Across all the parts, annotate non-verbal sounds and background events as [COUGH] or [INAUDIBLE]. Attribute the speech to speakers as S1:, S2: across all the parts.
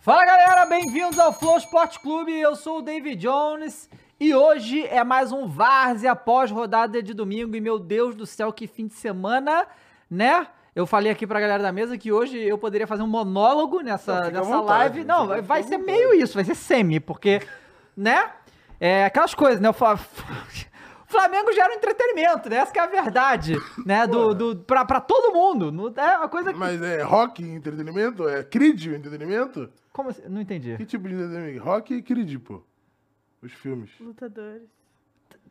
S1: Fala galera, bem-vindos ao Flow Sport Clube. Eu sou o David Jones e hoje é mais um Várzea após rodada de domingo. E meu Deus do céu, que fim de semana, né? Eu falei aqui pra galera da mesa que hoje eu poderia fazer um monólogo
S2: Não,
S1: nessa,
S2: fica à
S1: nessa
S2: vontade,
S1: live. Não,
S2: fica à
S1: vai ser
S2: vontade.
S1: meio isso, vai ser semi, porque, né? É aquelas coisas, né? O Fla- [LAUGHS] Flamengo gera um entretenimento, né? Essa que é a verdade, né? Do, do, pra, pra todo mundo. Não- É uma coisa que.
S2: Mas é rock entretenimento? É crídio entretenimento?
S1: Como assim? Não entendi.
S2: Que tipo de entretenimento? Rock e crídio, pô. Os filmes.
S3: Lutadores.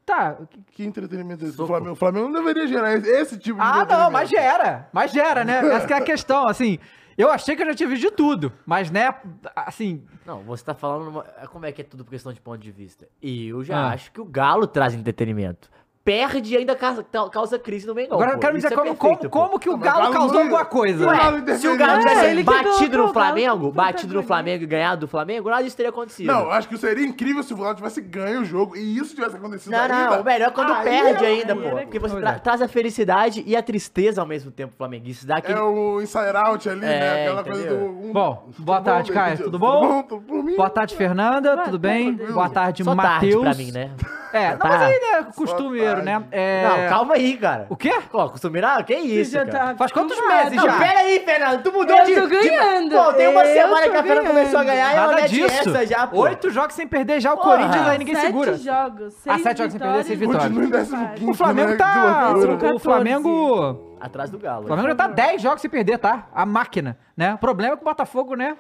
S1: Tá, o que-
S2: Que entretenimento é esse? O Flamengo, o Flamengo não deveria gerar esse, esse tipo de
S1: Ah,
S2: entretenimento.
S1: não, mas gera. Mas gera, né? [LAUGHS] Essa que é a questão, assim. Eu achei que eu já tinha visto de tudo, mas, né, assim,
S4: Não, você tá falando uma- como é que é tudo por questão de ponto de vista. Eu já
S1: Ah.
S4: acho que o Galo traz entretenimento. Perde e ainda causa, ta- causa crise no Mengão.
S1: agora eu
S4: pô.
S1: quero me
S4: Isso
S1: dizer
S4: é
S1: como,
S4: perfeito,
S1: como,
S4: pô.
S1: como que o
S2: Não, mas
S1: Galo
S2: Galo
S1: causou
S2: não-
S1: alguma coisa. né?
S2: Ué,
S4: Se o Galo
S2: É,
S4: tivesse
S3: ele que
S4: batido
S3: colocou
S4: no
S3: o Galo
S4: Flamengo,
S3: como
S4: batido no
S3: protagonista.
S4: Flamengo e ganhado do Flamengo, nada disso teria acontecido.
S2: Não, acho que seria incrível se o Vlad tivesse ganho o jogo e isso tivesse acontecido
S4: Não, não,
S2: ainda.
S4: o melhor é quando
S2: Aí
S4: perde
S2: é
S4: ainda,
S2: loucura,
S4: pô.
S2: pô.
S4: Porque você
S1: Olha.
S4: tra- traz a felicidade e a tristeza ao mesmo tempo, flamenguista. Dá aquele...
S2: É o inside out ali, né?
S4: É,
S2: Aquela coisa
S4: entendeu?
S2: do. um-
S1: Bom, boa tarde,
S2: David?
S1: Caio, tudo bom?
S2: Tudo bom? Por mim.
S1: Boa tarde, Fernanda,
S3: Ué,
S1: tudo bem?
S3: tranquilo.
S1: Boa tarde,
S4: Só
S1: Matheus.
S4: tarde pra mim, né?
S1: É, não, mas
S4: Tá.
S1: aí, né, costumeiro, né?
S2: tarde.
S1: É...
S4: Não, calma aí, cara.
S1: O quê?
S4: Pô, consumirá? Que isso,
S3: já
S4: cara.
S3: tá
S1: Faz quantos
S3: acostumado.
S1: meses
S4: Não,
S1: já?
S4: pera aí, Fernando. Tu mudou
S3: Eu
S4: de.
S3: tô ganhando.
S4: De... Pô, tem uma
S3: Eu
S4: semana
S3: tô
S4: que a Fernanda
S3: ganhando.
S4: começou a ganhar e ela
S1: Nada
S4: mete
S1: disso.
S4: essa já, pô.
S1: Oito jogos sem perder já, o
S4: Porra.
S1: Corinthians aí ninguém
S3: sete
S1: segura.
S3: jogos.
S1: Ah,
S3: Seis
S1: sete jogos sem perder, seis vitórias.
S2: Continua em né?
S3: Faz.
S2: 15.
S1: O Flamengo tá. O, o
S3: 14.
S1: Flamengo.
S4: Atrás do
S1: O
S4: Galo.
S1: Flamengo já tá 10 jogos sem perder, tá? A máquina, né? O problema é que o Botafogo, né?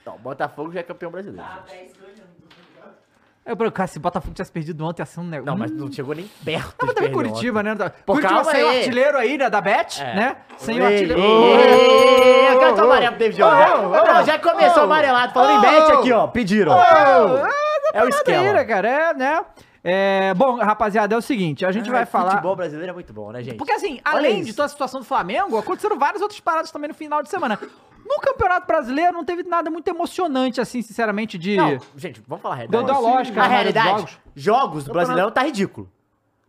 S4: Então, o Botafogo já é campeão brasileiro. gente.
S1: Eu falei, cara, se o Botafogo tivesse perdido ontem, ia ser um negócio.
S4: Não, mas não chegou nem perto.
S1: Tava
S4: de
S1: também
S4: perder
S1: Curitiba, né?
S4: Pô,
S1: Curitiba
S4: calma
S1: sem o
S4: aí.
S1: artilheiro aí, né? Da Bet,
S4: É.
S1: né? Sem o
S4: Ei,
S1: artilheiro.
S4: ei, Eu quero
S2: Ô,
S4: tomar
S2: ô,
S4: amarelo pro David Jones.
S1: ô,
S4: Já-
S1: ô,
S4: Não, já começou o amarelado. Falando em
S2: ô.
S4: bet aqui, ó. Pediram. É o
S1: Nada aí, né,
S4: esquema.
S1: cara? É, né? É, bom, rapaziada, é o seguinte, a gente vai falar.
S4: Futebol brasileiro é muito bom, né, gente?
S1: Porque assim,
S4: Olha
S1: além
S4: isso.
S1: de toda a situação do Flamengo, aconteceram várias outras paradas também no final de semana. No Campeonato Brasileiro não teve nada muito emocionante, assim, sinceramente, de.
S4: Não, gente, vamos falar a
S1: Deu
S4: realidade.
S1: deu assim, a lógica,
S4: Na
S1: né, dos
S4: realidade,
S1: jogos.
S4: jogos, do brasileiro tá ridículo.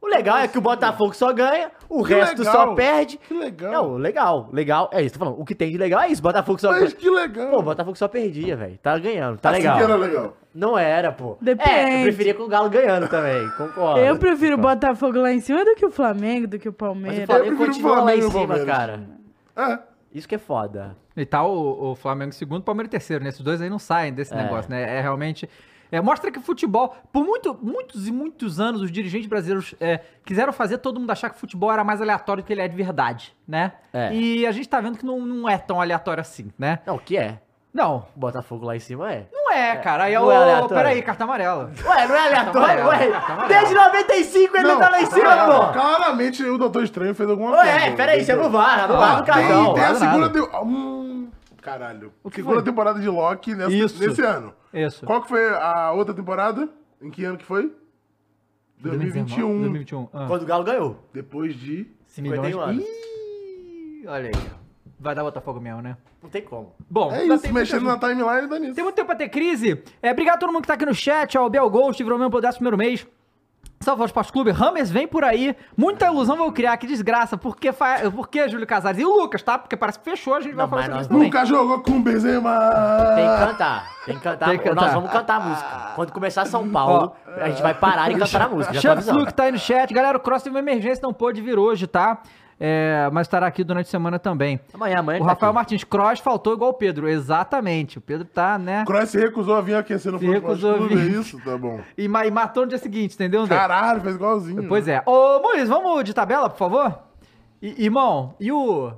S4: O legal é que o Botafogo só ganha, o resto só
S2: legal.
S4: perde.
S2: Que legal.
S4: Não, legal, legal. É isso, tô falando. O que tem de legal é isso. Botafogo só.
S2: Mas
S4: per-
S2: que legal.
S4: Pô, o Botafogo só perdia, velho. Tá ganhando, tá
S2: Assim
S4: legal.
S2: que era legal.
S4: Não era, pô.
S3: Depende.
S4: É, eu preferia com o Galo ganhando também, concordo.
S3: Eu prefiro o Botafogo lá em cima do que o Flamengo, do que o
S4: Mas o
S3: Palmeiras.
S4: Flamengo
S2: Eu prefiro o
S4: continua lá
S2: Flamengo e
S4: em
S2: o
S4: cima,
S2: Palmeiras.
S4: cara.
S2: É.
S4: Isso que é foda.
S1: E tá o, o Flamengo em segundo, o Palmeiras em terceiro, né? Esses dois aí não saem desse
S4: É.
S1: negócio, né? É realmente. é, mostra que o futebol, por muito, muitos e muitos anos, os dirigentes brasileiros é, quiseram fazer todo mundo achar que o futebol era mais aleatório do que ele é de verdade, né?
S4: É.
S1: E a gente tá vendo que não, não é tão aleatório assim, né?
S4: Não, o que é?
S1: Não,
S4: O Botafogo lá em cima é.
S1: não é, cara. Aí é
S4: não
S1: o.
S4: é aleatório.
S1: peraí, carta amarela.
S4: Ué, não é aleatório,
S1: amarelo,
S4: ué.
S1: tá amarelo.
S4: Desde 95 ele
S2: Não,
S4: tá lá em
S2: cara,
S4: cima, pô.
S2: Claramente o Doutor Estranho fez alguma coisa.
S4: Ué, peraí, isso é no VAR, no
S1: Não,
S4: VAR do
S2: Ah,
S4: é
S2: Tem,
S4: cartão.
S2: tem a
S1: Tá, nada.
S2: segunda temporada. Hum, caralho.
S1: O que
S2: segunda
S1: foi?
S2: temporada de Loki nessa,
S1: Isso.
S2: nesse ano.
S1: Isso.
S2: Qual que foi a outra temporada? Em que ano que foi? 2021.
S1: 2021. Ah.
S4: Quando o Galo ganhou.
S2: Depois de.
S1: Milhões.
S4: 51 anos.
S1: Ih, olha aí. Vai dar Botafogo mesmo, né?
S4: Não tem como.
S1: Bom,
S2: É
S1: já
S2: isso,
S1: tem
S2: mexendo na timeline da nisso.
S1: Tem muito tempo pra ter crise. É, obrigado a todo mundo que tá aqui no chat, ao Bel Ghost, virou mesmo pelo 11 primeiro mês. Salve ao Esporte Clube, Rames vem por aí. Muita ilusão vão criar, que desgraça. Por que, fa... por que Júlio Casares? E o Lucas, tá? Porque parece que fechou, a gente vai
S4: Não, mas
S1: falar
S4: nós
S1: sobre isso também.
S2: Nunca jogou com o Benzema.
S4: Tem que cantar, tem que cantar.
S1: Tem que
S4: pô.
S1: cantar. Ah.
S4: Nós vamos cantar a música. Quando começar São Paulo, a gente vai parar e
S2: é.
S4: cantar a música. Já tô
S1: Champs
S4: avisando.
S1: Luke tá aí no chat. Galera, o Cross teve uma emergência, não pôde vir hoje, tá? É, mas estará aqui durante a semana também.
S4: Amanhã, amanhã.
S1: O
S4: tá
S1: Rafael
S4: aqui.
S1: Martins, Cross faltou igual o Pedro. Exatamente. O Pedro tá, né?
S2: Cross se recusou a vir aquecer no
S1: Se
S2: É, futebol
S1: recusou a
S2: clube,
S1: vir.
S2: é isso? Tá bom.
S1: E, ma- e matou no dia seguinte, entendeu? André?
S2: Caralho, fez igualzinho. né?
S1: Pois é. Ô, Muniz, vamos de tabela, por favor? I- irmão, e o.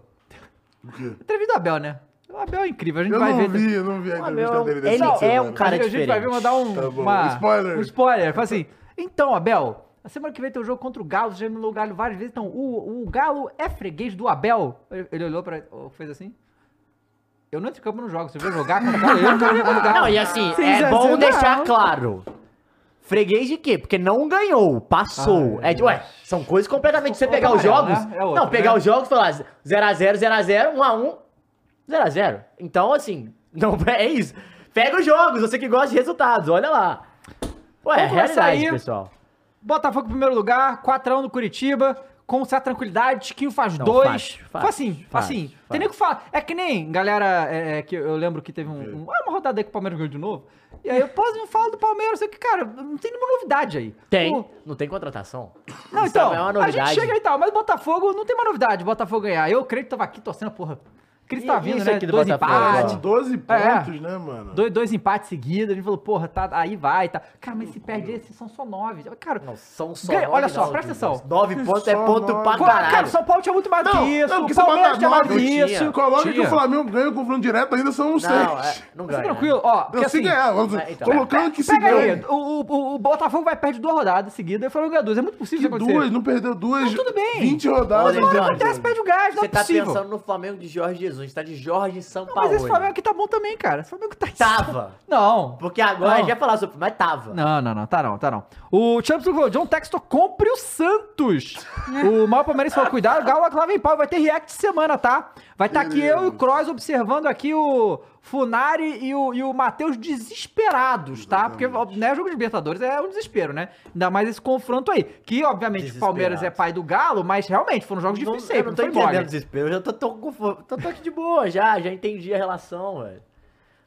S2: O quê?
S1: Entrevista do Abel, né? O Abel é incrível, a gente
S2: Eu
S1: vai
S2: não
S1: ver.
S2: vi, eu não vi a
S4: Ah,
S2: entrevista
S4: meu,
S2: dele
S4: ele
S2: fim de
S4: é
S2: semana.
S4: um cara
S1: a gente vai
S4: diferente.
S1: ver mandar um.
S2: Tá bom,
S1: uma-
S2: spoiler.
S1: Um spoiler. Fala assim: então, Abel, a semana que vem tem o jogo contra o Galo, já me o Galo várias vezes. Então, o, o Galo é freguês do Abel. Ele, ele olhou pra. fez assim. Eu não entro em campo no jogo. Você viu jogar contra o Galo? Eu não vi contra o Galo.
S4: [LAUGHS] Não, e assim, é
S3: Sensacional.
S4: bom deixar claro. Freguês de quê? Porque não ganhou, passou.
S1: Ai,
S4: é de, ué, são coisas completamente. Você
S1: Outro
S4: pegar os
S1: amarelo,
S4: jogos.
S1: né? É outro,
S4: não, pegar
S1: né?
S4: os jogos e falar 0x0, 0x0, 1x1, 0x0. Então, assim, não [LAUGHS] é isso. Pega os jogos, você que gosta de resultados, olha lá. Ué, é
S1: Vamos começar
S4: realidade,
S1: aí.
S4: pessoal.
S1: Botafogo em primeiro lugar, 4x1 no Curitiba. com certa tranquilidade, Tiquinho faz
S4: Não,
S1: dois.
S4: fácil,
S1: Foi
S4: fácil,
S1: assim,
S4: fácil,
S1: assim.
S4: fácil.
S1: Tem nem o que falar. É que nem, galera, é, é que eu lembro que teve um, um- ah, uma rodada aí que o Palmeiras ganhou de novo. E aí eu posso não falo do Palmeiras, sei que, cara, não tem nenhuma novidade aí.
S4: Tem.
S1: O-
S4: Não tem contratação?
S1: não,
S4: Isso
S1: então,
S4: é uma
S1: a gente
S4: novidade.
S1: chega e tal, mas o Botafogo não tem uma novidade, o Botafogo ganhar. Eu creio que tava aqui torcendo, porra. Cris
S4: E-
S1: tá vindo,
S4: isso
S1: né?
S4: aqui do
S1: dois
S4: Botafogo,
S1: empates,
S4: ó.
S2: 12
S1: É.
S2: pontos, né, mano?
S1: dois, dois empates seguidos. A gente falou, porra, tá, aí vai, tá. Cara, mas se perde esse, são só nove. Cara,
S4: Não, são só.
S1: Ganha-
S4: nove,
S1: olha só,
S4: não,
S1: presta
S4: Deus.
S1: atenção.
S4: Nove pontos é
S2: Só
S4: ponto
S2: nove.
S4: pra
S2: Pô,
S1: Cara,
S4: caralho.
S1: o São Paulo tinha muito mais do que isso.
S2: não, porque
S1: o
S2: você
S1: Palmeiras
S2: bota
S1: tinha mais do que
S2: nove,
S4: tinha.
S1: isso.
S2: Coloca que
S1: Tinha.
S2: o Flamengo ganha com o confronto direto, ainda são uns
S4: Não,
S2: seis.
S4: é, não
S1: Mas
S4: ganha.
S1: fica tranquilo, ó. Porque
S2: Não, se
S1: assim,
S2: ganhar,
S4: é, então.
S2: colocando que se
S1: pega aí,
S2: ganha.
S1: o, o, o Botafogo vai perder duas rodadas seguidas e foi ganhar duas. É muito possível
S2: Que
S1: isso acontecer.
S2: duas, não perdeu duas.
S1: Mas tudo bem.
S2: 20 rodadas. não
S4: Olha, então,
S2: perdeu
S1: Acontece,
S2: duas.
S1: perde o gás, não
S4: Você
S1: é
S4: tá
S1: possível.
S4: pensando no Flamengo de Jorge Jesus, você tá de Jorge São
S1: Não,
S4: Paulo.
S1: mas esse Flamengo aqui tá bom também, cara. Esse Flamengo tá...
S4: Tava.
S1: [LAUGHS] Não.
S4: Porque agora
S1: Não.
S4: a gente vai falar sobre. Mas tava.
S1: Não, não, não, tá não, tá não. O Champions League falou, John Textor compre o Santos. o mal Palmeiras falou, cuidado, Galo lá vem pau, vai ter react semana, tá? Vai estar aqui eu e o Cross observando aqui o Funari e o, e o Matheus desesperados, tá? Porque, né, jogo de Libertadores é um desespero, né? Ainda mais esse confronto aí. Que, obviamente, o Palmeiras é pai do Galo, mas realmente foram jogos
S4: Não-
S1: difíceis sempre,
S4: eu não tô
S1: foi mole.
S4: entendendo o desespero. Eu já tô, tô, conform- tô, tô aqui de boa, já, já entendi a relação, velho.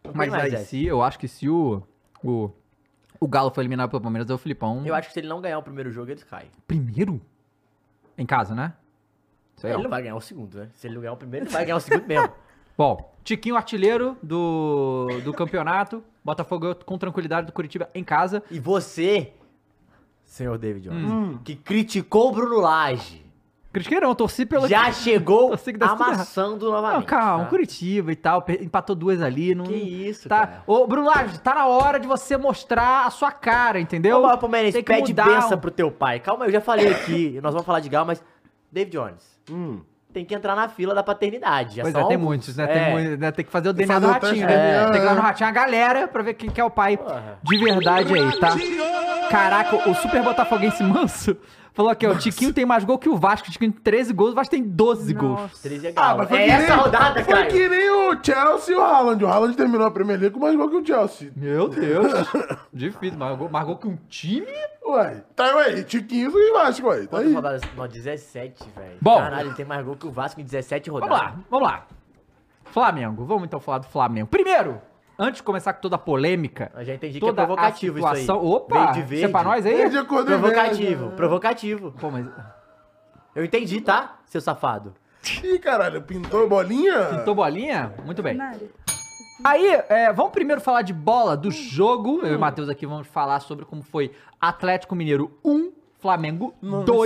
S4: Não tem
S1: Mas
S4: mais
S1: aí,
S4: essa.
S1: se, eu acho que se o, o, o Galo foi eliminado pelo Palmeiras, é o Filipão.
S4: Eu acho que se ele não ganhar o primeiro jogo, ele cai.
S1: Primeiro? Em casa, né? Sei
S4: Ele
S1: lá.
S4: não vai ganhar o segundo, né? Se ele não ganhar
S1: [LAUGHS]
S4: o primeiro, ele vai ganhar o segundo mesmo.
S1: Bom, Tiquinho artilheiro do, do campeonato. Botafogo ganhou com tranquilidade do Curitiba em casa. Hum.
S4: E você, senhor David Jones, que criticou o Bruno Lage,
S1: Critiquei não, torci pelo. [LAUGHS]
S4: já chegou
S1: Torci que desse tudo errado.
S4: amassando novamente.
S1: Não, calma,
S4: tá?
S1: Curitiba e tal. per- Empatou duas ali. Não...
S4: Que isso,
S1: tá.
S4: cara.
S1: Ô, Bruno Lage, tá na hora de você mostrar a sua cara, entendeu?
S4: Ô, Paulo Palmeirense,
S1: Tem que
S4: pede
S1: mudar
S4: benção
S1: um-
S4: pro teu pai. Calma, eu já falei aqui, nós vamos falar
S1: [LAUGHS]
S4: de Gal, mas David Jones,
S2: Hum.
S4: tem que entrar na fila da paternidade. Já
S1: Pois é,
S4: são
S1: tem
S4: alguns.
S1: muitos, né?
S4: É.
S1: Tem, muito, né? Tem que fazer o DNA
S2: fazer
S1: do
S2: o teste
S1: ratinho, né? Tem
S2: do
S1: que ir lá no
S2: DNA.
S1: ratinho a galera pra ver quem que é o pai
S4: Porra.
S1: de verdade aí, tá? Caraca, o super botafoguense manso falou aqui, ó, o Tiquinho tem mais gol que o Vasco, o Tiquinho tem 13 gols, o Vasco tem 12 gols.
S3: Nossa.
S4: 13 é
S2: Ah,
S4: Gal.
S2: mas foi
S4: é
S2: que
S4: essa
S2: nem-
S4: rodada,
S2: Foi
S4: cara.
S2: que nem o Chelsea e o Haaland. O Haaland terminou a Premier League com mais gol que o Chelsea.
S1: Meu Deus,
S2: [LAUGHS]
S1: difícil, mais gol, mais gol que um time?
S2: Ué, tá aí, Tiquinho e Vasco, ué. Tá
S4: Quantas
S2: aí.
S4: rodadas? Não, 17, velho.
S1: Bom.
S4: Caralho, ele tem mais gol que o Vasco em 17 rodadas.
S1: Vamos lá, vamos lá. Flamengo, vamos então falar do Flamengo. Primeiro, antes de começar com toda a polêmica,
S4: Eu já entendi que é
S1: toda a
S4: provocativo isso aí.
S1: situação... Opa,
S4: Verde,
S1: isso é pra
S4: verde.
S1: nós aí?
S2: Verde é cor da
S4: Provocativo,
S2: inveja.
S4: provocativo.
S1: Pô, mas...
S4: Eu entendi, tá, seu safado?
S2: Ih, caralho, pintou bolinha?
S1: Pintou bolinha? Muito bem.
S3: Nada.
S1: Aí, é, vamos primeiro falar de bola do jogo. Eu e o Matheus aqui vamos falar sobre como foi Atlético Mineiro 1, Flamengo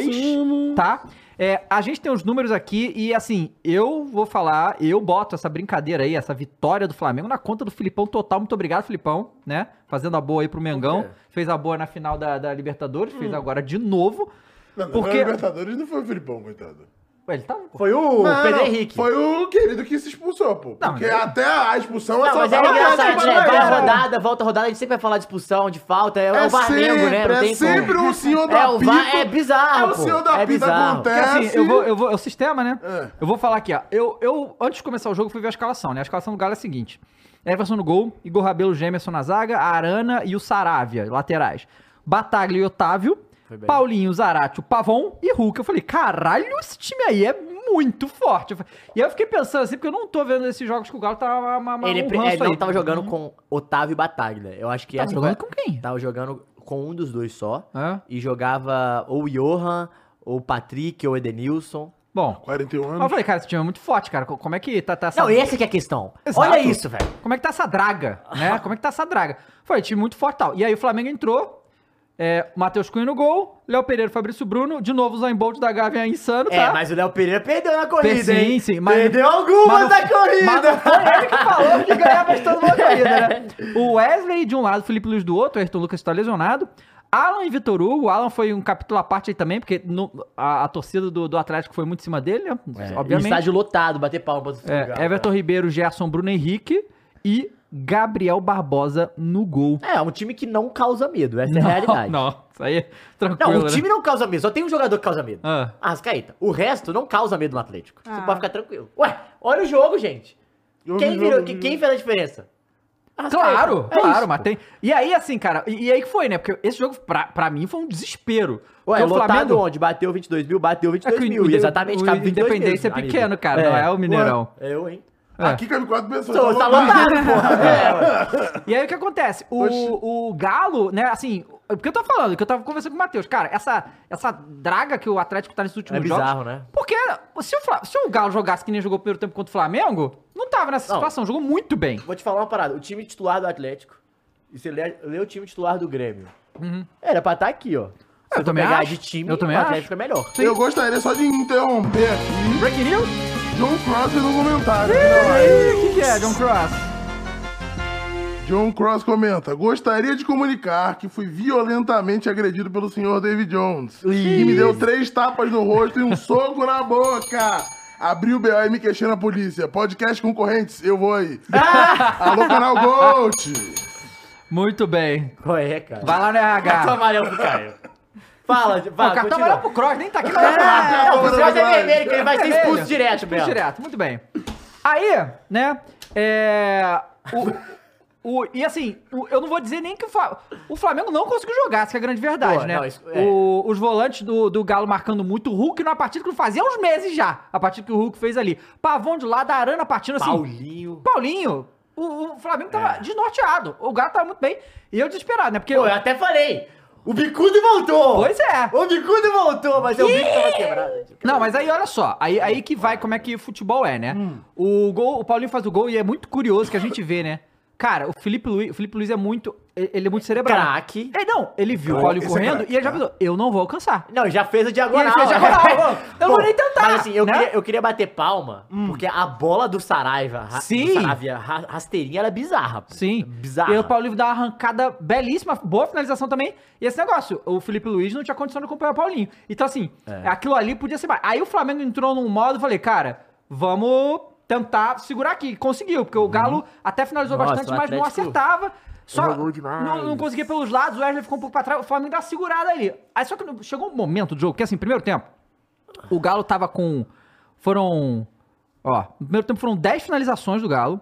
S1: 2, tá? É, a gente tem os números aqui e, assim, eu vou falar, eu boto essa brincadeira aí, essa vitória do Flamengo na conta do Filipão total. Muito obrigado, Filipão, né? Fazendo a boa aí pro Mengão.
S4: quê?
S1: Fez a boa na final da, da Libertadores, fez agora de novo.
S2: Não, não,
S1: Porque-
S2: foi o Libertadores não foi o Filipão, coitado.
S1: Ué, ele tá...
S4: Foi o
S2: Não,
S4: Pedro
S2: não,
S4: Henrique. né?
S2: Foi o querido que se expulsou, pô.
S1: Não,
S2: Porque
S1: mas-
S2: até a expulsão
S4: Não,
S2: só
S4: mas é
S2: dava
S4: engraçado,
S2: pra
S4: né? Vai
S2: galera.
S4: a rodada, volta a rodada, a gente sempre vai falar de expulsão, de falta, é, é o Flamengo,
S2: sempre,
S4: né? Não
S2: é
S4: tem
S2: sempre
S4: como.
S2: o senhor do
S4: É o
S2: apito.
S4: VAR, é bizarro,
S2: É o
S4: pô,
S2: senhor do
S4: é
S2: apito
S4: bizarro.
S1: Porque,
S2: acontece.
S1: assim, eu vou, eu vou, é o sistema, né?
S2: É.
S1: Eu vou falar aqui, ó. Eu, eu, antes de começar o jogo, fui ver a escalação, né? A escalação do Galo é a seguinte: Everson no gol, Igor Rabelo, Gemerson na zaga, Arana e o Saravia, laterais. Bataglia e Otávio,
S4: Foi bem.
S1: Paulinho, Zarate, o Pavon e Hulk. Eu falei, caralho, esse time aí é muito forte. Eu falei- E aí eu fiquei pensando assim, porque eu não tô vendo esses jogos que o Galo tá uma, uma, uma-
S4: Ele,
S1: um
S4: pre-
S1: ranço
S4: ele não
S1: aí.
S4: tava jogando com Otávio e Bataglia. Eu acho que
S1: Tava
S4: essa
S1: jogando
S4: foi-
S1: com quem? Ah.
S4: Tava jogando com um dos dois só.
S1: Hã?
S4: E jogava ou o Johan, ou o Patrick, ou o Edenilson.
S1: Bom,
S2: 41
S1: mas eu
S2: anos.
S1: falei, cara, esse time é muito forte, cara. Como é que tá, tá essa
S4: Não, essa que é a questão.
S1: Exato.
S4: Olha isso, velho.
S1: Como é que tá essa draga,
S4: [LAUGHS]
S1: né? Como é que tá essa draga? Foi um time muito forte e tal. E aí o Flamengo entrou, é, Matheus Cunha no gol, Léo Pereira, Fabrício Bruno, de novo o Zainbolt da Gávea insano, tá?
S4: É, mas o Léo Pereira perdeu na corrida,
S1: Sim,
S4: hein?
S1: sim, mas-
S4: Perdeu algumas
S1: mas não-
S4: da corrida!
S1: Mas não foi ele que falou que ganhava de todo mundo ainda,
S4: [LAUGHS]
S1: né? O Wesley de um lado, o Felipe Luiz do outro, o Ayrton Lucas tá lesionado. Alan e Vitor Hugo, o Alan foi um capítulo à parte aí também, porque no- a, a torcida do, do Atlético foi muito em cima dele, né?
S4: É, e
S1: obviamente.
S4: estádio lotado, bater palma pro
S1: É,
S4: Galo,
S1: Everton Ribeiro, Gerson, Bruno Henrique e Gabriel Barbosa no gol.
S4: É, um time que não causa medo, essa é a realidade. Não,
S1: Não, isso aí é tranquilo.
S4: o
S1: né?
S4: time não causa medo, só tem um jogador que causa medo.
S1: Ah.
S4: Arrascaeta. O resto não causa medo no Atlético. Você
S3: Ah.
S4: pode ficar tranquilo. Ué, olha o jogo, gente.
S2: Eu vi
S4: Quem,
S2: o
S4: virou,
S2: jogo, né?
S4: que-
S2: vi o
S4: quem
S2: jogo.
S4: fez a diferença?
S1: Claro,
S4: É
S1: claro,
S4: isso,
S1: mas tem. E aí, assim, cara, e, e aí que foi, né? Porque esse jogo, pra, pra mim, foi um desespero.
S4: Ué,
S1: Porque
S4: lotado onde? Bateu 22 mil, bateu
S1: É que
S4: 22
S1: o-
S4: mil.
S1: o-
S4: E exatamente,
S1: o
S4: cabe 22 mil.
S1: Independência é
S4: amigo.
S1: pequeno, cara, não é o Mineirão.
S4: Eu, hein?
S1: É.
S2: Aqui cabe quatro pessoas.
S4: Tô, tá lotado, porra. É, ué.
S1: E aí o que acontece?
S2: Oxi.
S1: O, o Galo, né, assim, o que eu tava falando, o que eu tava conversando com o Matheus, cara, essa, essa draga que o Atlético tá nesses
S4: É
S1: últimos jogos.
S4: bizarro, né?
S1: Porque se o, Fla- se o Galo jogasse que nem jogou o primeiro tempo contra o Flamengo, não tava nessa
S4: Não.
S1: situação, jogou muito bem.
S4: Vou te falar uma parada. O time titular do Atlético. E você lê, lê o time titular do Grêmio. Era pra estar aqui, ó. Se
S1: Uhum. Eu também
S4: pegar
S1: acho.
S4: de time,
S1: Eu também
S4: o
S1: acho.
S4: Atlético é melhor.
S2: Eu gostaria só de interromper aqui
S1: Breaking news?
S2: John Cross fez um comentário.
S1: O que, que é, John Cross?
S2: John Cross comenta: Gostaria de comunicar que fui violentamente agredido pelo senhor David Jones. E me deu três tapas no rosto e um soco na boca. Abri o BO e me queixei na polícia. Podcast concorrentes, eu vou
S1: [LAUGHS]
S2: aí. Alô, canal Gold!
S1: Muito bem.
S4: Qual é, cara?
S1: Vai lá no
S4: [LAUGHS] Cartão
S1: RH.
S4: amarelo pro Caio. Fala,
S1: Não,
S4: vai,
S1: o cartão
S4: continua.
S1: amarelo pro Cross, nem tá aqui pra falar.
S4: É, o Cross é
S2: Vermelho.
S4: vermelho, que ele vai ser
S1: Vermelho.
S4: expulso direto
S1: Expulso
S4: mesmo.
S1: direto, muito bem. Aí, né, é... O, o- e assim, o- eu não vou dizer nem que o, Fla- o Flamengo não conseguiu jogar, essa que é a grande verdade,
S4: Pô,
S1: né?
S4: não, isso- é.
S1: O- os volantes do, do Galo marcando muito, o Hulk numa partida que não fazia há uns meses já, a partida que o Hulk fez ali. Pavão de lado, Arana partindo assim,
S4: Paulinho. É.
S1: Paulinho, o, o Flamengo tava desnorteado, o Galo tava muito bem, e eu desesperado, né? Porque...
S4: Pô, eu até falei. O Bicudo voltou.
S1: Pois é.
S4: O Bicudo voltou, mas é o bico tava quebrado.
S1: Não, mas aí olha só, aí, aí que vai como é que futebol é, né?
S2: Hum.
S1: O gol, o Paulinho faz o gol e é muito curioso que a gente vê, né? Cara, o Felipe Luiz, o Felipe Luiz é muito, ele é muito cerebral.
S4: Craque.
S1: É, não, ele viu o
S2: Craque,
S1: Paulinho
S2: esse é
S1: correndo
S2: craque,
S1: e ele já pensou, eu não vou alcançar.
S4: Não, já fez o diagonal.
S1: E ele fez diagonal.
S4: [LAUGHS]
S1: Eu vou nem tentar,
S4: Mas assim, eu,
S1: né? Hum.
S4: queria, eu queria bater palma, porque a bola do Saraiva, ra-
S1: Sim.
S4: do Saravia, ra- rasteirinha, ela é bizarra. pô.
S1: Sim.
S4: Bizarra.
S1: E aí o Paulinho dá uma arrancada belíssima, boa finalização também. E esse negócio, o Felipe Luiz não tinha condição de acompanhar o Paulinho. Então, assim,
S4: É.
S1: aquilo ali podia ser mais. Aí o Flamengo entrou num modo, falei, cara, vamos tentar segurar aqui. Conseguiu, porque o Galo até finalizou
S4: Uhum. Nossa,
S1: bastante,
S4: o
S1: mas não
S4: Atlético
S1: acertava. Só
S2: Jogou demais.
S1: não, não conseguia pelos lados, o Wesley ficou um pouco pra trás, o Flamengo dá uma segurada ali. Aí só que chegou um momento do jogo, que assim, primeiro tempo, o Galo tava com. Foram. Ó, no primeiro tempo foram 10 finalizações do Galo,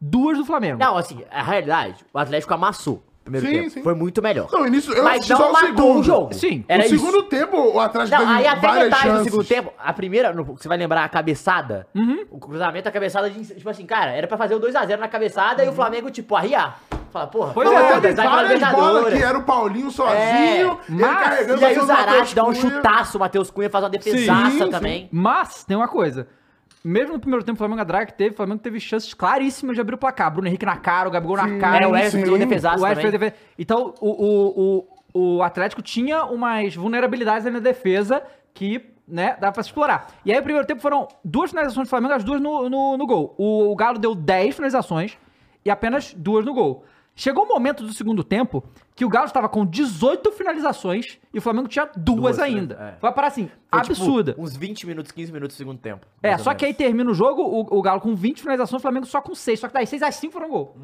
S1: duas do Flamengo.
S4: Não, assim, a realidade, o Atlético amassou no primeiro
S2: Sim,
S4: tempo.
S2: sim.
S4: Foi muito melhor.
S2: Não, Então, início, eu
S4: mas
S2: assisti
S4: não
S2: só o
S4: matou
S2: segundo.
S4: o jogo.
S1: Sim.
S4: Era
S2: no
S4: isso.
S2: segundo tempo, o Atlético
S4: Não, aí até
S2: várias
S4: metade do
S2: chances.
S4: segundo tempo, a primeira, no- você vai lembrar, a cabeçada, Uhum. o cruzamento, a cabeçada, de, tipo assim, cara, era pra fazer o 2x0 na cabeçada e o Flamengo, tipo, arriar. Fala, porra,
S1: Pois
S2: Não,
S1: é,
S2: mas
S4: foda-se,
S2: teve
S4: vai pra
S2: várias bolas
S4: Libertadores. É,
S2: que era o Paulinho sozinho, ele
S1: mas-
S2: carregando
S4: E aí
S2: fazendo
S4: o Zarate dá um
S2: Matheus Cunha.
S4: chutaço, o Matheus Cunha faz uma defesaça
S2: Sim, sim.
S4: também.
S1: Mas tem uma coisa. Mesmo no primeiro tempo, o Flamengo a draga que teve, o Flamengo teve chances claríssimas de abrir o placar. Bruno Henrique na cara, o Gabigol na cara.
S4: É, o
S1: o
S4: Wesley
S2: sim.
S4: pegou defesaço
S1: Wesley
S4: também.
S1: fez defesa. Então, o, o, o, o Atlético tinha umas vulnerabilidades ali na defesa que, né, dava pra se explorar. E aí, o primeiro tempo foram duas finalizações do Flamengo, as duas no, no, no gol. O, o Galo deu 10 finalizações e apenas duas no gol. Chegou o momento do segundo tempo que o Galo estava com 18 finalizações e o Flamengo tinha duas,
S4: Duas, né?
S1: ainda.
S4: É.
S1: Vai parar assim,
S4: Foi, tipo,
S1: absurda.
S4: uns 20 minutos, 15 minutos do segundo tempo.
S1: É,
S4: mais ou
S1: só que aí
S4: menos.
S1: termina o jogo, o, o Galo com 20 finalizações, o Flamengo só com 6. Só que das 6 às 5 foram gol.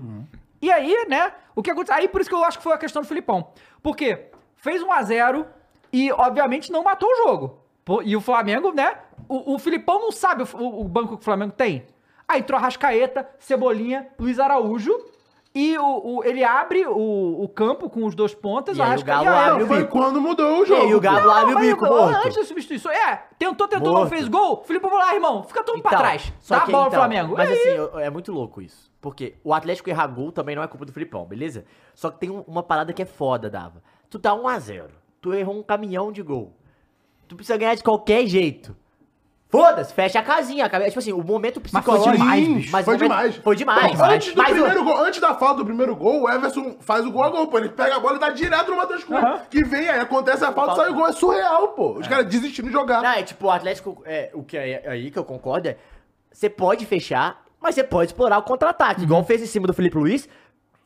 S1: E aí, né, o que aconteceu? Aí por isso que eu acho que foi a questão do Filipão. Porque fez 1 a 0 e, obviamente, não matou o jogo. Pô, E o Flamengo, né, o, o Filipão não sabe o, f- o- o banco que o Flamengo tem. Aí entrou Rascaeta, Cebolinha, Luiz Araújo. E o, o- ele abre o, o campo com os dois pontas,
S4: E aí o
S1: Arrascaeta
S4: Galo
S1: e Araújo.
S4: abre
S2: Não, foi quando mudou o
S4: E
S2: jogo.
S4: aí o Galo abre o
S1: Mas
S4: bico,
S1: eu-
S4: morto.
S1: Antes da substituição. É, tentou, tentou, não
S4: Morto.
S1: fez gol. Felipe, vamos lá, irmão. Fica todo mundo pra
S4: Então,
S1: trás.
S4: só
S1: Dá a
S4: que
S1: bola ao
S4: então,
S1: Flamengo.
S4: Mas
S1: E aí?
S4: assim, eu- é muito louco isso. Porque o Atlético errar gol também não é culpa do Filipão, beleza? Só que tem um- uma parada que é foda, Dava. Tu tá 1x0. Tu errou um caminhão de gol. Tu precisa ganhar de qualquer jeito. Foda-se, fecha a casinha. a cabe- Tipo assim, o momento
S1: foi
S4: psicológico.
S1: demais,
S4: mas
S2: bicho,
S4: o
S2: foi
S4: momento-
S2: demais.
S4: Foi demais.
S2: Não, antes, do
S4: mas o-
S2: primeiro gol, antes da falta do primeiro gol, o Everson faz o gol a gol, pô. Ele pega a bola e dá direto no Matheus Cunha. Que vem, aí acontece a falta,
S4: Falta.
S2: sai o gol. É surreal, pô. Os caras desistindo de jogar.
S4: Não, é tipo, o Atlético, é, o que é aí que eu concordo é, você pode fechar, mas você pode explorar o contra-ataque,
S2: Uhum.
S4: igual fez em cima do Felipe Luiz,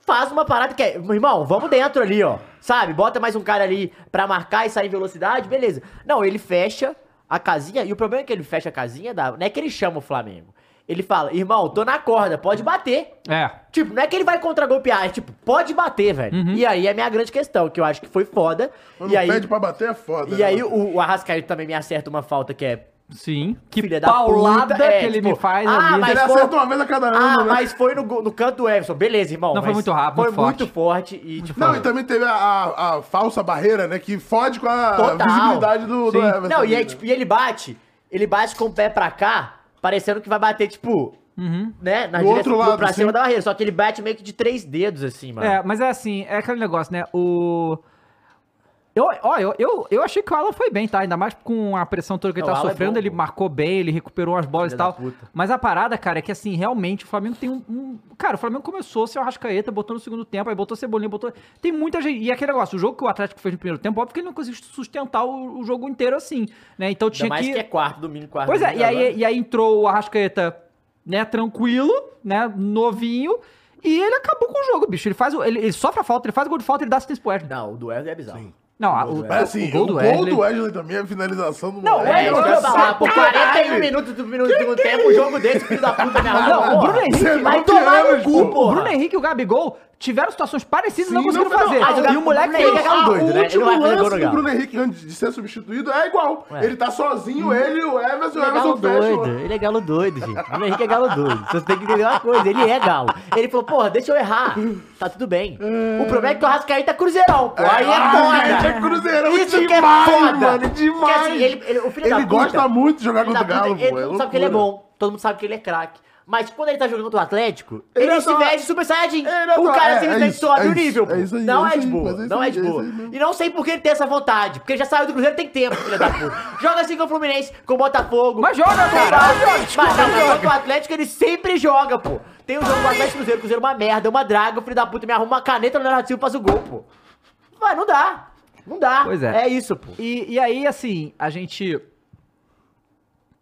S4: faz uma parada que é, meu irmão, vamos dentro ali, ó, sabe? Bota mais um cara ali pra marcar e sair em velocidade, beleza. Não, ele fecha a casinha, e o problema é que ele fecha a casinha, dá- não é que ele chama o Flamengo. Ele fala, irmão, tô na corda, pode bater.
S1: É.
S4: Tipo, não é que ele vai contra-golpear, é tipo, pode bater, velho.
S1: Uhum.
S4: E aí é a minha grande questão, que eu acho que foi foda.
S2: Quando
S4: e aí,
S2: pede pra bater é foda.
S4: e
S2: né,
S4: aí
S2: mano?
S4: o, o Arrascaeta também me acerta uma falta que é
S1: Sim. Que
S4: Filha da
S1: paulada
S4: puta, é,
S1: que ele
S4: tipo,
S1: me faz
S4: ah,
S1: ali.
S4: mas
S2: Ele
S4: foi-
S2: acerta uma vez a cada ano,
S4: Ah,
S2: né?
S4: mas foi no, go- no canto do Everson. Beleza, irmão.
S1: Não, foi
S4: mas
S1: muito rápido,
S4: Foi
S1: muito forte.
S4: muito forte e, tipo...
S2: Não, e também teve a, a- a falsa barreira, né? Que fode com a
S4: Total.
S2: visibilidade do, do
S1: Sim.
S2: Everson.
S4: Não, e aí,
S2: né?
S4: tipo, e ele bate, ele bate com o pé pra cá, parecendo que vai bater, tipo,
S1: Uhum.
S4: né, na
S2: Do outro lado,
S4: pra
S2: sim.
S4: cima da barreira. Só que ele bate meio que de três dedos, assim, mano.
S1: É, mas é assim, é aquele negócio, né? O. Eu, ó, eu, eu, eu achei que o Alan foi bem, tá? Ainda mais com a pressão toda que ele
S4: Não,
S1: tá
S4: o Alan é
S1: sofrendo,
S4: bom,
S1: ele
S4: pô.
S1: marcou bem, ele recuperou as bolas
S4: Filha
S1: e
S4: da
S1: tal.
S4: puta.
S1: Mas a parada, cara, é que assim, realmente o Flamengo tem um. um- Cara, o Flamengo começou sem o Arrascaeta, botou no segundo tempo, aí botou Cebolinha, botou. Tem muita gente. E aquele negócio, o jogo que o Atlético fez no primeiro tempo, óbvio que ele não conseguiu sustentar o, o jogo inteiro assim, né? Então
S4: Ainda
S1: tinha
S4: mais que... é quarto, domingo, quarto.
S1: Pois é,
S4: domingo,
S1: e aí,
S4: agora.
S1: e aí entrou o Arrascaeta, né, tranquilo, né, novinho, e ele acabou com o jogo, bicho. Ele faz o- ele, ele sofre a falta, ele faz o gol de falta, ele dá assistência pro Wesley.
S4: Não, o do Everton é bizarro.
S1: Não, a-
S4: O gol
S1: o,
S4: do
S2: Mas assim,
S1: o gol do Wesley...
S2: Wesley também, a finalização do
S1: Não,
S2: moleque,
S1: é,
S4: É,
S2: eu
S4: eu
S1: isso que
S2: quero
S1: eu ia falar,
S2: saber,
S4: por
S2: caralho.
S4: 41 minutos do primeiro
S2: um
S4: segundo
S1: é
S4: tempo, o jogo desse, filho da puta, me
S1: Não,
S4: arrasou.
S1: o Bruno Henrique-
S4: vai tomar no cu,
S1: O
S4: porra.
S1: Bruno Henrique e o Gabigol tiveram situações parecidas e não
S2: Sim,
S1: conseguiram
S2: não, não,
S1: fazer.
S4: mas o Gabi-
S1: e o moleque
S4: Bruno Henrique
S1: fez Ah, a-
S4: é galo doido,
S2: O
S4: né? Ele
S2: último
S4: não vai fazer gol
S2: lance
S4: no
S2: do
S4: Galo.
S2: Bruno Henrique antes de ser substituído é igual.
S4: É.
S2: Ele tá sozinho, ele, o Everson, o
S4: Ele é galo
S2: Everson
S4: doido,
S2: fecha.
S4: ele é galo doido, gente. O Bruno Henrique é galo doido. Vocês têm que entender uma coisa, ele é galo. Ele falou, porra, deixa eu errar. Tá tudo bem. O problema é que o Rascaíta é cruzeirão, pô. Aí é
S2: Ah, gente,
S4: foda.
S2: é Cruzeirão
S4: Isso que é
S2: demais,
S4: foda.
S2: mano,
S4: Porque,
S2: demais.
S4: assim, ele, ele- o filho da
S2: Ele
S4: puta,
S2: gosta muito de jogar
S4: filho da
S2: contra o
S4: puta,
S2: Galo, pô.
S4: Ele todo
S2: é
S4: mundo sabe que ele é
S2: loucura.
S4: bom, todo mundo sabe que ele é craque. Mas quando ele tá jogando contra o Atlético,
S2: Ele
S4: ele,
S2: é
S4: se
S2: só-
S4: veste Super Saiyajin.
S2: Ele é
S4: o
S2: só- é-
S4: cara
S2: é
S4: simplesmente
S2: isso,
S4: sobe
S2: é
S4: o nível.
S2: isso,
S4: pô.
S2: é isso aí,
S4: não
S2: é
S4: é
S2: isso
S4: de
S2: aí,
S4: boa,
S2: mas é isso
S4: não é
S2: aí,
S4: de
S2: é isso
S4: boa.
S2: aí mesmo.
S4: E não sei por que ele tem essa vontade, porque ele já saiu do Cruzeiro tem tempo, filho da puta. Joga assim com o Fluminense, com o Botafogo.
S1: Mas joga,
S4: com o
S1: cara, joga,
S4: Mas
S1: desculpa,
S4: joga
S1: joga.
S4: contra o Atlético, ele sempre joga, pô. Tem o jogo do Atlético Cruzeiro, Cruzeiro é uma merda, é uma draga, o filho da puta me arruma uma caneta no Leonardo Silva e faz o gol, pô. Mas não dá. Não dá.
S1: Pois é.
S4: É isso, pô.
S1: E, e aí, assim, a gente. O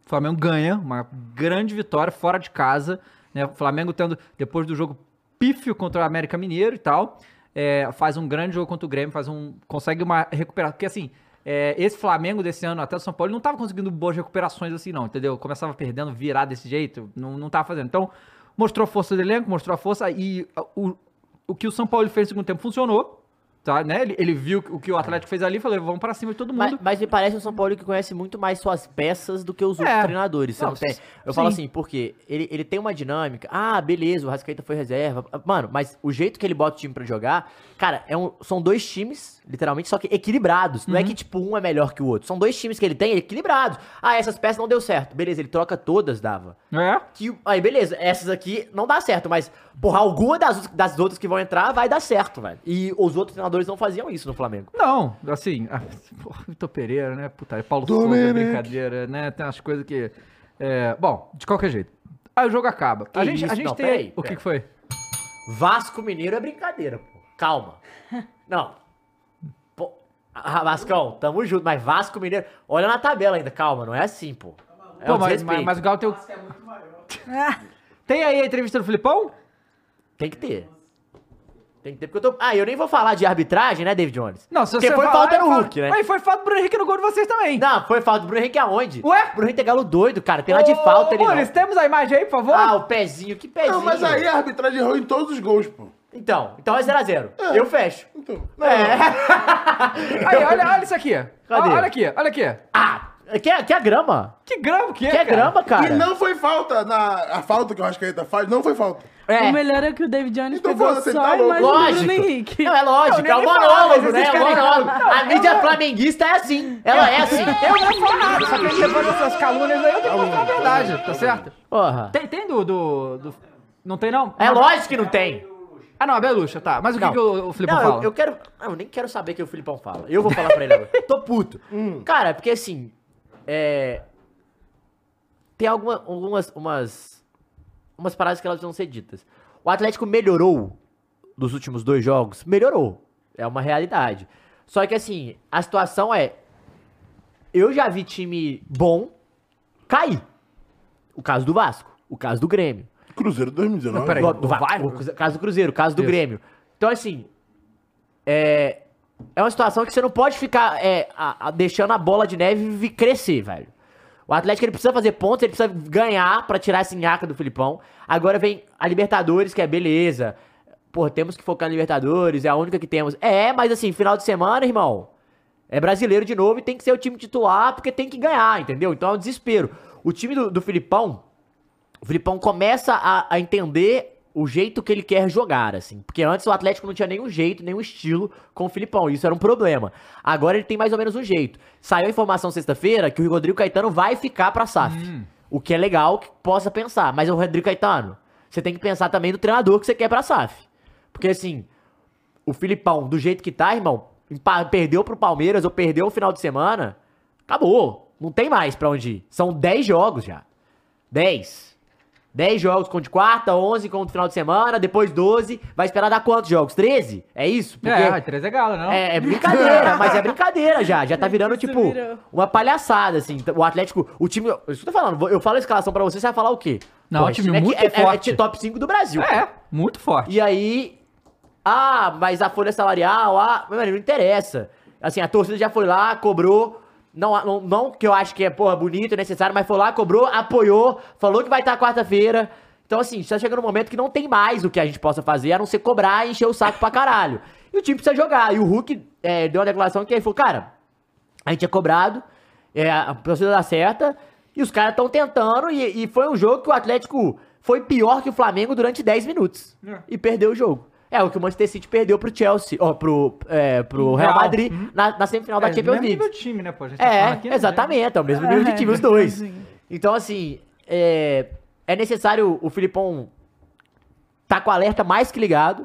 S1: Flamengo ganha, uma grande vitória fora de casa. Né? O Flamengo tendo, depois do jogo pífio contra o América Mineiro e tal, é, faz um grande jogo contra o Grêmio, faz um, consegue uma recuperação. Porque, assim, é, esse Flamengo desse ano até o São Paulo não tava conseguindo boas recuperações assim, não, entendeu? Começava perdendo, virar desse jeito, não, não tava fazendo. Então, mostrou a força do elenco, mostrou a força e a, o, o que o São Paulo fez no segundo tempo funcionou. Tá, né? ele, ele viu o que o Atlético fez ali e falou: vamos pra cima de todo mundo.
S4: Mas, mas me parece um São Paulo que conhece muito mais suas peças do que os outros
S1: É.
S4: treinadores. Você
S1: Não,
S4: não tem? Eu
S1: sim.
S4: falo assim, porque ele, ele tem uma dinâmica. Ah, beleza, o Rascaeta foi reserva. ah, Mano, mas o jeito que ele bota o time pra jogar, cara, é um- são dois times, literalmente, só que equilibrados.
S1: Uhum.
S4: Não é que, tipo, um é melhor que o outro. São dois times que ele tem equilibrados. Ah, essas peças não deu certo. Beleza, ele troca todas, dava.
S1: É.
S4: Que, aí, beleza, essas aqui não dá certo, mas, porra, alguma das, das outras que vão entrar vai dar certo, velho. E os outros treinadores não faziam isso no Flamengo.
S1: Não, assim, ah, [LAUGHS] porra, Vitor Pereira, né? Puta, é Paulo Souza,
S2: Domenech.
S1: brincadeira, né? Tem umas coisas que. é, bom, de qualquer jeito. Aí o jogo acaba. a
S4: Que
S1: gente, a
S4: isso,
S1: gente
S4: não,
S1: tem.
S4: peraí,
S1: o que,
S4: peraí.
S1: que foi?
S4: Vasco Mineiro é brincadeira, pô. Calma. Não. Pô, ah, Vascão, tamo junto, mas Vasco Mineiro. Olha na tabela ainda, calma, não é assim, pô. É
S1: Pô,
S4: um
S1: mas, mas,
S4: desrespeito.
S1: mas o Galo tem o.
S5: [LAUGHS]
S1: tem aí a entrevista do Filipão?
S4: Tem que ter. Tem que ter, porque eu tô. Ah, eu nem vou falar de arbitragem, né, David Jones?
S1: Não, se você.
S4: porque foi
S1: falar,
S4: falta
S1: eu
S4: no
S1: falo-
S4: Hulk, né?
S1: Aí foi falta do Bruno Henrique no gol de vocês também.
S4: Não, foi falta do Bruno Henrique aonde?
S1: Ué?
S4: Bruno Henrique é galo doido, cara. Tem lá de falta ele.
S1: Ô,
S4: Não.
S1: Muris, temos a imagem aí, por favor?
S4: Ah, o pezinho, que pezinho.
S2: Não, mas aí a arbitragem errou em todos os gols, pô.
S4: Então, então é 0x0. Eu fecho. É.
S2: Então,
S1: aí, olha, olha isso aqui.
S4: Cadê?
S1: Olha aqui, olha aqui.
S4: Ah! Quer, quer grama?
S1: Que grama que é,
S4: Quer
S1: cara?
S4: grama, cara?
S2: E não foi falta. Na, a falta que o Rascaeta faz, não foi falta.
S4: É.
S3: O melhor é que o David Jones
S2: Então,
S3: pegou
S2: você
S3: só
S2: tá
S3: a
S2: louco.
S3: imagem do
S4: Lógico.
S3: Bruno Henrique.
S4: Não, é
S1: Não,
S4: lógico,
S1: nem
S4: é o
S1: falar, mas
S4: monólogo,
S1: vocês
S4: né? É o
S1: querem-
S4: monólogo.
S1: Não,
S4: A
S1: eu
S4: mídia
S1: não-
S4: flamenguista é assim. Ela é assim.
S1: Eu não vou falar nada, só que levando essas calúnias aí, eu tenho que mostrar a verdade, tá certo?
S4: Porra.
S1: Tem, tem do, do, do- Não tem, não?
S4: É lógico que não tem.
S1: Ah, não, a Beluxa, tá. Mas o que,
S4: Não.
S1: que o, o Filipão
S4: não, eu-
S1: fala?
S4: Eu, quero. Não, eu nem quero saber o que o Filipão fala. Eu vou falar pra ele agora. Tô puto.
S2: Hum.
S4: Cara, porque assim. É. Tem alguma, algumas. Umas, umas paradas que elas vão ser ditas. O Atlético melhorou dos últimos dois jogos? Melhorou. É uma realidade. Só que assim, a situação é. Eu já vi time bom cair. O caso do Vasco, o caso do Grêmio.
S2: Cruzeiro 2019.
S1: Não, peraí.
S4: Do,
S1: do
S4: do Va-
S1: Vasco?
S4: o Cruze- caso do Cruzeiro, caso do
S1: Isso.
S4: Grêmio. Então, assim, é, é uma situação que você não pode ficar é, a- a- deixando a bola de neve vi- crescer, velho. O Atlético ele precisa fazer pontos, ele precisa ganhar pra tirar essa nhaca do Filipão. Agora vem a Libertadores, que é beleza. Pô, temos que focar na Libertadores, é a única que temos. É, mas assim, final de semana, irmão. É brasileiro de novo e tem que ser o time titular porque tem que ganhar, entendeu? Então é um desespero. O time do, do Filipão, o Filipão começa a, a entender o jeito que ele quer jogar, assim. Porque antes o Atlético não tinha nenhum jeito, nenhum estilo com o Filipão. Isso era um problema. Agora ele tem mais ou menos um jeito. Saiu a informação sexta-feira que o Rodrigo Caetano vai ficar pra SAF. O que é legal que possa pensar. Mas o Rodrigo Caetano, você tem que pensar também do treinador que você quer pra SAF. Porque assim, o Filipão, do jeito que tá, irmão, empa- perdeu pro Palmeiras ou perdeu o final de semana, acabou. Não tem mais pra onde ir. São 10 jogos já. 10. 10 jogos com de quarta, 11 com o final de semana, depois 12. Vai esperar dar quantos jogos? 13? É isso?
S1: É, 13 é galo, não?
S4: É, é brincadeira, mas é brincadeira já. Já tá virando,
S3: Isso
S4: tipo,
S3: virou.
S4: uma palhaçada, assim. O Atlético, o time. Isso que eu tô falando, eu falo a escalação pra você, você vai falar o quê?
S1: Não,
S4: Pô,
S1: um
S4: esse
S1: time
S4: time aqui
S1: muito
S4: é, é-
S1: forte.
S4: É, top 5 do Brasil.
S1: É, muito forte.
S4: E aí. Ah, mas a folha salarial, ah, meu amigo, não interessa. Assim, a torcida já foi lá, cobrou. Não, não, não que eu acho que é, porra, bonito, necessário, mas foi lá, cobrou, apoiou, falou que vai estar quarta-feira. Então, assim, tá chegando um momento que não tem mais o que a gente possa fazer, a não ser cobrar e encher o saco pra caralho. E o time precisa jogar. E o Hulk é, deu uma declaração que ele falou, cara, a gente é cobrado, é, a torcida dá certa, e os caras estão tentando, e, e foi um jogo que o Atlético foi pior que o Flamengo durante 10 minutos. E perdeu o jogo. É o que o Manchester City perdeu pro Chelsea, ó, pro, é, pro Real
S1: Real.
S4: Madrid na, na semifinal da
S1: É,
S4: Champions
S1: mesmo nível
S4: League.
S1: de time, né, pô? A gente tá falando aqui,
S4: É,
S1: né?
S4: exatamente, é o mesmo nível de
S3: É,
S4: time, os dois.
S3: sim.
S4: Então, assim, é, é necessário o Filipão tá com o alerta mais que ligado.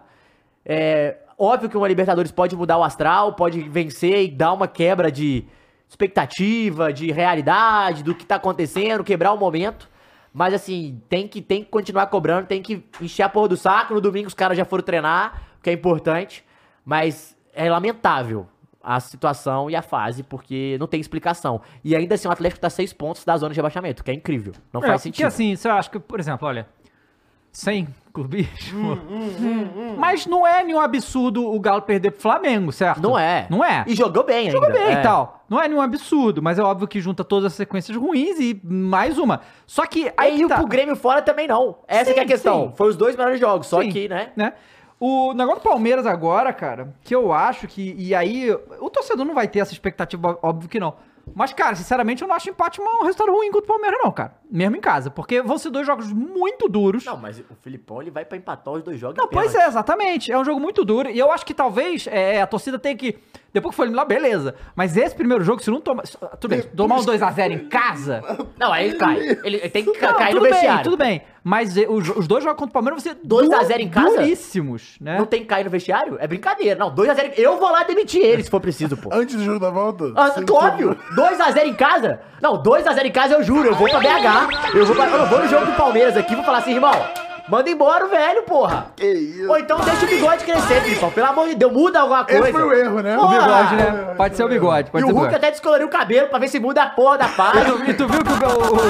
S4: É, óbvio que uma Libertadores pode mudar o astral, pode vencer e dar uma quebra de expectativa, de realidade, do que tá acontecendo, quebrar o momento. Mas assim, tem que, tem que continuar cobrando, tem que encher a porra do saco. No domingo os caras já foram treinar, o que é importante. Mas é lamentável a situação e a fase, porque não tem explicação. E ainda assim, o Atlético tá seis pontos da zona de rebaixamento, que é incrível. Não
S1: É,
S4: faz
S1: porque
S4: sentido.
S1: assim, você acha que, por exemplo, olha, sem clubismo. Mas não é nenhum absurdo o Galo perder pro Flamengo, certo?
S4: Não é.
S1: Não é.
S4: E jogou bem ainda.
S1: Jogou bem
S4: é.
S1: e tal. Não é nenhum absurdo, mas é óbvio que junta todas as sequências ruins e mais uma. Só que aí
S4: Aí
S1: que
S4: o
S1: tá,
S4: pro Grêmio fora também não. Essa
S1: Sim,
S4: que é a questão.
S1: sim.
S4: Foi os dois melhores jogos, só
S1: Sim.
S4: que, né?
S1: né? O negócio do Palmeiras agora, cara, que eu acho que. E aí, o torcedor não vai ter essa expectativa, óbvio que não. Mas, cara, sinceramente, eu não acho empate um resultado ruim contra o Palmeiras, não, cara. Mesmo em casa. Porque vão ser dois jogos muito duros.
S4: Não, mas o Filipão é Então ele vai pra empatar os dois jogos.
S1: Não,
S4: e
S1: pois
S4: pênalti.
S1: é, exatamente. É um jogo muito duro. E eu acho que talvez é, a torcida tenha que. Depois que foi lá, beleza. Mas esse primeiro jogo, se não tomar. Tudo bem, tomar um 2x0 em casa.
S4: Não, aí ele [LAUGHS] cai. Ele ele tem que ca-
S1: Não,
S4: cair no
S1: tudo bem,
S4: vestiário.
S1: tudo bem. Mas eh, os, os dois jogos contra o Palmeiras vão ser
S4: 2 a 0 em casa?
S1: duríssimos, né?
S4: Não tem que cair no vestiário? É brincadeira. Não, 2x0. Eu vou lá demitir ele se for preciso, pô.
S2: Antes do jogo da volta?
S4: Ah,
S2: você-
S4: óbvio! 2x0 em casa? Não, 2x0 em casa eu juro, eu vou pra BH, eu vou, pra, eu vou no jogo do Palmeiras aqui, vou falar assim, irmão, manda embora o velho, porra!
S2: Que isso?
S4: Ou então deixa o bigode crescer, Filipão, pelo amor de Deus, muda alguma coisa.
S2: Esse foi o erro, né?
S1: O
S4: Porra!
S1: bigode, né? Pode ser o bigode,
S4: E
S1: pode
S4: o
S1: ser o
S4: Hulk
S1: bigode.
S4: até descoloriu o cabelo pra ver se muda a porra da
S1: E
S4: paz.
S1: tu- E tu viu que o, Ga-
S2: é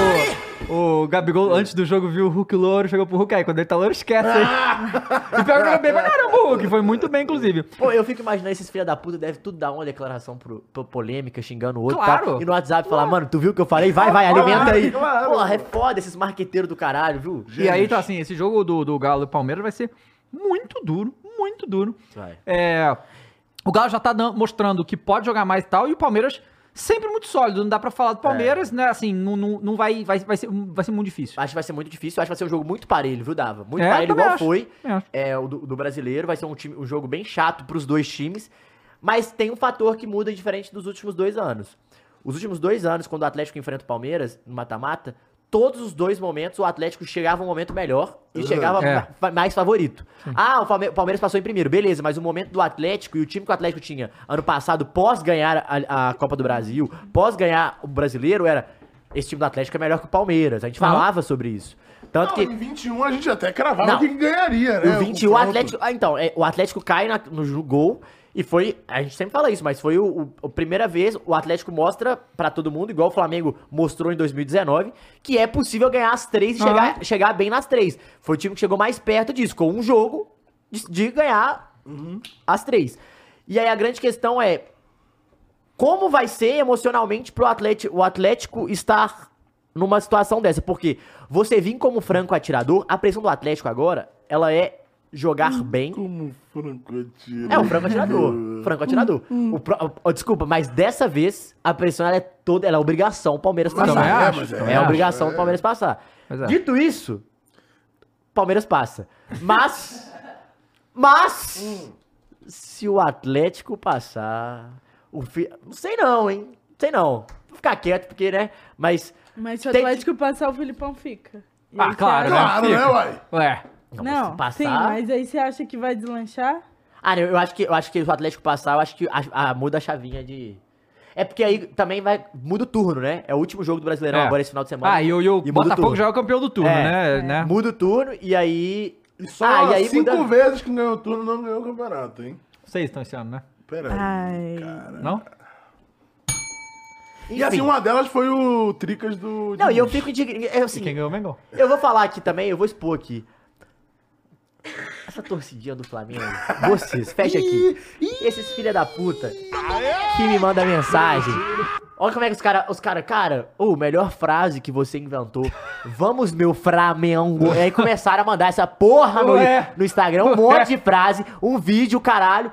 S1: o, o Gabigol, antes do jogo, viu o Hulk louro, chegou pro Hulk aí. Quando ele tá louro, esquece. hein?
S2: Ah.
S1: e pior que eu bem pra caramba o Hulk. Foi muito bem, inclusive.
S4: Pô, eu fico imaginando esses filha da puta deve tudo dar uma declaração pro, pro polêmica, xingando o outro.
S1: Claro.
S4: tal, e no WhatsApp falar, mano, tu viu o que eu falei? Vai, vai, alimenta aí.
S2: claro.
S4: Porra, é foda esses marqueteiros do caralho, viu?
S1: E aí, tá assim, esse jogo do, do Galo e Palmeiras vai ser muito duro, muito duro.
S4: Vai.
S1: É, o Galo já tá dan- mostrando que pode jogar mais e tal, e o Palmeiras sempre muito sólido. Não dá pra falar do Palmeiras,
S4: É.
S1: né? Assim, não, não, não vai, vai, vai, ser, um, vai ser muito difícil.
S4: Acho que vai ser muito difícil, acho que vai ser um jogo muito parelho, viu, Dava? Muito
S1: É,
S4: parelho
S1: também
S4: igual
S1: acho.
S4: foi
S1: Também acho.
S4: é, o do, do brasileiro, vai ser um, time, um jogo bem chato pros dois times, mas tem um fator que muda diferente dos últimos dois anos. Os últimos dois anos, quando o Atlético enfrenta o Palmeiras no mata-mata, todos os dois momentos o Atlético chegava um momento melhor e
S2: Uhum.
S4: chegava
S1: É.
S4: ma- fa- mais favorito. Ah, o Palme- o Palmeiras passou em primeiro, beleza, mas o momento do Atlético e o time que o Atlético tinha ano passado, pós ganhar a, a Copa do Brasil, pós ganhar o brasileiro, era. Esse time do Atlético é melhor que o Palmeiras. A gente
S1: Aham.
S4: falava sobre isso. Tanto
S2: Não,
S4: que
S2: Em 21 a gente até cravava
S4: Não.
S2: quem ganharia, né?
S4: o 21, o
S2: confronto.
S4: Atlético. Ah, então, é, o Atlético cai na- no ju- gol e foi. A gente sempre fala isso, mas foi o, o- a primeira vez o Atlético mostra pra todo mundo, igual o Flamengo mostrou em 2019, que é possível ganhar as três e
S1: Aham.
S4: chegar, chegar bem nas três. Foi o time que chegou mais perto disso, com um jogo de, de ganhar as três. E aí a grande questão é. Como vai ser emocionalmente pro Atlético, o Atlético estar numa situação dessa? Porque você vir como franco atirador, a pressão do Atlético agora, ela é jogar
S2: Hum,
S4: bem.
S2: Como franco atirador.
S4: É um franco atirador.
S2: [LAUGHS]
S4: Franco é atirador.
S3: Hum.
S4: O pro- ó, ó, desculpa, mas dessa vez a pressão ela é toda. Ela é obrigação o Palmeiras
S2: Mas
S1: Também
S2: é,
S4: passar.
S1: acho,
S2: mas é.
S1: também
S4: É, a
S1: acho.
S4: obrigação do Palmeiras passar.
S1: Mas é.
S4: Dito isso, Palmeiras passa. Mas. mas. Se o Atlético passar. O fi... Não sei não, hein? Não sei não. Vou ficar quieto, porque, né? Mas.
S3: Mas se o
S4: Tem-
S3: Atlético passar, o Filipão fica. E
S1: Ah,
S3: aí você
S1: claro,
S3: acha-
S2: Claro,
S1: Fica.
S2: né, uai?
S1: Ué,
S4: mas
S3: Não, sim, mas aí você acha que vai deslanchar?
S4: Ah, eu eu acho que eu acho que o Atlético passar, eu acho que a, a- muda a chavinha de. É porque aí também vai. Muda o turno, né? É o último jogo do Brasileirão
S1: É.
S4: agora esse final de semana.
S1: ah, e o, e o
S4: muda o
S1: Botafogo
S4: turno.
S1: já é o campeão do turno,
S4: É.
S1: né? né?
S4: Muda o turno e aí.
S2: E só
S4: Ah, e aí
S2: cinco
S4: muda-
S2: vezes que ganhou o turno não ganhou o campeonato, hein?
S1: Vocês estão esse ano, né?
S2: Pera
S4: Ah,
S3: Ai.
S2: aí, cara.
S1: Não?
S4: Enfim.
S2: E assim, uma delas foi o Tricas do.
S4: Não, e eu
S2: Diniz.
S4: fico indignado. É
S1: E
S4: assim,
S1: quem ganhou o Mengão?
S4: eu vou falar aqui também, eu vou expor aqui. Essa torcidinha do Flamengo. Vocês, fecha aqui. Esses filha da puta que me manda mensagem. Olha como é que os caras. Os caras, cara, ô, melhor frase que você inventou. Vamos, meu Flamengo. E aí começaram a mandar essa porra no,
S1: Ué.
S4: no Instagram,
S1: [LAUGHS]
S4: um monte de frase, um vídeo, caralho.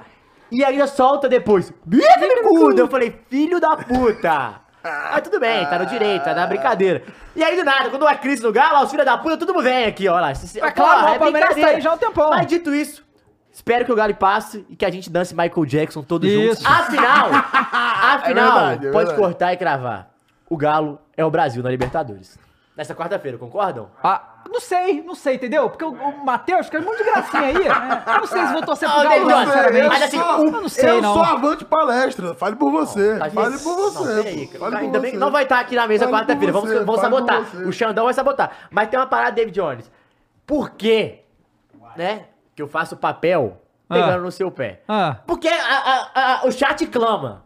S4: E ainda solta depois. Bica bicudo! Eu falei, filho da puta! Mas tudo bem, tá no direito, tá na brincadeira. E aí do nada, quando uma crise no galo, ó, os filhos da puta, todo mundo vem aqui, ó lá. Se- se-
S1: Mas É claro,
S4: porra,
S1: o Palmeiras tá
S4: brincadeira.
S1: aí já há um tempão.
S4: Mas dito isso, espero que o Galo passe e que a gente dance Michael Jackson todos
S1: Isso. É
S4: juntos.
S1: [LAUGHS]
S4: Afinal, afinal,
S2: verdade, é
S4: Ah, pode
S2: verdade.
S4: cortar e cravar. O Galo é o Brasil na Libertadores. Nessa quarta-feira, concordam?
S1: Ah, não sei, não sei, entendeu? Porque o, o Matheus, cara, um monte de gracinha
S4: [LAUGHS]
S1: aí. né? Eu não sei se vou torcer pro
S4: Ah,
S1: Galo,
S4: Deus,
S1: não, sinceramente.
S4: mas assim,
S1: eu não sei,
S2: eu
S1: não.
S2: é, sou avante palestra. Fale por você.
S4: Mas
S2: fale
S4: isso-
S2: por você.
S4: tá Não,
S2: pô,
S4: peraí, cara.
S2: fale por
S4: Ainda bem que
S2: você.
S4: não vai estar aqui na mesa
S2: Fale por
S4: quarta-feira. Vamos,
S2: você,
S4: vamos
S2: fale por
S4: sabotar.
S2: você.
S4: O Xandão vai sabotar. Mas tem uma parada, David Jones. Por quê? Né? Que eu faço papel pegando
S1: Ah.
S4: no seu pé.
S1: Ah.
S4: Porque a- a- a- o chat clama.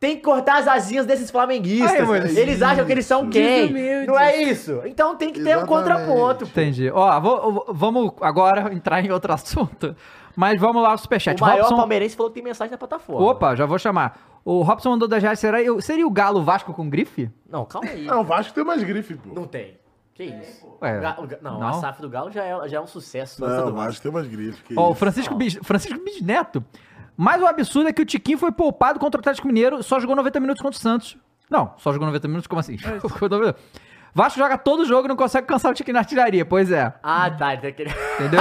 S4: Tem que cortar as asinhas desses flamenguistas.
S1: Ai, mas
S4: eles acham que eles são quem?
S3: Desumildes.
S4: Não é isso. Então tem que ter um
S2: Exatamente.
S4: contraponto. pô.
S1: Entendi. Ó, vou- vou- vamos agora entrar em outro assunto. Mas vamos lá pro
S4: O
S1: Superchat.
S4: maior
S1: Robson.
S4: palmeirense falou que tem mensagem na plataforma.
S1: Opa, já vou chamar. O Robson mandou 10 reais. Será eu- seria o Galo Vasco com grife?
S4: Não, calma aí.
S2: Não, o Vasco tem mais grife, pô.
S4: Não tem. Que isso?
S1: Ué,
S4: O Ga- o Ga- não,
S1: não?
S4: a SAF do Galo já é, já é um sucesso.
S2: Não,
S4: Lança do
S2: o
S4: Vasco.
S2: Vasco tem mais grife. que
S1: Ó, o
S2: isso.
S1: Francisco, Bis, Francisco Bisneto. Mas o absurdo é que o Tiquinho foi poupado contra o Atlético Mineiro, só jogou 90 minutos contra o Santos. Não, só jogou 90 minutos, como assim?
S4: É
S1: [LAUGHS] Jogou 90 minutos. Vasco joga todo jogo e não consegue cansar o Tiquinho na artilharia, pois é.
S4: Ah, tá. Ele tá querendo...
S1: Entendeu?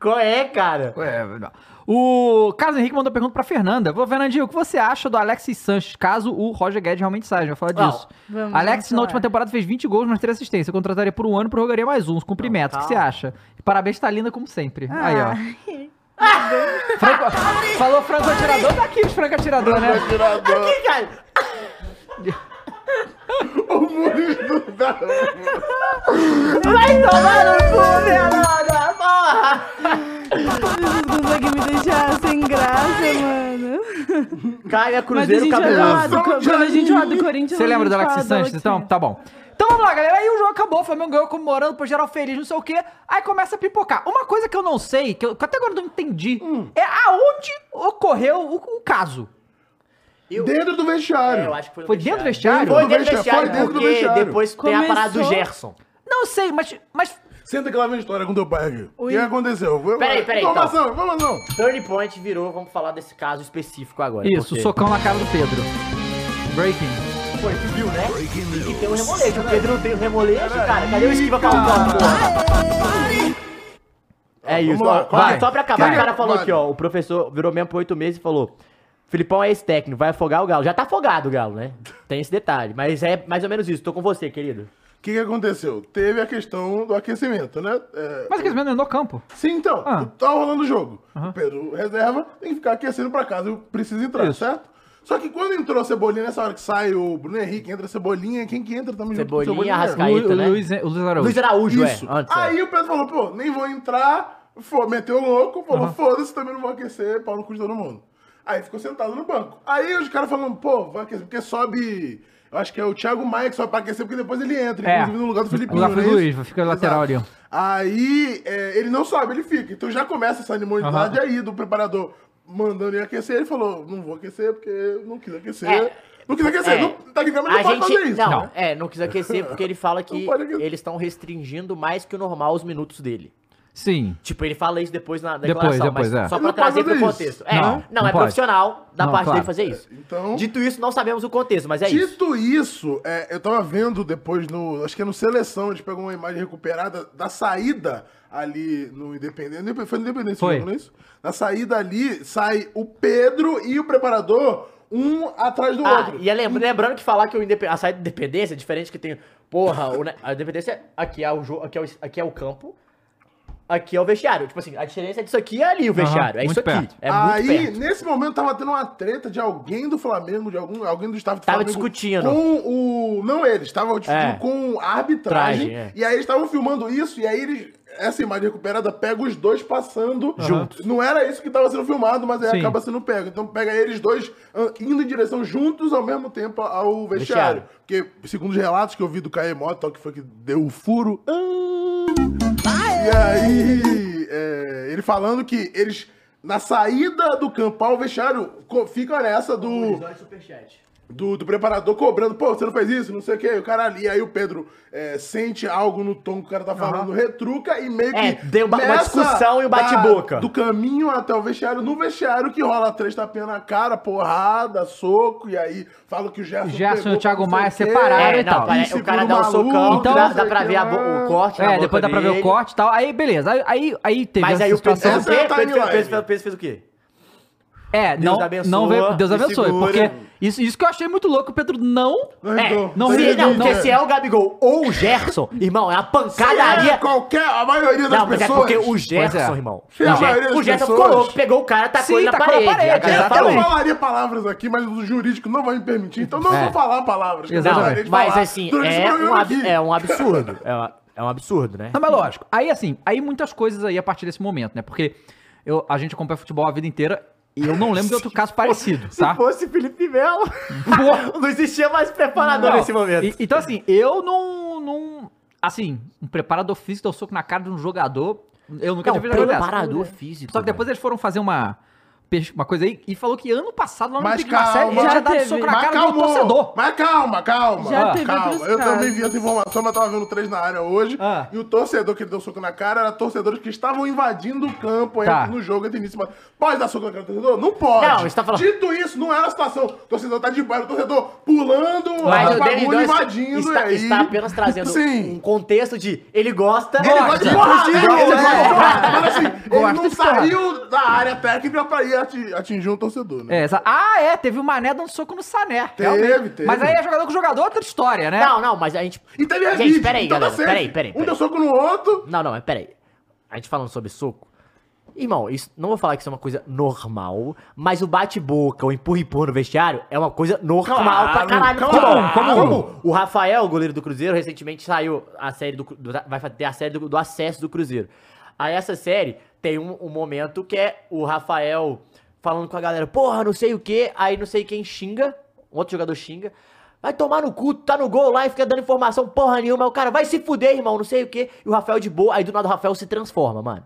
S4: Qual é, cara?
S1: Ué, não. O Carlos Henrique mandou pergunta pra Fernanda. Ô, Fernandinho, o que você acha do Alexis Sanches, caso o Roger Guedes realmente saia? A gente vai falar
S4: Não.
S1: disso.
S3: Vamos,
S1: Alex,
S3: vamos
S1: na
S3: falar.
S1: última temporada, fez 20 gols, mas 3 assistências. Eu contrataria por um ano e prorrogaria mais um. Cumpri
S4: Não,
S1: metas. O que você
S4: calma. Ah.
S1: acha? Parabéns, tá linda como sempre. Aí, ó.
S3: Ai.
S1: Franco- Falou franco atirador, tá aqui os franco atirador, né?
S2: Vai tirar a bola.
S4: Ih, cara,
S2: [LAUGHS] O mundo da.
S4: Vai tomar no cu, Fernanda! Porra!
S3: Vocês conseguem me deixar sem graça, mano.
S4: Caia
S3: Mas a
S4: é Cruzeiro
S5: é
S3: gente
S1: é
S3: vai falar
S4: cabuloso.
S3: do, Co- quando a gente fala do Corinthians...
S1: Você
S3: a
S1: lembra
S3: gente
S1: do Alexis
S3: fala
S1: Sanches? Então, tá bom. é Então vamos lá, galera. Aí o jogo acabou, o Flamengo ganhou comemorando, pô, geral feliz, não sei o quê. Aí começa a pipocar. Uma coisa que eu não sei, que eu que até agora não entendi,
S4: Hum.
S1: é aonde ocorreu o, o caso.
S4: Eu,
S2: Dentro do
S4: é,
S2: vestiário.
S4: eu acho que foi no
S1: Foi dentro do
S4: Foi
S1: vestiário?
S2: Foi
S4: dentro do
S2: vesti-
S4: vestiário,
S2: foi dentro do
S4: porque
S2: vestiário.
S4: depois tem a parada do
S3: Começou-
S4: Gerson.
S1: Não sei, mas, mas
S2: Senta que lá vem a história com teu pai aqui. O
S3: Ui.
S2: que aconteceu? Foi-
S4: Peraí, então. peraí,
S2: Informação, informação.
S4: Turning Point virou, vamos falar desse caso específico agora.
S1: Isso,
S4: porque
S1: socão na cara do Pedro. Breaking.
S4: Foi, viu, né? E que tem um remolejo. O Pedro não tem um remolejo, cara. Cadê o esquiva Falcão, porra? É isso,
S2: Vamos lá,
S4: ó, vai.
S2: vai.
S4: Só pra acabar,
S2: Quem
S4: o cara
S2: é?
S4: falou
S2: Vai.
S4: aqui, ó. O professor virou mesmo por oito meses e falou: Filipão é esse técnico, vai afogar o Galo. Já tá afogado o Galo, né? Tem esse detalhe. Mas é mais ou menos isso. Tô com você, querido.
S2: O que, que aconteceu? Teve a questão do aquecimento, né? É,
S1: Mas o aquecimento não é no campo.
S2: Sim, então,
S1: Ah.
S2: tá rolando o jogo. O Pedro reserva, tem que ficar aquecendo pra casa, eu preciso entrar,
S1: Isso.
S2: certo? Só que quando entrou a Cebolinha, nessa hora que sai o Bruno Henrique, entra a Cebolinha, quem que entra também
S4: Cebolinha, Arrascaeta.
S2: né?
S1: Lu-
S4: Caíto,
S1: o
S4: né?
S1: Luiz, o Luiz Araújo.
S4: Luiz Araújo,
S2: Isso. Ah,
S4: é. Antes, é.
S2: Aí o Pedro falou, pô, nem vou entrar, fô, meteu louco, falou, foda-se, também não vou aquecer, pau no cu de todo mundo. Aí ficou sentado no banco. Aí os caras falando, pô, vai aquecer, porque sobe... Eu acho que é o Thiago Maia que sobe pra aquecer, porque depois ele entra,
S1: É.
S2: inclusive no lugar do Felipe.
S1: No lugar do Luiz, fica lateral ali, ó.
S2: Aí é, ele não sobe, ele fica. Então já começa essa animosidade aí do preparador mandando ele aquecer. Ele falou: não vou aquecer porque eu não quis aquecer.
S4: É.
S2: não quis aquecer.
S4: É.
S2: Não, tá ligado? Mas não
S4: A
S2: pode
S4: gente-
S2: fazer isso.
S4: Não,
S2: né?
S4: é, não quis aquecer porque ele fala que
S2: Não pode aquecer.
S4: eles estão restringindo mais que o normal os minutos dele.
S1: Sim.
S4: Tipo, ele fala isso depois na
S1: Depois,
S4: declaração,
S1: depois,
S4: mas
S1: é.
S4: só
S2: Ele
S4: pra
S2: não
S4: trazer
S2: pode
S4: pro
S2: fazer isso.
S4: contexto. É,
S1: Não,
S4: não,
S1: não
S4: é
S1: pode.
S4: profissional da
S1: Não,
S4: parte
S1: claro.
S4: dele fazer isso.
S2: Então,
S4: Dito isso, não sabemos o contexto, mas é isso.
S2: dito isso, é, eu tava vendo depois no. Acho que é no Seleção, a gente pegou uma imagem recuperada da saída ali no Independente. Foi no Independente,
S1: Foi.
S2: esse jogo, não é isso? Na saída ali sai o Pedro e o preparador, um atrás do
S4: Ah,
S2: outro.
S4: e é lem- lembrando que falar que o indep- a saída de dependência é diferente que tem. Porra, o ne- a dependência aqui é o jogo, aqui, é o es- aqui é o campo, aqui é o vestiário. Tipo assim, a diferença disso aqui é ali o vestiário. é
S1: muito
S4: isso aqui.
S1: perto.
S4: É
S2: Aí,
S4: muito perto.
S2: nesse momento, tava tendo uma treta de alguém do Flamengo, de algum, alguém do staff do
S4: Tava
S2: Flamengo.
S4: discutindo.
S2: Com o. Não eles, tava discutindo
S4: É.
S2: com a arbitragem.
S4: Tragem, é.
S2: E aí eles estavam filmando isso, e aí eles. Essa imagem recuperada pega os dois passando
S1: Juntos.
S2: Não era isso que tava sendo filmado, mas aí
S1: Sim.
S2: acaba sendo pego. Então pega eles dois ah, indo em direção juntos ao mesmo tempo ao vestiário.
S4: Vestiário.
S2: Porque, segundo os relatos que eu vi do Caemó, tal, que foi que deu o furo. ah, E aí, é, ele falando que eles, na saída do campo ao vestiário, co- ficam nessa do, do, do preparador cobrando, pô, você não fez isso, não sei o quê, o cara ali, aí o Pedro é, sente algo no tom que o cara tá falando, retruca e meio que...
S4: É, deu uma- uma
S2: nessa
S4: discussão e
S2: da-
S4: um bate-boca.
S2: Do caminho até o vestiário, no vestiário que rola três tapinha na cara, porrada, soco, e aí fala que o Gerson
S1: Gerson e o Thiago
S2: não sei
S1: Maia
S2: o quê,
S1: separaram
S4: É,
S1: e tal.
S4: não, parece- o
S2: segura
S4: cara dá um
S2: maluco,
S4: socão,
S1: Então-
S4: dá,
S2: não sei
S4: dá pra
S2: o
S4: ver
S2: que
S4: a bo-
S2: lá.
S4: o corte na
S1: É,
S4: boca
S1: depois dá pra ver o
S4: dele.
S1: corte e tal. Aí, beleza. Aí, aí, aí teve
S4: Mas
S1: essa
S4: aí o Pedro
S1: situação.
S4: fez o
S2: Essa é
S4: quê?
S2: a
S4: O Pedro- o
S2: timeline.
S4: Pedro- o Pedro fez o quê?
S1: É,
S4: Deus
S1: não,
S4: abençoa,
S1: não veio, Deus
S4: me
S1: abençoe,
S4: segura.
S1: porque isso, isso que eu achei muito louco, o Pedro não...
S2: Não
S4: É,
S2: ajudou.
S1: não
S2: Sem
S1: vi,
S4: se, não,
S2: vídeo.
S4: porque se é o Gabigol ou o Gerson, irmão, é uma pancadaria.
S2: É, qualquer, a maioria das
S4: Não, mas é
S2: pessoas.
S4: porque o Gerson,
S1: é.
S4: irmão.
S2: Se a
S4: o Ger-
S2: maioria das
S4: o Gerson
S2: pessoas-
S4: ficou louco, pegou o cara, tacou
S1: Sim,
S4: ele na
S1: tacou na
S4: parede.
S1: parede,
S4: a galera
S1: exatamente.
S4: falou.
S2: Eu falaria palavras aqui, mas o jurídico não vai me permitir, então não
S1: É.
S2: vou falar palavras. que eu
S1: Exatamente.
S2: gostaria de
S4: Mas
S2: falar
S4: assim,
S2: durante esse
S4: é um,
S2: programa
S4: ab-
S2: aqui.
S4: é um absurdo. É, uma- é um absurdo, né?
S1: Não, mas lógico. Aí, assim, aí muitas coisas aí a partir desse momento, né? Porque eu, a gente acompanha futebol a vida inteira e eu não lembro
S4: [LAUGHS]
S1: de outro caso parecido, tá?
S4: fosse Felipe Melo, [LAUGHS] não existia mais preparador
S1: Não. E- então, assim, eu não, não. Assim, um preparador físico dá um soco na cara de um jogador. Eu nunca
S4: Não,
S1: tinha visto uma coisa dessa.
S3: É.
S4: preparador físico.
S1: Só que depois eles foram fazer uma, pes- uma coisa aí e falou que ano passado, lá no
S2: Mas
S1: Pique Marcelo,
S2: calma.
S1: ele
S3: Já
S1: tinha dado
S3: teve.
S1: soco na
S2: Mas
S1: cara do
S2: calma,
S1: torcedor.
S2: mas calma, calma.
S3: Já
S2: Ah,
S3: teve
S2: calma.
S3: outros
S2: Eu
S3: casos.
S2: também vi essa informação, mas tava vendo três na área hoje.
S1: Ah.
S2: E o torcedor que ele deu um soco na cara era torcedores que estavam invadindo o campo
S1: Tá.
S2: entre no jogo entre início. e final. Pode dar soco na cara do torcedor? Não pode.
S4: Não, você tá falando-
S2: Dito isso, não era a situação. O torcedor tá de baixo, o torcedor pulando, a
S4: Mas o Danny
S2: bagulho
S4: Dois
S2: invadindo.
S4: está,
S2: e aí...
S4: está apenas trazendo um
S2: Sim.
S4: contexto de ele gosta.
S2: Ele gosta de porrada, ele gosta
S4: é.
S2: de porrada. Mas assim, ele
S1: Gosta
S2: não
S1: de porrada.
S2: saiu da área técnica pra ir ati- atingir um torcedor, né?
S1: É, essa- Ah, é, teve o Mané dando soco no Sané.
S2: Teve,
S1: realmente.
S2: teve.
S1: Mas aí é jogador com jogador, outra história, né?
S4: Não, não, mas a gente.
S2: E teve a
S4: Gente, peraí,
S2: então tá
S4: galera.
S2: certo.
S4: Peraí, peraí.
S2: Um
S4: peraí.
S2: deu soco no outro.
S4: Não, não, mas peraí. A gente falando sobre soco. Irmão, isso, não vou falar que isso é uma coisa normal, mas o bate-boca, o empurra-empurra no vestiário é uma coisa normal
S2: Claro,
S4: pra caralho.
S2: claro.
S4: como, como o Rafael, goleiro do Cruzeiro, recentemente saiu a série do, Cru- do- vai ter a série do, do acesso do Cruzeiro. Aí essa série tem um, um momento que é o Rafael falando com a galera, porra, não sei o que, aí não sei quem xinga, um outro jogador xinga, vai tomar no cu, tu tá no gol lá e fica dando informação porra nenhuma, aí o cara vai se fuder, irmão, não sei o que, e o Rafael de boa, aí do nada o Rafael se transforma, mano.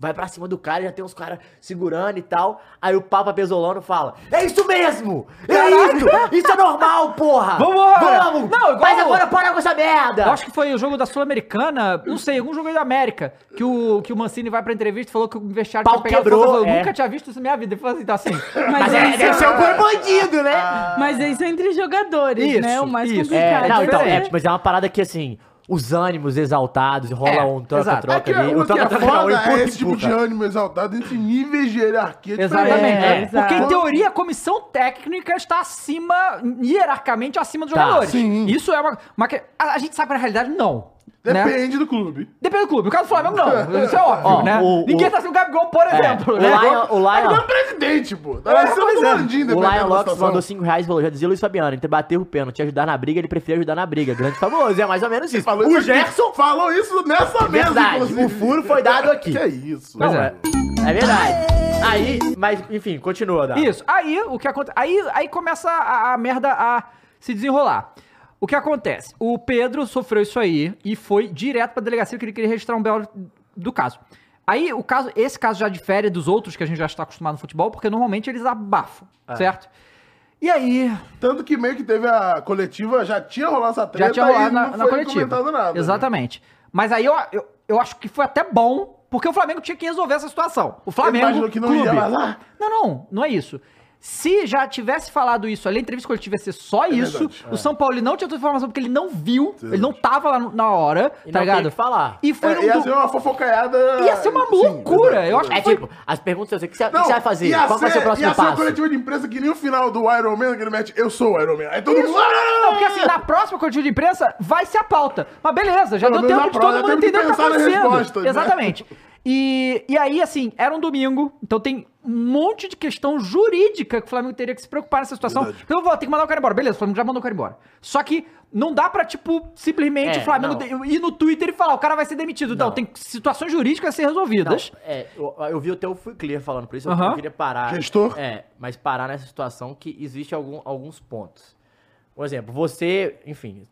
S4: Vai pra cima do cara, já tem uns caras segurando e tal. Aí o Papa Pesolano fala: É isso mesmo! É isso! Isso é normal, porra!
S1: Vambora!
S4: Vamos!
S1: Não, igual-
S4: Mas agora para com essa merda!
S1: Eu acho que foi o jogo da Sul-Americana, não sei, algum jogo aí da América, que o, que o Mancini vai pra entrevista e falou que o vestiário
S4: Pau
S1: tinha pegado
S4: quebrou,
S1: fogo. Eu
S4: é.
S1: nunca tinha visto isso na minha vida. Ele falou assim, tá assim.
S3: Mas,
S4: Mas é,
S3: isso,
S4: deve ser um bom bandido, né?
S3: mas isso é entre jogadores,
S1: Isso,
S3: né? O mais
S1: isso.
S3: complicado.
S4: é, não, então,
S3: né?
S1: tipo,
S4: é, mas é uma parada que assim, os ânimos exaltados, rola
S1: É,
S4: um
S1: exato.
S2: É
S4: troca-troca
S2: que
S4: ali.
S2: o
S4: Um
S2: que é
S4: troca-troca não,
S2: foda
S4: empurra,
S2: é esse tipo de
S4: empurra.
S2: ânimo exaltado, esse níveis de hierarquia. diferente.
S1: Exatamente.
S3: É,
S1: Porque, em
S3: exato.
S1: teoria, a comissão técnica está acima, hierarquicamente acima dos
S4: Tá,
S1: jogadores.
S2: sim.
S1: Isso é uma. uma que- a, a gente sabe que na realidade não. Né?
S2: Depende do clube.
S1: Depende do clube. O caso do Flamengo,
S2: [LAUGHS]
S1: não. Isso é óbvio,
S4: Ó,
S1: né?
S4: o-
S1: Ninguém
S4: o-
S1: tá sendo o Gabigol, por exemplo.
S4: o
S1: né?
S4: Lion- o
S2: Mas
S4: Lion-
S2: não é presidente, pô. Tá
S1: É,
S2: parecendo
S1: pois
S2: um
S1: é.
S2: Landim,
S4: O
S2: dependendo da
S4: Lion Lopes
S2: situação.
S4: mandou 5 reais e falou: já dizia Luiz Fabiano, entre bater o pênalti e ajudar na briga, ele prefere ajudar na briga. Grande famoso, é mais ou menos isso.
S2: Falou
S4: o
S2: isso aqui.
S4: Gerson.
S2: Falou isso nessa mesa,
S4: Verdade,
S2: inclusive.
S4: o furo foi dado aqui.
S2: Que é isso.
S1: Pois
S4: Não,
S1: é.
S4: é. é verdade. Aí, mas enfim, continua, Dá.
S1: Isso. Aí o que acontece. Aí, aí começa a, a merda a se desenrolar. O que acontece? O Pedro sofreu isso aí e foi direto pra delegacia porque ele queria registrar um belo do caso. Aí o caso, esse caso já difere dos outros que a gente já está acostumado no futebol, porque normalmente eles abafam, certo? E aí,
S2: Tanto que meio que teve a coletiva, já tinha rolado essa treta
S1: já tinha
S2: e
S1: rolado
S2: tá não
S1: na, na
S2: foi
S1: coletiva.
S2: comentado nada. né?
S1: Exatamente. Mas aí eu, eu, eu acho que foi até bom Porque o Flamengo tinha que resolver essa situação. O
S2: Ele
S1: Flamengo.
S2: imaginou que não
S1: clube.
S2: ia vazar?
S1: Não, não, não é isso. Se já tivesse falado isso ali, a entrevista coletiva ia ser só isso.
S2: É verdade.
S1: O São Paulo ele não tinha toda informação porque ele não viu, ele
S2: verdade.
S1: não tava lá no- na hora,
S4: E
S1: tá
S4: um não tem o
S1: ligado?
S4: que falar.
S1: E foi
S2: É, ia
S1: num
S2: ser
S1: do...
S2: uma fofocaiada.
S1: Ia ser uma
S2: Sim,
S1: loucura,
S2: verdade,
S1: eu acho
S4: É
S2: verdade.
S1: Foi-
S4: tipo, as perguntas, eu sei, o que você, o que
S2: Não,
S4: você vai fazer?
S2: Ia
S4: Qual vai ser o próximo
S2: ia ser uma
S4: passo?
S2: coletiva de imprensa que nem o final do Iron Man, que ele mete, eu sou o Iron Man. Aí todo mundo... "Ah,
S1: Não, porque assim, na próxima coletiva de imprensa vai ser a pauta. Mas beleza, já
S2: Pelo
S1: deu
S2: menos
S1: tempo
S2: na
S1: de todo
S2: próxima,
S1: mundo
S2: temos que
S1: entender o que tá
S2: pensar nas
S1: acontecendo.
S2: respostas, né?
S1: Exatamente. E, e aí, assim, era um domingo, então tem um monte de questão jurídica que o Flamengo teria que se preocupar nessa situação.
S2: Verdade.
S1: Então, vou ter que mandar o cara embora. Beleza, o Flamengo já mandou o cara embora. Só que não dá pra, tipo, simplesmente
S4: É,
S1: o Flamengo
S4: não.
S1: de- ir no Twitter e falar, o cara vai ser demitido. Não, tem situações jurídicas a ser
S4: Não,
S1: resolvidas.
S4: é, eu, eu vi até o Fui Clear falando por isso, eu
S1: Aham.
S4: não queria parar.
S2: Gestor.
S4: É, mas parar nessa situação que existe algum- alguns pontos. Por exemplo, você, enfim,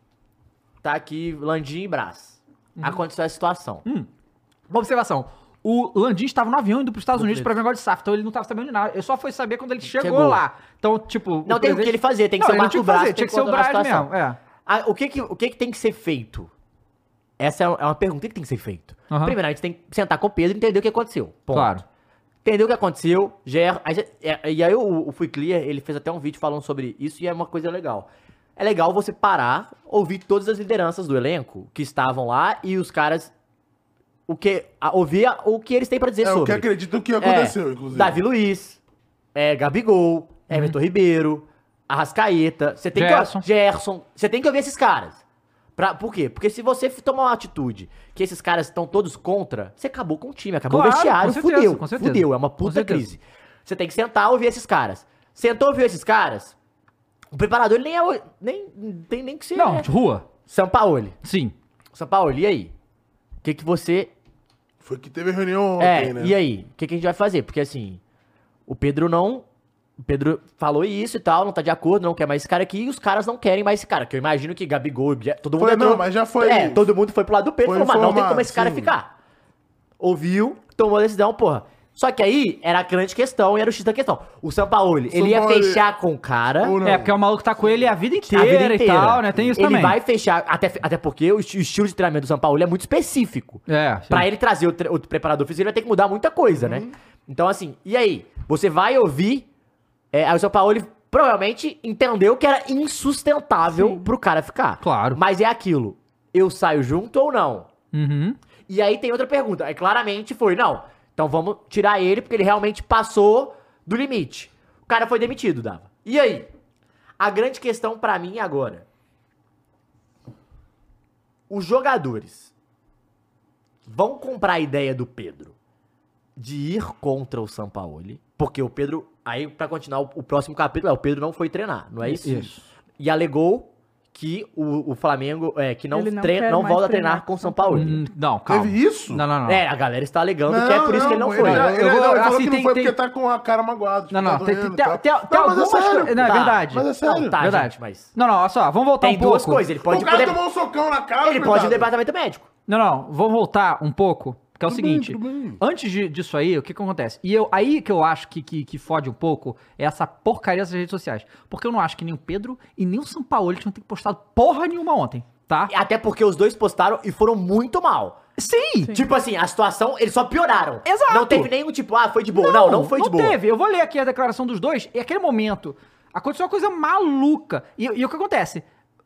S4: tá aqui Landim e Brás. Aconteceu essa situação.
S1: Uhum. Hum. Uma observação. O Landim estava no avião indo para os Estados Unidos
S4: Perfeito.
S1: para ver o negócio de SAF, então ele não estava sabendo de nada. Eu só fui saber quando ele chegou,
S4: Chegou.
S1: lá. Então, tipo.
S4: Não tem o que ele fazer, tem que ser o
S1: ele não
S4: Marco
S1: tinha
S4: Braz,
S1: fazer,
S4: tem
S1: tinha
S4: que
S1: que ser o
S4: controlar a
S1: Braz
S4: situação.
S1: mesmo. É.
S4: Ah, o que que, o que que tem que ser feito? Essa é uma- é uma pergunta. O que que tem que ser feito?
S1: Aham.
S4: Primeiro, a gente tem que sentar com o Pedro e entender o que aconteceu. Ponto.
S1: Claro.
S4: Entendeu o que aconteceu, Ger, aí cê- é- e aí o, o Fui Clear, ele fez até um vídeo falando sobre isso e é uma coisa legal. É legal você parar, ouvir todas as lideranças do elenco que estavam lá e os caras, o que, a- ouvir a- o que eles têm pra dizer
S2: É o que
S4: sobre.
S2: acredito que
S4: É,
S2: aconteceu, inclusive.
S4: Davi Luiz, é,
S1: Uhum.
S4: Gabigol, Everton Ribeiro, Arrascaeta, você tem
S1: Gerson.
S4: que Gerson, você tem que ouvir esses caras. Pra, por quê? Porque se você f- tomar uma atitude que esses caras estão todos contra, você acabou com o time, acabou
S1: Claro,
S4: o vestiário,
S1: com certeza,
S4: fudeu,
S1: com certeza.
S4: fudeu, é uma
S1: Com
S4: puta
S1: certeza.
S4: crise. Você tem que sentar e ouvir esses caras. Sentou e ouviu esses caras, o preparador ele nem é, o- nem tem nem que ser
S1: Não,
S4: é.
S1: de rua.
S4: Sampaoli.
S1: Sim.
S4: Sampaoli, e aí? O que que você
S2: Foi que teve reunião
S4: é,
S2: ontem, né?
S4: e aí? O que, que a gente vai fazer? Porque assim, o Pedro não. O Pedro falou isso e tal, não tá de acordo, não quer mais esse cara aqui, e os caras não querem mais esse cara. Que eu imagino que Gabigol, Bia- todo mundo
S2: Foi, não, mas já foi-
S4: É, todo mundo foi pro lado do Pedro e
S2: foi
S4: falou, mas não tem
S2: informado,
S4: como esse cara
S2: sim.
S4: ficar. Ouviu, tomou a decisão, porra. Só que aí era a grande questão e era o X da questão. O Sampaoli, ele ia
S2: Sampaoli-
S4: fechar com o cara.
S2: Ou não.
S1: É, porque o maluco tá com ele a vida
S4: A
S1: inteira,
S4: vida
S1: e tal, né? Tem isso
S4: ele
S1: também.
S4: vai fechar, até, até porque o, esti- o estilo de treinamento do São Paulo é muito específico.
S1: É, sim. Uhum.
S4: Pra ele trazer o, tre- o preparador físico, ele vai ter que mudar muita coisa, né? Então, assim, e aí? Você vai ouvir. É, aí o São Paulo ele provavelmente entendeu que era insustentável pro cara ficar.
S1: Claro.
S4: Mas é aquilo: eu saio junto ou não?
S1: Uhum.
S4: E aí tem outra pergunta. Aí claramente foi, não. Então vamos tirar ele, porque ele realmente passou do limite. O cara foi demitido, Dava. E aí? A grande questão pra mim agora. Os jogadores vão comprar a ideia do Pedro de ir contra o Sampaoli, porque o Pedro, aí pra continuar o, o próximo capítulo, é o Pedro não foi treinar, não é isso?
S1: Isso.
S4: E alegou que o, o Flamengo, é, que não,
S3: Ele não
S4: treina,
S3: quer
S4: não
S3: mais
S4: volta a
S3: treinar
S4: treinar com
S3: com
S4: o
S3: o São
S4: Sampaoli.
S1: Hum, Não, calma.
S2: Teve isso?
S1: Não, não, não.
S4: É, a galera está alegando
S2: Não,
S4: que é por isso que ele não foi.
S2: já-
S1: Eu
S2: ele-
S1: vou-
S2: não, ele falou
S1: assim,
S2: que não
S1: tem-
S2: foi
S1: tem-
S2: porque tá com a cara magoada.
S1: Não, não,
S2: tá
S1: tem, tem,
S2: doendo
S1: tem,
S2: e tal.
S1: tem, tem
S2: Não, mas é
S1: algumas
S2: sério,
S1: coisas. Não, é
S4: Tá,
S1: verdade.
S2: mas é sério.
S4: Não, tá,
S1: verdade.
S4: gente, mas-
S1: Não, não, olha só, vamos voltar
S4: Tem
S1: um pouco.
S4: duas coisas, ele pode
S2: o cara
S4: poder-
S2: tomou um socão na cara,
S4: Ele pode ir no
S2: coitado.
S4: departamento médico.
S1: Não, não, vou voltar um pouco, que é o
S2: Tudo bem,
S1: seguinte.
S2: tudo bem.
S1: Antes de- disso aí, o que, que acontece? E eu, aí que eu acho que, que, que fode um pouco é essa porcaria dessas redes sociais. Porque eu não acho que nem o Pedro e nem o Sampaoli tinham ter postado porra nenhuma ontem, tá?
S4: Até porque os dois postaram e foram muito mal.
S1: Sim!
S4: Tipo assim, a situação, eles só pioraram.
S1: Exato.
S4: Não teve nenhum tipo, ah, foi de boa. Não, não, foi de boa.
S1: teve. Eu vou ler aqui a declaração dos dois. E é aquele momento, aconteceu uma coisa maluca. E, e o que acontece?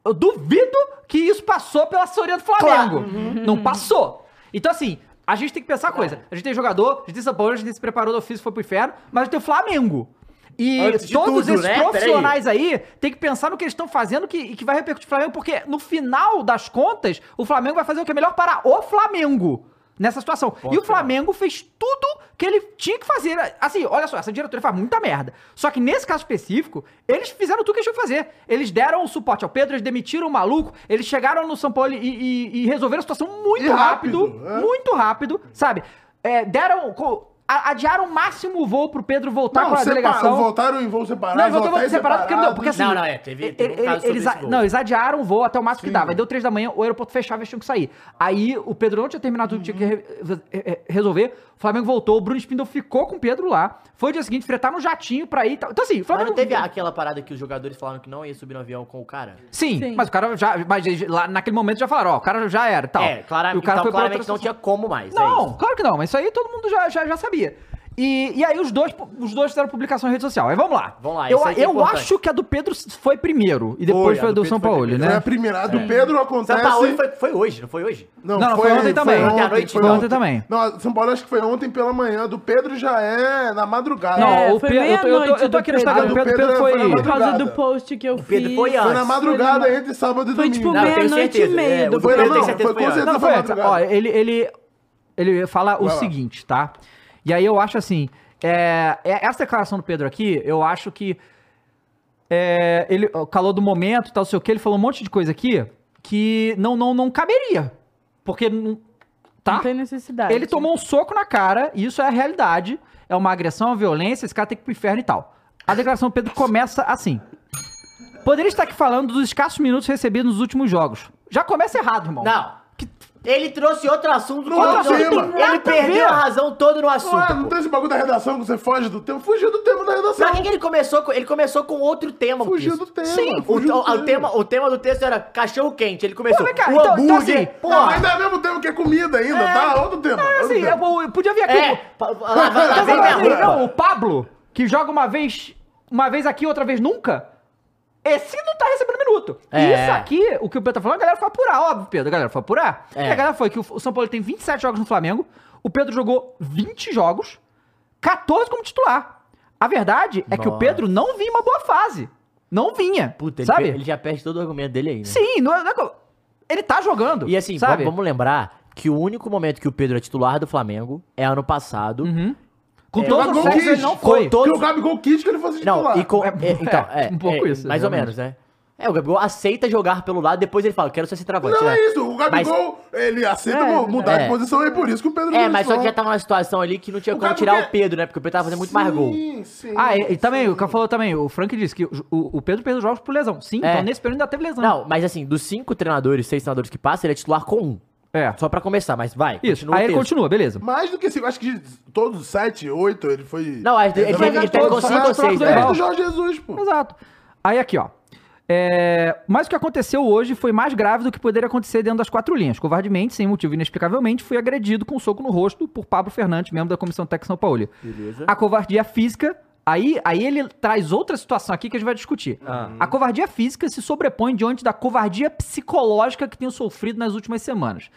S1: Eu duvido que isso passou pela assessoria do Flamengo. Uhum. Não passou. Então, assim, a gente tem que pensar a coisa. A gente tem jogador, a gente tem São Paulo, a gente se preparou do ofício, foi pro inferno. Mas a gente tem o Flamengo. E
S4: Antes de
S1: todos
S4: tudo,
S1: esses
S4: né?
S1: profissionais aí tem que pensar no que eles estão fazendo que, e que vai repercutir o Flamengo, porque no final das contas, o Flamengo vai fazer o que é melhor para o Flamengo nessa situação. e o Flamengo fez tudo que ele tinha que fazer. Assim, olha só, essa diretoria faz muita merda. Só que nesse caso específico, eles fizeram tudo que eles tinham que fazer. Eles deram o suporte ao Pedro, eles demitiram o maluco, eles chegaram no São Paulo e, e- e resolveram a situação muito
S2: E
S1: rápido,
S2: rápido, é.
S1: muito rápido, sabe? É, deram. co- a- adiaram o máximo o voo pro Pedro voltar com
S2: Não,
S1: a
S2: separa,
S1: delegação.
S2: voltaram em voo separado.
S1: Não, voltou em voo
S2: hotéis
S1: separado porque não-
S2: separados.
S1: porque assim,
S4: Não, não, é, teve, teve
S1: Ele-
S4: um caso sobre
S1: eles,
S4: esse
S1: a-
S4: gol.
S1: não, eles adiaram o voo até o máximo que dava. Aí deu três da manhã, o aeroporto fechava, eles tinham que sair. Aí o Pedro não tinha terminado tudo que tinha que re- re- re- resolver. O Flamengo voltou, o Bruno Spindel ficou com o Pedro lá. Foi o dia seguinte, fretar no jatinho pra ir. e tal. Então assim, o
S4: Mas
S1: Flamengo...
S4: não teve aquela parada que os jogadores falaram que não ia subir no avião com o cara?
S1: Sim,
S3: Sim.
S1: mas o cara já... Mas eles lá, naquele momento já falaram, ó, o cara já era e tal.
S4: É,
S1: E o cara
S4: claramente, então,
S1: foi pra outra
S4: claramente não
S1: situação.
S4: tinha como mais. é
S1: Não,
S4: isso.
S1: claro que não, mas isso aí todo mundo já, já, já sabia. E, e aí os dois, os dois fizeram publicação em rede social. Aí vamos lá.
S4: Vamos lá,
S1: eu
S4: isso aí que é
S1: eu
S4: importante.
S1: acho que a do Pedro foi primeiro e depois
S4: Foi,
S1: foi,
S4: a
S1: a
S4: do
S1: do
S4: Pedro
S1: São
S4: foi
S1: Paulo,
S4: primeiro.
S2: Foi é a
S1: né?
S2: primeira. A do Pedro acontece...
S4: São Paulo foi, foi hoje, não foi hoje?
S1: Não, não, foi ontem também.
S4: Ontem à noite,
S1: foi ontem também.
S2: Não, São Paulo acho que foi ontem pela manhã. Do Pedro já é na madrugada.
S1: Não,
S3: É,
S1: o
S3: foi
S1: Pedro, eu, tô- eu, tô- eu tô
S3: meia-noite
S1: aqui no
S3: do
S1: Instagram do
S2: Pedro.
S1: Pedro, o Pedro
S2: Pedro
S1: foi...
S2: foi
S3: Por causa
S2: madrugada.
S3: do post que eu
S4: O
S3: fiz.
S4: Pedro foi
S2: Foi na
S4: antes,
S2: madrugada
S3: foi na-
S2: entre sábado e
S3: Foi
S2: domingo.
S3: tipo
S4: Não, eu tenho
S3: meia-noite e
S4: certeza, é,
S3: meia
S4: o
S3: do
S2: Foi,
S4: Pedro
S2: não,
S4: tem
S2: não,
S4: certeza
S2: foi
S4: que foi
S2: com
S4: antes.
S2: certeza
S1: Não,
S2: na
S1: foi antes. Ó,
S2: madrugada.
S1: ele, ele, ele fala o
S2: Vai lá.
S1: seguinte, tá? E aí eu acho assim, é, é- essa declaração do Pedro aqui, eu acho que é, ele o calor do momento e tal, sei o que, ele falou um monte de coisa aqui que não, não, não caberia. Porque, não- tá?
S3: Não tem necessidade.
S1: Ele tomou um soco na cara, e isso é a realidade. É uma agressão, uma violência, esse cara tem que ir pro inferno e tal. A declaração do Pedro começa assim. Poderia estar aqui falando dos escassos minutos recebidos nos últimos jogos. Já começa errado, irmão.
S4: Não. Ele trouxe outro assunto.
S2: Não,
S4: outro
S2: não tem
S4: assunto.
S2: nada
S4: Ele
S1: ver.
S4: perdeu a razão toda no assunto.
S2: Ah, não
S4: pô.
S2: tem esse bagulho da redação que você foge do tema. Fugiu do tema da redação.
S4: Pra que, que ele começou com? Ele começou com outro tema, o
S2: Fugiu
S4: texto.
S2: do tema.
S1: Sim,
S4: O,
S2: fugiu
S4: o-
S2: do
S4: o tema, o tema do texto era cachorro quente. Ele começou.
S1: Pô, vem cá,
S4: o
S1: então- então
S4: hambúrguer,
S1: assim,
S2: Não,
S4: porra.
S2: ainda é mesmo tempo que é comida ainda, tá? Outro tema.
S1: É
S2: outro
S1: assim,
S2: tema.
S1: eu, eu podia vir aqui.
S4: É, pa- pa- lá- lá- lá
S1: Então,
S4: vem
S1: mas
S4: minha
S1: assim,
S4: roupa.
S1: não, o Pablo, que joga uma vez, uma vez aqui, outra vez nunca, esse não tá recebendo minuto. E
S4: É.
S1: isso aqui, o que o Pedro tá falando, a galera foi apurar, óbvio, Pedro, a galera foi apurar.
S4: É.
S1: E a galera foi que o São Paulo tem 27 jogos no Flamengo, o Pedro jogou 20 jogos, 14 como titular. A verdade é que o
S4: Nossa.
S1: Pedro não vinha em uma boa fase. Não vinha.
S4: Puta, ele,
S1: sabe?
S4: pe- ele já perde todo o argumento dele aí, né?
S1: Sim, não é, não é co- ele tá jogando.
S4: E assim,
S1: sabe?
S4: va- vamos lembrar que o único momento que o Pedro é titular do Flamengo é ano passado.
S1: Uhum. Com
S4: É,
S1: todos os
S2: Gabigol
S1: jogos
S2: quis,
S1: ele não
S4: com
S1: foi.
S4: todo-
S2: Porque o Gabigol quis que né? ele fosse
S4: Não,
S2: titular.
S4: e com,
S1: É,
S4: é,
S2: [LAUGHS]
S4: então,
S1: é,
S4: é,
S1: um pouco
S4: é,
S1: isso,
S4: Mais ou
S1: realmente.
S4: menos, né? É, o Gabigol aceita jogar pelo lado, depois ele fala, quero ser centroavante.
S2: Não
S4: né?
S2: é isso. O Gabigol, ele aceita
S3: É,
S2: mu- mudar
S4: é.
S2: de posição e por isso que o Pedro
S4: É,
S2: não
S4: mas só que
S2: está.
S4: já tava numa situação ali que não tinha
S2: O
S4: como
S2: Gabigol
S4: tirar
S2: é-
S4: o Pedro, né? Porque o Pedro tava fazendo muito mais gol. é,
S2: Sim, sim.
S1: Ah, e, e também, o
S2: sim.
S1: que falou também, o Frank disse que o, o Pedro perdeu jogos por lesão. Sim,
S4: É.
S1: então nesse período ainda teve lesão.
S4: Não, mas assim, dos cinco treinadores, seis treinadores que passam, ele é titular com um.
S1: É.
S4: Só pra começar, mas vai.
S1: Isso.
S4: continua o
S1: Aí ele
S4: texto.
S1: continua, beleza.
S2: Mais do que cinco. Acho que de todos os sete, oito, ele foi...
S4: Não, acho que ele
S2: Ele
S4: teve-
S2: foi
S1: ele teve
S2: todo,
S1: com
S2: só
S1: cinco ou
S2: a troca
S1: seis,
S2: do
S1: né?
S2: erro do Jorge Jesus, pô.
S1: Exato. Aí aqui, ó. É, mas o que aconteceu hoje foi mais grave do que poderia acontecer dentro das quatro linhas. Covardemente, sem motivo inexplicavelmente, fui agredido com um soco no rosto por Pablo Fernandes, membro da Comissão Técnica São Paulo.
S4: Beleza.
S1: A covardia física. Aí, aí ele traz outra situação aqui que a gente vai discutir.
S4: Ah.
S1: A covardia física se sobrepõe diante da covardia psicológica que tenho sofrido nas últimas semanas.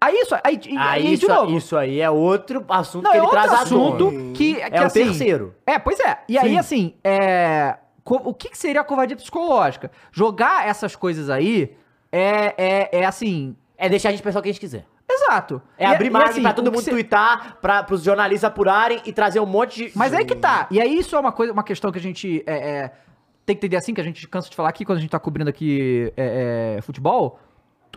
S1: Aí isso, aí, e-
S4: Aí
S1: e de
S4: isso,
S1: novo.
S4: isso aí é outro assunto
S1: Não,
S4: que
S1: é
S4: ele
S1: outro
S4: traz
S1: assunto
S4: assunto.
S1: que, que
S4: É o
S1: assim,
S4: terceiro.
S1: É, pois é. E aí, assim, é, co- o que, que seria a covardia psicológica? Jogar essas coisas aí é, é, é assim.
S4: É deixar a gente pensar o que a gente quiser.
S1: Exato.
S4: É
S1: E-
S4: abrir
S1: e,
S4: margem
S1: assim,
S4: pra
S1: o
S4: todo
S1: que
S4: mundo
S1: cê-
S4: twittar, pra, pros jornalistas apurarem e trazer um monte de.
S1: Mas aí que tá. E aí isso é uma coisa, uma questão que a gente é, é, tem que entender assim, que a gente cansa de falar aqui quando a gente tá cobrindo aqui é, é, futebol.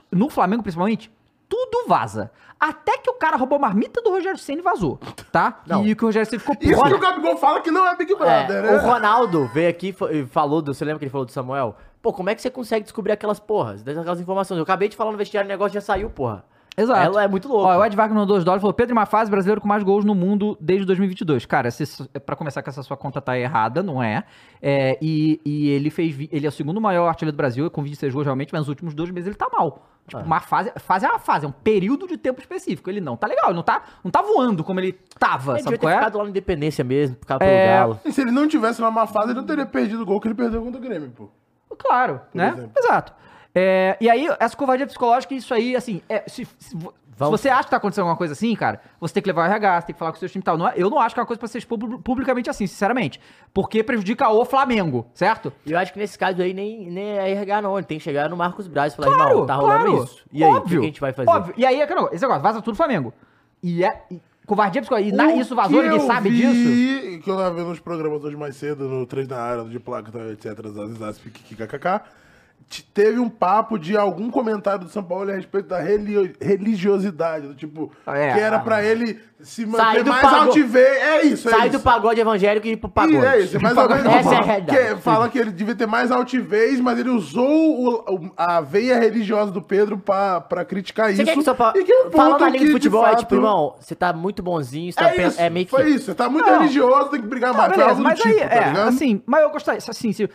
S1: No Flamengo, principalmente, tudo vaza. Até que o cara roubou a marmita do Rogério Senna e vazou, tá?
S4: Não.
S1: E que o Rogério Senna ficou
S2: Isso que
S1: puto.
S2: o Gabigol fala que não é Big Brother,
S4: É,
S2: né?
S4: o Ronaldo veio aqui e fa- e falou do. Você lembra que ele falou do Samuel? Pô, como é que você consegue descobrir aquelas porras, dessas- aquelas informações? Eu acabei de falar no vestiário, o negócio já saiu, porra.
S1: Exato.
S4: Ela é muito
S1: Ó, o
S4: louca.
S1: Ed Wagner mandou 2 dólares e falou: Pedro em uma fase brasileiro com mais gols no mundo desde 2022. Cara, se, é, pra começar que essa sua conta tá errada, não é? É, e, e ele fez. vi- Ele é o segundo maior artilheiro do Brasil, com 26 gols realmente, mas nos últimos dois meses ele tá mal. Tipo,
S4: É.
S1: uma fase. Fase é uma fase, é um período de tempo específico. Ele não tá legal, ele não tá, não tá voando como ele tava,
S4: Ele
S1: sabe
S4: devia
S1: qual
S4: ter
S1: é?
S4: ficado lá no Independência mesmo, ficar pelo
S1: É.
S4: Galo.
S2: E se ele não tivesse na má fase, ele não teria perdido o gol que ele perdeu contra o Grêmio, pô.
S1: Claro, né?
S2: exemplo.
S1: Exato. É, e aí, essa covardia psicológica, isso aí, assim, é, se, se vo- se
S4: Vamos-
S1: você acha que tá acontecendo alguma coisa assim, cara, você tem que levar o RH, você tem que falar com o seu time e tal. Não é- eu não acho que é uma coisa pra ser expor pub- publicamente assim, sinceramente. Porque prejudica o Flamengo, certo?
S4: E eu acho que nesse caso aí nem, nem é RH, não. Ele tem que chegar no Marcos Braz e falar, irmão,
S1: Claro,
S4: tá rolando
S1: claro.
S4: isso. E aí, o que que a gente vai fazer?
S1: Óbvio. E aí, é que não, esse negócio, vaza tudo Flamengo. E é... e covardia psicológica. E na- isso vazou,
S2: que
S1: ninguém
S2: eu
S1: sabe
S2: vi,
S1: disso.
S2: Que eu tava vendo os programas hoje mais cedo, no 3 na área, do de placa, tá, etc, zaz, zaz, kkk, te- teve um papo de algum comentário do São Paulo a respeito da relio- religiosidade, do tipo,
S1: É,
S2: que era
S1: ah,
S2: pra ele se
S4: Sair
S2: manter
S4: do
S2: mais
S4: pagode.
S2: altivez. É isso, é
S4: Sai
S2: isso.
S4: do pagode evangélico e ir pro pagode.
S2: E é isso, mais ou menos.
S4: Essa é a
S2: que
S4: realidade.
S2: fala que ele devia ter mais altivez, mas ele usou o- o- a veia religiosa do Pedro pra, pra criticar
S4: Você
S2: isso.
S4: quer que só pa...
S2: E que é um
S4: falando
S2: ponto
S4: da liga
S2: que,
S4: de
S2: de
S4: futebol, é tipo,
S2: fato,
S4: irmão, você tá muito bonzinho, você tá
S2: É
S4: pen-
S2: isso,
S4: é meio que.
S2: foi isso. Você tá muito
S1: Não.
S2: religioso, tem que brigar
S1: Não,
S2: mais. Foi
S1: beleza,
S2: algo do
S1: mas
S2: tipo,
S1: aí,
S2: tá
S1: é,
S2: ligado?
S1: assim, mas eu gostaria, assim, se...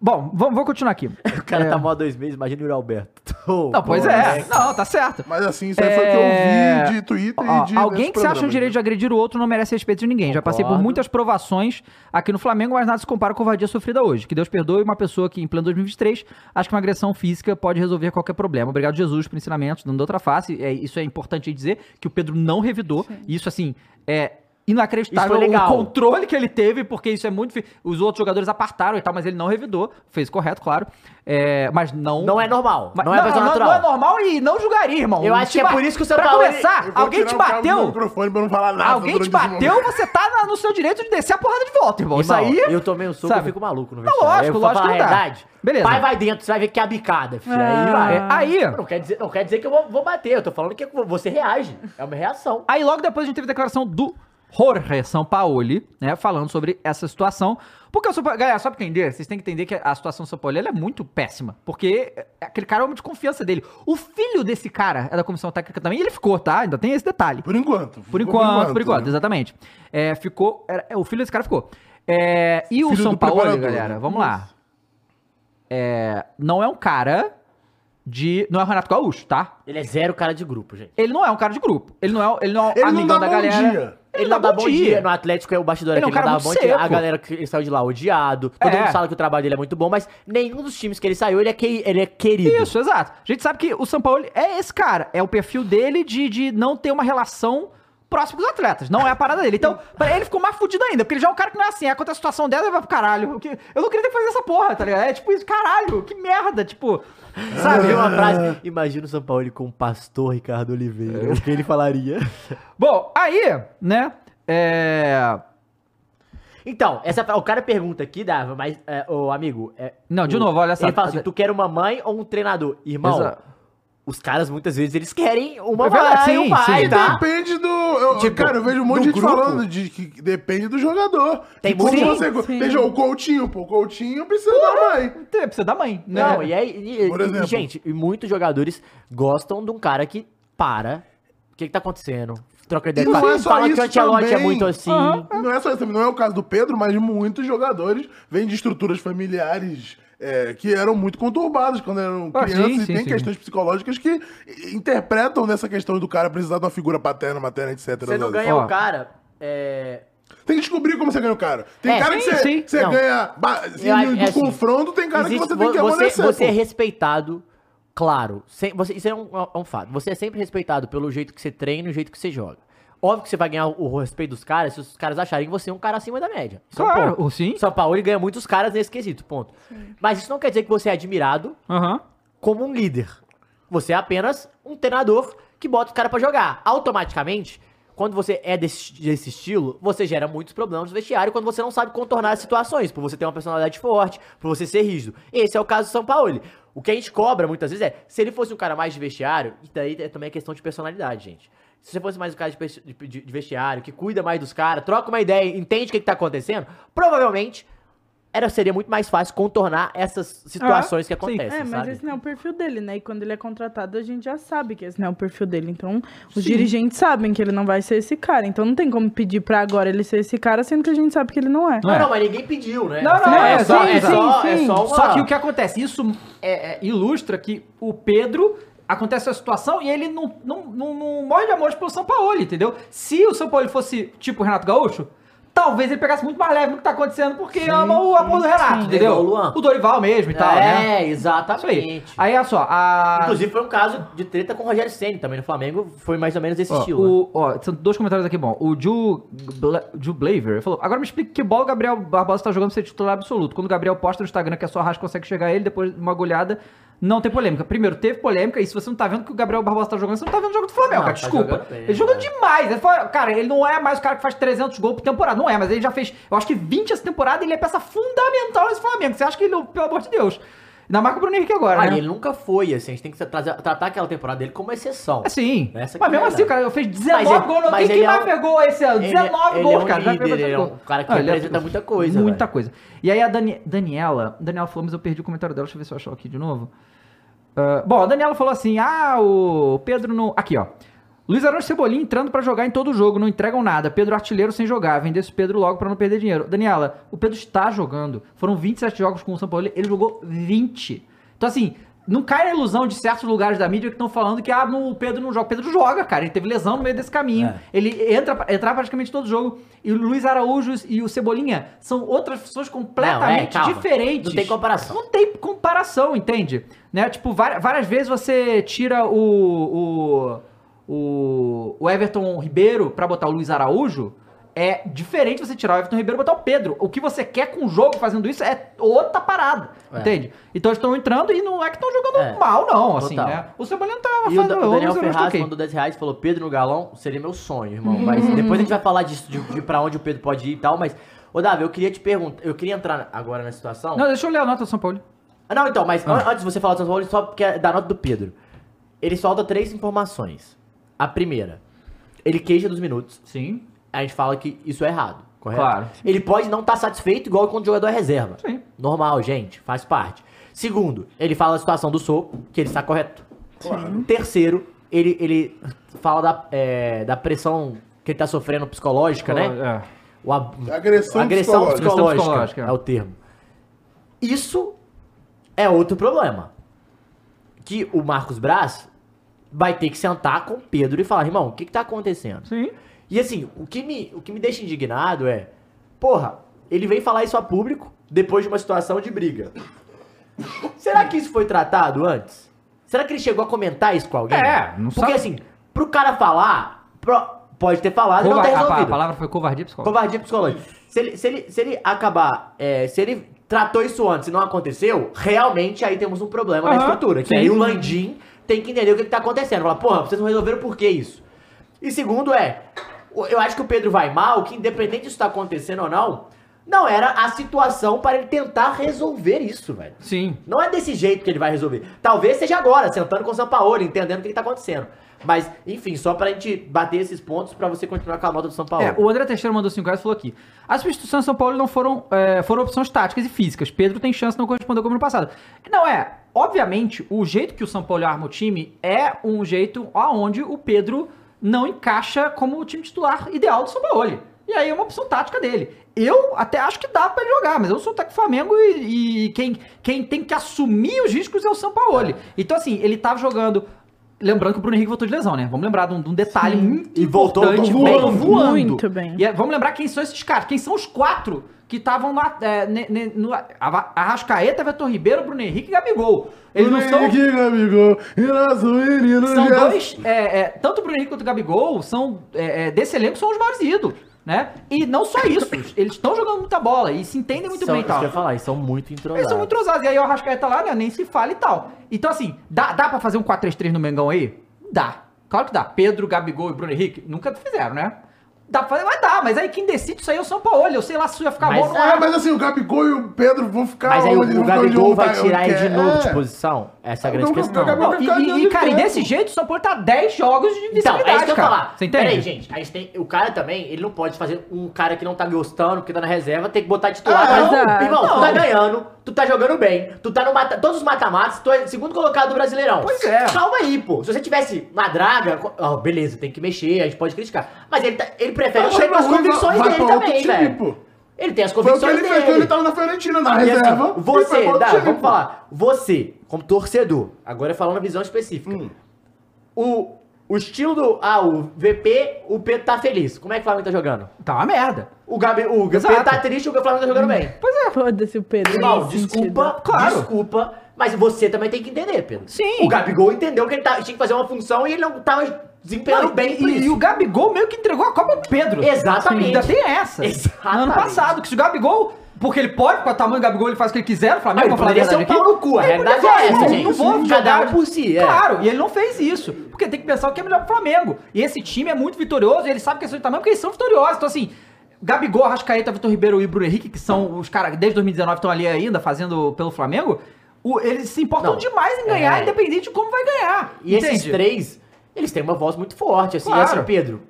S1: Bom, vamos, vou continuar aqui.
S4: [LAUGHS]
S1: É.
S4: O cara tá mó há dois meses, imagina o Yuri Alberto. Ô,
S1: Não, pois
S4: pô,
S1: é, não, tá certo. É,
S2: Mas assim, isso aí foi o que eu vi de Twitter
S1: Ó,
S2: e de...
S1: alguém
S2: desse
S1: que se acha o
S2: programa.
S1: direito de agredir o outro não merece respeito de ninguém. Já passei por
S4: Concordo.
S1: muitas provações aqui no Flamengo, mas nada se compara com a covardia sofrida hoje. Que Deus perdoe uma pessoa que, em pleno 2023, acha que uma agressão física pode resolver qualquer problema. Obrigado, Jesus, por ensinamentos, dando outra face. É, isso é importante dizer, que o Pedro não revidou. Isso, assim, é
S4: Isso
S1: inacreditável.
S4: foi legal.
S1: O controle que ele teve, porque isso é muito... fi- Os outros jogadores apartaram e tal, mas ele não revidou. Fez correto, claro. É, mas não...
S4: Não é normal.
S1: Mas-
S4: não é a pessoa natural.
S1: Não é normal e não julgaria, irmão.
S4: Eu acho que é
S1: Tipo,
S4: por isso que o São
S1: Pra
S4: Paulo-
S1: começar,
S2: Eu vou
S1: alguém
S2: tirar
S1: te
S2: o cabo do
S1: bateu...
S2: microfone pra não falar nada
S1: Alguém te
S2: durante esse
S1: bateu,
S2: momento.
S1: você tá na- no seu direito de descer a porrada de volta, irmão. Isso
S4: Irmão,
S1: aí.
S4: Eu tomei um soco,
S1: sabe?
S4: eu fico maluco no
S1: Não,
S4: vestiário.
S1: Tá lógico,
S4: Eu vou
S1: lógico
S4: falar
S1: que não
S4: a
S1: dá.
S4: realidade.
S1: Beleza.
S4: Pai vai dentro, você vai ver que é a bicada, filho. Aí
S3: Ah.
S1: É,
S4: vai.
S1: aí,
S4: Não quer, dizer, não quer dizer que eu vou, vou bater, eu tô falando que você reage. É uma reação.
S1: aí logo depois a gente teve a declaração do Jorge Sampaoli, né, falando sobre essa situação. Porque o São Paulo, galera, só pra entender, vocês têm que entender que a situação do São Paulo ela é muito péssima, porque aquele cara é uma desconfiança dele. O filho desse cara é da comissão técnica também, e ele ficou, tá? Ainda tem esse detalhe.
S2: Por enquanto.
S1: Por enquanto, por enquanto,
S2: né?
S1: exatamente. É, ficou. era- é, o filho desse cara ficou. É, e o
S2: Filho
S1: São
S2: do
S1: Paulo,
S2: preparador,
S1: galera,
S2: né?
S1: vamos lá. É, não é um cara de. Não é o Renato Gaúcho, tá?
S4: Ele é zero cara de grupo, gente.
S1: Ele não é um cara de grupo. Ele não é, ele não é um
S2: Ele não
S1: amigão
S2: dá
S1: da
S2: bom
S1: galera.
S2: dia.
S1: Ele, não dá bom dia.
S4: No Atlético é o bastidor
S1: Ele é
S4: aqui,
S1: um
S4: ele
S1: cara
S4: não dá
S1: muito
S4: bom dia.
S1: seco.
S4: A galera que ele saiu de lá odiado. Todo
S1: É.
S4: mundo sabe que o trabalho dele é muito bom, mas nenhum dos times que ele saiu, ele é, que, ele é querido.
S1: Isso, exato. A gente sabe que o São Paulo é esse cara. É o perfil dele de, de não ter uma relação próxima dos atletas. Não é a parada dele.
S4: [LAUGHS]
S1: Então, pra ele ficou mais fudido ainda, porque ele já é um cara que não é assim. Aí Acontece a situação dela, ele vai pro caralho. Porque eu não queria ter que fazer essa porra, tá ligado? É tipo isso, caralho, que merda. Tipo,
S4: Sabe
S2: [LAUGHS]
S4: Tem uma frase? Imagina o São Paulo com o pastor Ricardo Oliveira. O que ele falaria?
S1: Bom, aí, né? É.
S4: Então, essa, o cara pergunta aqui, Dava, mas, é, ô amigo. é,
S1: Não, de
S4: o-
S1: novo, olha só.
S4: Ele fala assim: tu quer uma mãe ou um treinador? Irmão,
S1: Exa-
S4: os caras muitas vezes eles querem uma
S1: É verdade,
S4: mãe,
S1: sim,
S4: um pai,
S1: sim.
S4: tá?
S2: Depende do. eu-
S4: Tipo,
S2: cara, eu vejo um monte de
S4: do
S2: gente
S4: grupo.
S2: falando de que depende do jogador.
S4: Tem
S2: De como
S4: muito-
S2: você.
S3: Sim.
S2: Veja, o Coutinho, pô. O Coutinho precisa da mãe.
S1: Tem- Precisa da mãe, né?
S4: Não, e aí. e- e-
S2: Por exemplo.
S4: gente, e muitos jogadores gostam de um cara que para. O que, que tá acontecendo? Troca ideia
S2: E não
S4: Fala-
S2: é só
S4: Fala que
S2: isso
S4: o Ancelotti é
S2: também.
S4: muito assim.
S1: Aham.
S2: Não é só isso, não é o caso do Pedro, mas muitos jogadores vêm de estruturas familiares é, que eram muito conturbadas quando eram
S1: Ah,
S2: crianças
S1: sim,
S2: e
S1: sim,
S2: tem
S1: sim.
S2: questões psicológicas que interpretam nessa questão do cara precisar de uma figura paterna, materna, etc.
S4: Você não
S2: Às vezes.
S4: ganha
S1: Ó.
S4: o cara. É.
S2: Tem que descobrir como você ganha o cara. Tem
S4: É,
S2: cara
S1: sim,
S2: que você,
S1: sim.
S2: que você
S4: Não.
S2: ganha ba-
S4: Eu acho-
S2: do
S4: é assim,
S2: confronto, tem cara
S4: Existe-
S2: que você tem que
S4: vo- você,
S2: amanecer.
S4: você é
S2: pô.
S4: respeitado, claro. sem- você- isso é um, é um fato. Você é sempre respeitado pelo jeito que você treina e o jeito que você joga. Óbvio que você vai ganhar o o respeito dos caras se os caras acharem que você é um cara acima da média. Isso é um
S1: Claro,
S4: ponto.
S1: sim.
S4: São Paulo ele ganha muitos caras nesse quesito, ponto. Mas isso não quer dizer que você é admirado
S1: Aham.
S4: como um líder. Você é apenas um treinador que bota o cara pra jogar. Automaticamente, quando você é desse, desse estilo, você gera muitos problemas no vestiário quando você não sabe contornar as situações, por você ter uma personalidade forte, por você ser rígido. Esse é o caso do São Paulo. O que a gente cobra muitas vezes é, se ele fosse um cara mais de vestiário, e daí é também é questão de personalidade, gente. Se você fosse mais um cara de, pes- de- de- de vestiário, que cuida mais dos caras, troca uma ideia, entende o que, que tá acontecendo, provavelmente era, seria muito mais fácil contornar essas situações que
S1: Ah, sim.
S4: acontecem.
S3: É, mas
S4: sabe?
S3: esse não é o perfil dele, né? E quando ele é contratado, a gente já sabe que esse não é o perfil dele. Então, os dirigentes sabem que ele não vai ser esse cara. Então, não tem como pedir pra agora ele ser esse cara, sendo que a gente sabe que ele não é.
S1: Não
S4: Não,
S1: é.
S4: não, mas ninguém pediu, né?
S1: Não, não,
S4: é,
S1: é,
S4: só,
S1: sim,
S4: é, só,
S3: sim,
S4: é
S3: sim.
S4: só uma...
S1: Só que o que acontece? Isso é- é, ilustra que o Pedro. Acontece a situação e ele não, não, não, não morre de amor pelo São Paulo, entendeu? Se o São Paulo fosse tipo o Renato Gaúcho, talvez ele pegasse muito mais leve no que tá acontecendo, porque ama o amor do Renato, entendeu?
S4: É Igual o Luan.
S1: O Dorival mesmo e tal, né?
S4: É,
S1: Isso aí.
S4: exatamente.
S1: Aí olha só, a.
S4: Inclusive foi um caso de treta com o Rogério Ceni também no Flamengo, foi mais ou menos desse
S1: Ó,
S4: estilo. né?
S1: o- ó, são dois comentários aqui, bom. O Ju, Bla- Ju Blaver falou: Agora me explica que bola o Gabriel Barbosa tá jogando pra ser titular absoluto. Quando o Gabriel posta no Instagram que é só Arrasca consegue chegar a ele, depois de uma goleada, não tem polêmica. Primeiro, teve polêmica, e se você não tá vendo que o Gabriel Barbosa tá jogando, você não tá vendo o jogo do Flamengo,
S4: Não,
S1: cara.
S4: tá
S1: Desculpa.
S4: jogando bem,
S1: ele jogou demais. Ele foi- cara, ele não é mais o cara que faz 300 gols por temporada. Não é, mas ele já fez, eu acho que 20 essa temporada, ele é peça fundamental nesse Flamengo. Você acha que ele, não- pelo amor de Deus. Ainda mais com o Bruno Henrique agora,
S4: Aí
S1: né?
S4: Ah, ele nunca foi, assim, a gente tem que trazer- tratar aquela temporada dele como exceção.
S1: É, Sim.
S4: Essa que
S1: Mas mesmo
S4: é
S1: assim, o cara fez 19
S4: Mas ele-
S1: gols. no-
S4: mas
S1: Quem, quem
S4: ele é
S1: mais
S4: um-
S1: pegou esse ano? 19
S4: ele,
S1: gols,
S4: ele
S1: cara.
S4: É um,
S1: Vai
S4: líder,
S1: pegar
S4: ele é
S1: gol.
S4: um cara que
S1: Ah, ele é-
S4: representa muita coisa.
S1: Muita
S4: velho.
S1: coisa. E aí a Dani- Daniela, Daniela Flores, eu perdi o comentário dela, deixa eu ver se eu achar aqui de novo. Ah, bom, a Daniela falou assim: ah, o Pedro não. Aqui, ó. Luiz Arão e Cebolinha entrando pra jogar em todo jogo, não entregam nada. Pedro artilheiro sem jogar, vender esse Pedro logo pra não perder dinheiro. Daniela, o Pedro está jogando. Foram 27 jogos com o São Paulo, ele jogou 20. Então, assim, não cai na ilusão de certos lugares da mídia que estão falando que ah, não, o Pedro não joga. O Pedro joga, cara. Ele teve lesão no meio desse caminho.
S4: É.
S1: Ele entra, entra praticamente todo jogo. E o Luiz Araújo e o Cebolinha são outras pessoas completamente
S4: Não, é, calma.
S1: diferentes.
S4: Não tem comparação.
S1: Não tem comparação, entende? Né? Tipo, várias, várias vezes você tira o, o, o, o Everton Ribeiro pra botar o Luiz Araújo. É diferente você tirar o Everton Ribeiro e botar o Pedro. O que você quer com o jogo fazendo isso é outra parada.
S4: É.
S1: Entende? Então eles estão entrando e não é que estão jogando
S4: É.
S1: mal, não. Assim,
S4: Total.
S1: né? O Cebolinha não Uhum. tava
S4: E o, Da- o
S1: fazendo.
S4: Daniel
S1: Luiz Araújo tá
S4: Ferraz
S1: ok.
S4: mandou 10 reais e falou: Pedro no galão seria meu sonho, irmão. Mas depois a gente vai falar disso, de, de pra onde o Pedro pode ir e tal. Mas, ô Davi, eu queria te perguntar. Eu queria entrar agora na situação.
S1: Não, deixa eu ler a nota do São Paulo.
S4: Ah, Não, então, mas an- antes de você falar do São Paulo, só porque é da nota do Pedro. Ele solta três informações. A primeira, ele queixa dos minutos.
S1: Sim.
S4: A gente fala que isso é errado, correto?
S1: Claro.
S4: Ele pode não estar satisfeito igual quando o jogador é reserva.
S1: Sim.
S4: Normal, gente, faz parte. Segundo, ele fala a situação do soco, que ele está correto. Terceiro, ele, ele fala da, é, da pressão que ele está sofrendo psicológica, né?
S1: É.
S4: O ab-
S2: Agressão
S4: agressão
S2: psicológica.
S4: psicológica,
S1: Agressão psicológica, é.
S4: é o termo. Isso é outro problema. Que o Marcos Braz vai ter que sentar com o Pedro e falar, irmão, o que, que tá acontecendo?
S1: Sim.
S4: E assim, o que, me, o que me deixa indignado é, porra, ele vem falar isso a público depois de uma situação de briga. Será que isso foi tratado antes? Será que ele chegou a comentar isso com alguém?
S1: É, não
S4: Porque
S1: sabe.
S4: assim, pro cara falar, pro- pode ter falado e não
S1: Cova- a
S4: ter
S1: pa- a,
S4: resolvido.
S1: palavra foi covardia psicológica.
S4: Covardia psicológica. Se ele, se ele, se ele acabar, é, se ele tratou isso antes e não aconteceu, realmente aí temos um problema na
S1: Aham,
S4: estrutura. Que
S1: sim.
S4: aí o Landim tem que entender o que, que tá acontecendo. Falar, porra, vocês não resolveram por que isso. E segundo é, o- eu acho que o Pedro vai mal, que independente disso tá acontecendo ou não, não era a situação para ele tentar resolver isso, velho.
S1: Sim.
S4: Não é desse jeito que ele vai resolver. Talvez seja agora, sentando com o Sampaoli, entendendo o que, que tá acontecendo. Mas, enfim, só pra gente bater esses pontos pra você continuar com a nota do São Paulo.
S1: É, o André Teixeira mandou 5 reais e falou aqui. As substituições do São Paulo não foram, é, foram opções táticas e físicas. Pedro tem chance de não corresponder como no passado. Não é. Obviamente, o jeito que o São Paulo arma o time é um jeito aonde o Pedro não encaixa como o time titular ideal do São Paulo. E aí é uma opção tática dele. Eu até acho que dá pra ele jogar, mas eu sou técnico do Flamengo e, e quem, quem tem que assumir os riscos é o São Paulo. Então, assim, ele tava jogando. Lembrando que o Bruno Henrique voltou de lesão, né? Vamos lembrar de um, de um detalhe muito
S4: E voltou
S1: importante.
S4: voando.
S1: Voltou voando.
S3: Muito bem.
S1: E é- vamos lembrar quem são esses caras. Quem são os quatro que estavam na. É, ne- ne- no Ava- Arrascaeta, Vitor Ribeiro, Bruno Henrique e Gabigol. Eles não são.
S2: Aqui, amigo. E nosso menino
S1: São
S2: já-
S1: dois. é, é, tanto o Bruno Henrique quanto o Gabigol são. é, é, desse elenco são os maiores ídolos. Né? E não só isso, eles estão jogando muita bola e se entendem muito
S4: são,
S1: bem e tal.
S4: Isso que eu ia falar, eles são muito entrosados.
S1: Eles são muito ousados. E aí o Arrascaeta lá, né, nem se fala e tal. Então, assim, dá, dá pra fazer um 4-3-3 no Mengão aí? Dá. Claro que dá. Pedro, Gabigol e Bruno Henrique nunca fizeram, né? Dá pra fazer, mas dá. Mas aí quem decide isso aí é o São Paulo. Eu sei lá se ia ficar
S4: Mas
S1: bom ou não
S2: Ah,
S1: é.
S2: mas assim, o Gabigol e o Pedro vão ficar
S4: Mas aí
S2: onde?
S4: o,
S2: Vão
S4: o
S2: ficar onde
S4: Gabigol
S2: um
S4: vai
S2: tá-
S4: tirar ele de
S2: quer.
S4: novo de
S2: É.
S4: posição? Essa é a
S2: Eu
S4: grande
S2: nunca-
S4: questão.
S2: nunca-
S1: Não, e, e, e, cara, e desse jeito, o São Paulo tá 10 jogos de
S4: Então,
S1: visibilidade,
S4: é isso que eu ia
S1: cara.
S4: falar.
S1: Você entende?
S4: Peraí, gente. A gente tem, o cara também, ele não pode fazer um cara que não tá gostando, porque tá na reserva, tem que botar titular.
S2: Ah,
S4: Mas,
S3: não,
S4: irmão, tu
S1: não.
S4: tá ganhando, tu tá jogando bem, tu tá no mata, todos os mata-matas, tu é segundo colocado do Brasileirão.
S1: Pois é.
S4: Calma aí, pô. Se você tivesse na draga, co- ó, beleza, tem que mexer, a gente pode criticar. Mas ele, tá- ele prefere
S2: Tá
S4: correr com as
S2: achando ruim,
S4: convicções
S2: vai
S4: dele
S2: pra outro
S4: também,
S2: time,
S4: velho.
S2: pô.
S4: Ele tem as
S2: Foi o que
S4: convicções
S2: ele
S4: dele.
S2: fez quando ele tava na Fiorentina, na
S1: é,
S4: E assim,
S2: reserva. e foi pra
S4: você,
S2: outro
S4: dá,
S2: time,
S4: vamos
S2: pô.
S4: falar. Você, como torcedor, agora falando a visão específica.
S2: Hum.
S4: O, o estilo do. Ah, o VP, o Pedro tá feliz. Como é que o Flamengo tá jogando?
S1: Tá uma merda.
S4: O, Gabi, o
S1: Exato. Hum.
S4: Pedro tá triste, o Flamengo tá jogando bem.
S3: é. Foda-se o Pedro.
S4: Irmão,
S3: nesse
S4: desculpa,
S3: sentido.
S1: Claro.
S4: desculpa, mas você também tem que entender, Pedro.
S1: Sim.
S4: O Gabigol entendeu que ele tá- tinha que fazer uma função e ele não tava desempenhando
S1: Não,
S4: bem por
S1: e,
S4: isso.
S1: e o Gabigol meio que entregou a Copa pro Pedro.
S4: Exatamente.
S1: Ainda tem essa.
S4: Exatamente.
S1: No ano passado, que se o Gabigol. Porque ele pode, com o tamanho do Gabigol, ele faz o que ele quiser, o Flamengo
S4: Ele
S1: vou falar a
S4: poderia ser um
S1: verdade
S4: pau no cu, a
S1: Ele
S4: realidade
S1: poderia,
S4: é essa,
S1: não,
S4: gente.
S1: Não vou
S4: Cada
S1: jogar
S4: um por si, é.
S1: Claro, e ele não fez isso. Porque tem que pensar o que é melhor pro Flamengo. E esse time é muito vitorioso, e ele sabe que é seu tamanho, porque eles são vitoriosos. Então, assim, Gabigol, Arrascaeta, Vitor Ribeiro e Bruno Henrique, que são os caras que desde 2019 estão ali ainda fazendo pelo Flamengo. o- O- eles se importam
S4: Não.
S1: demais em ganhar,
S4: É.
S1: independente de como vai ganhar.
S4: E esses
S1: entende?
S4: três, eles têm uma voz muito forte, assim.
S1: Claro.
S4: E assim, Pedro,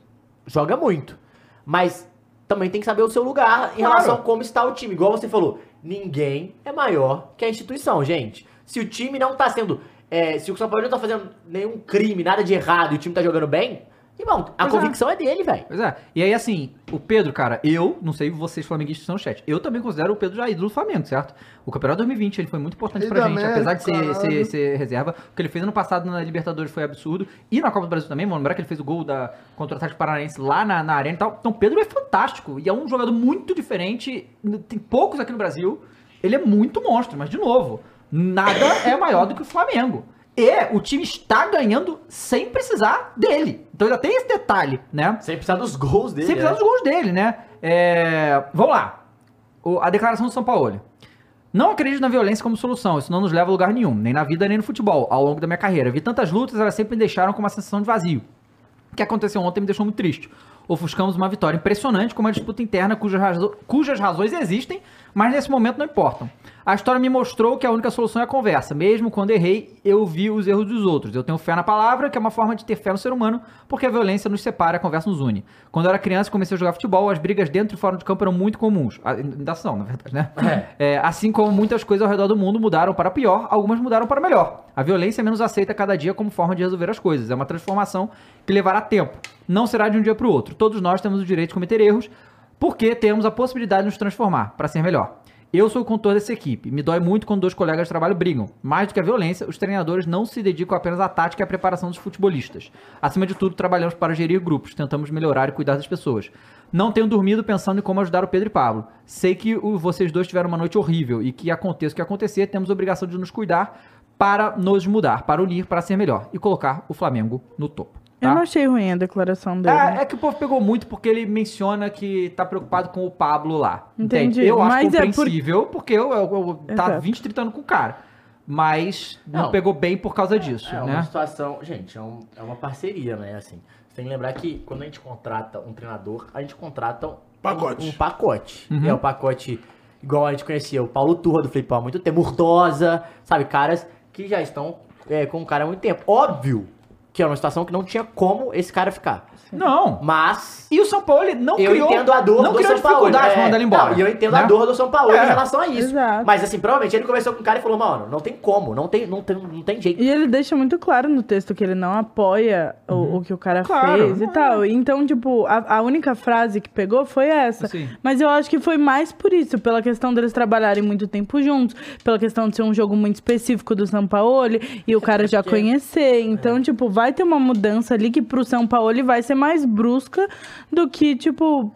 S4: joga muito. Mas também tem que saber o seu lugar em
S1: Claro.
S4: relação a como está o time. Igual você falou, ninguém é maior que a instituição, gente. Se o time não tá sendo. é, se o São Paulo não tá fazendo nenhum crime, nada de errado, e o time tá jogando bem, irmão, a
S1: Pois é.
S4: convicção é, dele, velho.
S1: Pois é. E aí, assim, o Pedro, cara, eu, não sei vocês flamenguistas estão no chat, eu também considero o Pedro já ídolo do Flamengo, certo? O Campeonato 2020, ele foi muito importante
S2: E
S1: pra
S2: da
S1: gente,
S2: América,
S1: apesar de ser,
S2: caralho.
S1: ser, ser reserva. O que ele fez ano passado na Libertadores foi absurdo. E na Copa do Brasil também, vamos lembrar que ele fez o gol da, contra o Atlético Paranaense lá na, na arena e tal. Então, o Pedro é fantástico e é um jogador muito diferente. n- Tem poucos aqui no Brasil. Ele é muito monstro, mas, de novo, nada é maior do que o Flamengo. E o time está ganhando sem precisar dele. Então ainda tem esse detalhe, né?
S4: Sem precisar dos gols dele.
S1: Sem precisar dos gols dele, né? É, Vamos lá. O- A declaração do São Paulo. Não acredito na violência como solução, isso não nos leva a lugar nenhum, nem na vida nem no futebol, ao longo da minha carreira. Vi tantas lutas, elas sempre me deixaram com uma sensação de vazio. O que aconteceu ontem me deixou muito triste. Ofuscamos uma vitória impressionante com uma disputa interna cujas, razo- cujas razões existem, mas nesse momento não importam. A história me mostrou que a única solução é a conversa. Mesmo quando errei, eu vi os erros dos outros. Eu tenho fé na palavra, que é uma forma de ter fé no ser humano, porque a violência nos separa, a conversa nos une. Quando eu era criança e comecei a jogar futebol, as brigas dentro e fora de campo eram muito comuns. Ah, Ainda são, na verdade, né? É, assim como muitas coisas ao redor do mundo mudaram para pior, algumas mudaram para melhor. A violência é menos aceita a cada dia como forma de resolver as coisas. É uma transformação que levará tempo. Não será de um dia para o outro. Todos nós temos o direito de cometer erros, porque temos a possibilidade de nos transformar para ser melhor. Eu sou o condutor dessa equipe. Me dói muito quando dois colegas de trabalho brigam. Mais do que a violência, os treinadores não se dedicam apenas à tática e à preparação dos futebolistas. Acima de tudo, trabalhamos para gerir grupos, tentamos melhorar e cuidar das pessoas. Não tenho dormido pensando em como ajudar o Pedro e Pablo. Sei que o- vocês dois tiveram uma noite horrível e que aconteça o que acontecer, temos a obrigação de nos cuidar para nos mudar, para unir, para ser melhor e colocar o Flamengo no topo.
S3: Eu não
S1: Tá?
S3: achei ruim a declaração dele.
S1: É, é que o povo pegou muito porque ele menciona que tá preocupado com o Pablo lá. Entende?
S3: Entendi,
S1: Eu acho
S3: mas é por-
S1: compreensível, porque eu, eu, eu tá
S3: Exato.
S1: 20, 30 anos com o cara. Mas não,
S4: Não.
S1: pegou bem por causa disso,
S4: É uma
S1: né?
S4: situação, gente, é, um- é uma parceria, né? Assim, você tem que lembrar que quando a gente contrata um treinador, a gente contrata um
S2: Pacote.
S4: Um, pacote.
S1: Uhum.
S4: É o pacote igual a gente conhecia o Paulo Turra do Flipão há muito tempo, Murtosa, sabe? Caras que já estão é, com o cara há muito tempo. Óbvio que era uma situação que não tinha como esse cara ficar.
S1: Não.
S4: Mas
S1: E o São Paulo ele não
S4: eu
S1: criou.
S4: entendo a dor
S1: não
S4: do
S1: criou
S4: São Paulo. é.
S1: dificuldade pra mandar ele embora.
S4: Não, e eu entendo a
S1: né?
S4: dor do São Paulo
S1: É.
S4: em relação a isso.
S3: Exato.
S4: Mas assim, provavelmente ele conversou com o cara e falou, mano, não tem como, não tem, não tem, não tem jeito.
S3: E ele deixa muito claro no texto que ele não apoia o-
S4: Uhum.
S3: o, que o cara
S1: Claro,
S3: fez e
S1: não é.
S3: tal. Então, tipo, a, a única frase que pegou foi essa.
S1: Sim.
S3: Mas eu acho que foi mais por isso, pela questão deles trabalharem muito tempo juntos, pela questão de ser um jogo muito específico do São Paulo e o
S4: [LAUGHS] É
S3: cara já conhecer. Então, tipo, vai ter uma mudança ali que pro São Paulo vai ser mais brusca do que, tipo,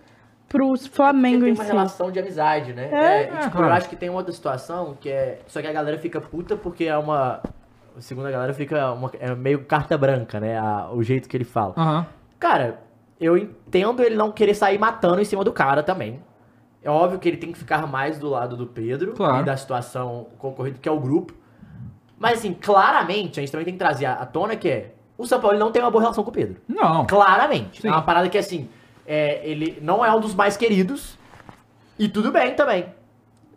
S3: pro Flamengo
S4: É Porque
S3: em
S4: tem uma
S3: si.
S4: relação de amizade, né?
S3: É,
S4: É, e, tipo,
S1: claro.
S4: eu acho que tem uma outra situação que é. Só que a galera fica puta porque é uma. Segundo a galera, fica uma- é meio carta branca, né? A- o jeito que ele fala.
S1: Aham.
S4: Cara, eu entendo ele não querer sair matando em cima do cara também. É óbvio que ele tem que ficar mais do lado do Pedro
S1: Claro.
S4: e da situação concorrida, que é o grupo. Mas, assim, claramente, a gente também tem que trazer à à tona que é. O São Paulo não tem uma boa relação com o Pedro.
S1: Não.
S4: Claramente.
S1: Sim.
S4: É uma parada que, assim, é, ele não é um dos mais queridos. E tudo bem também.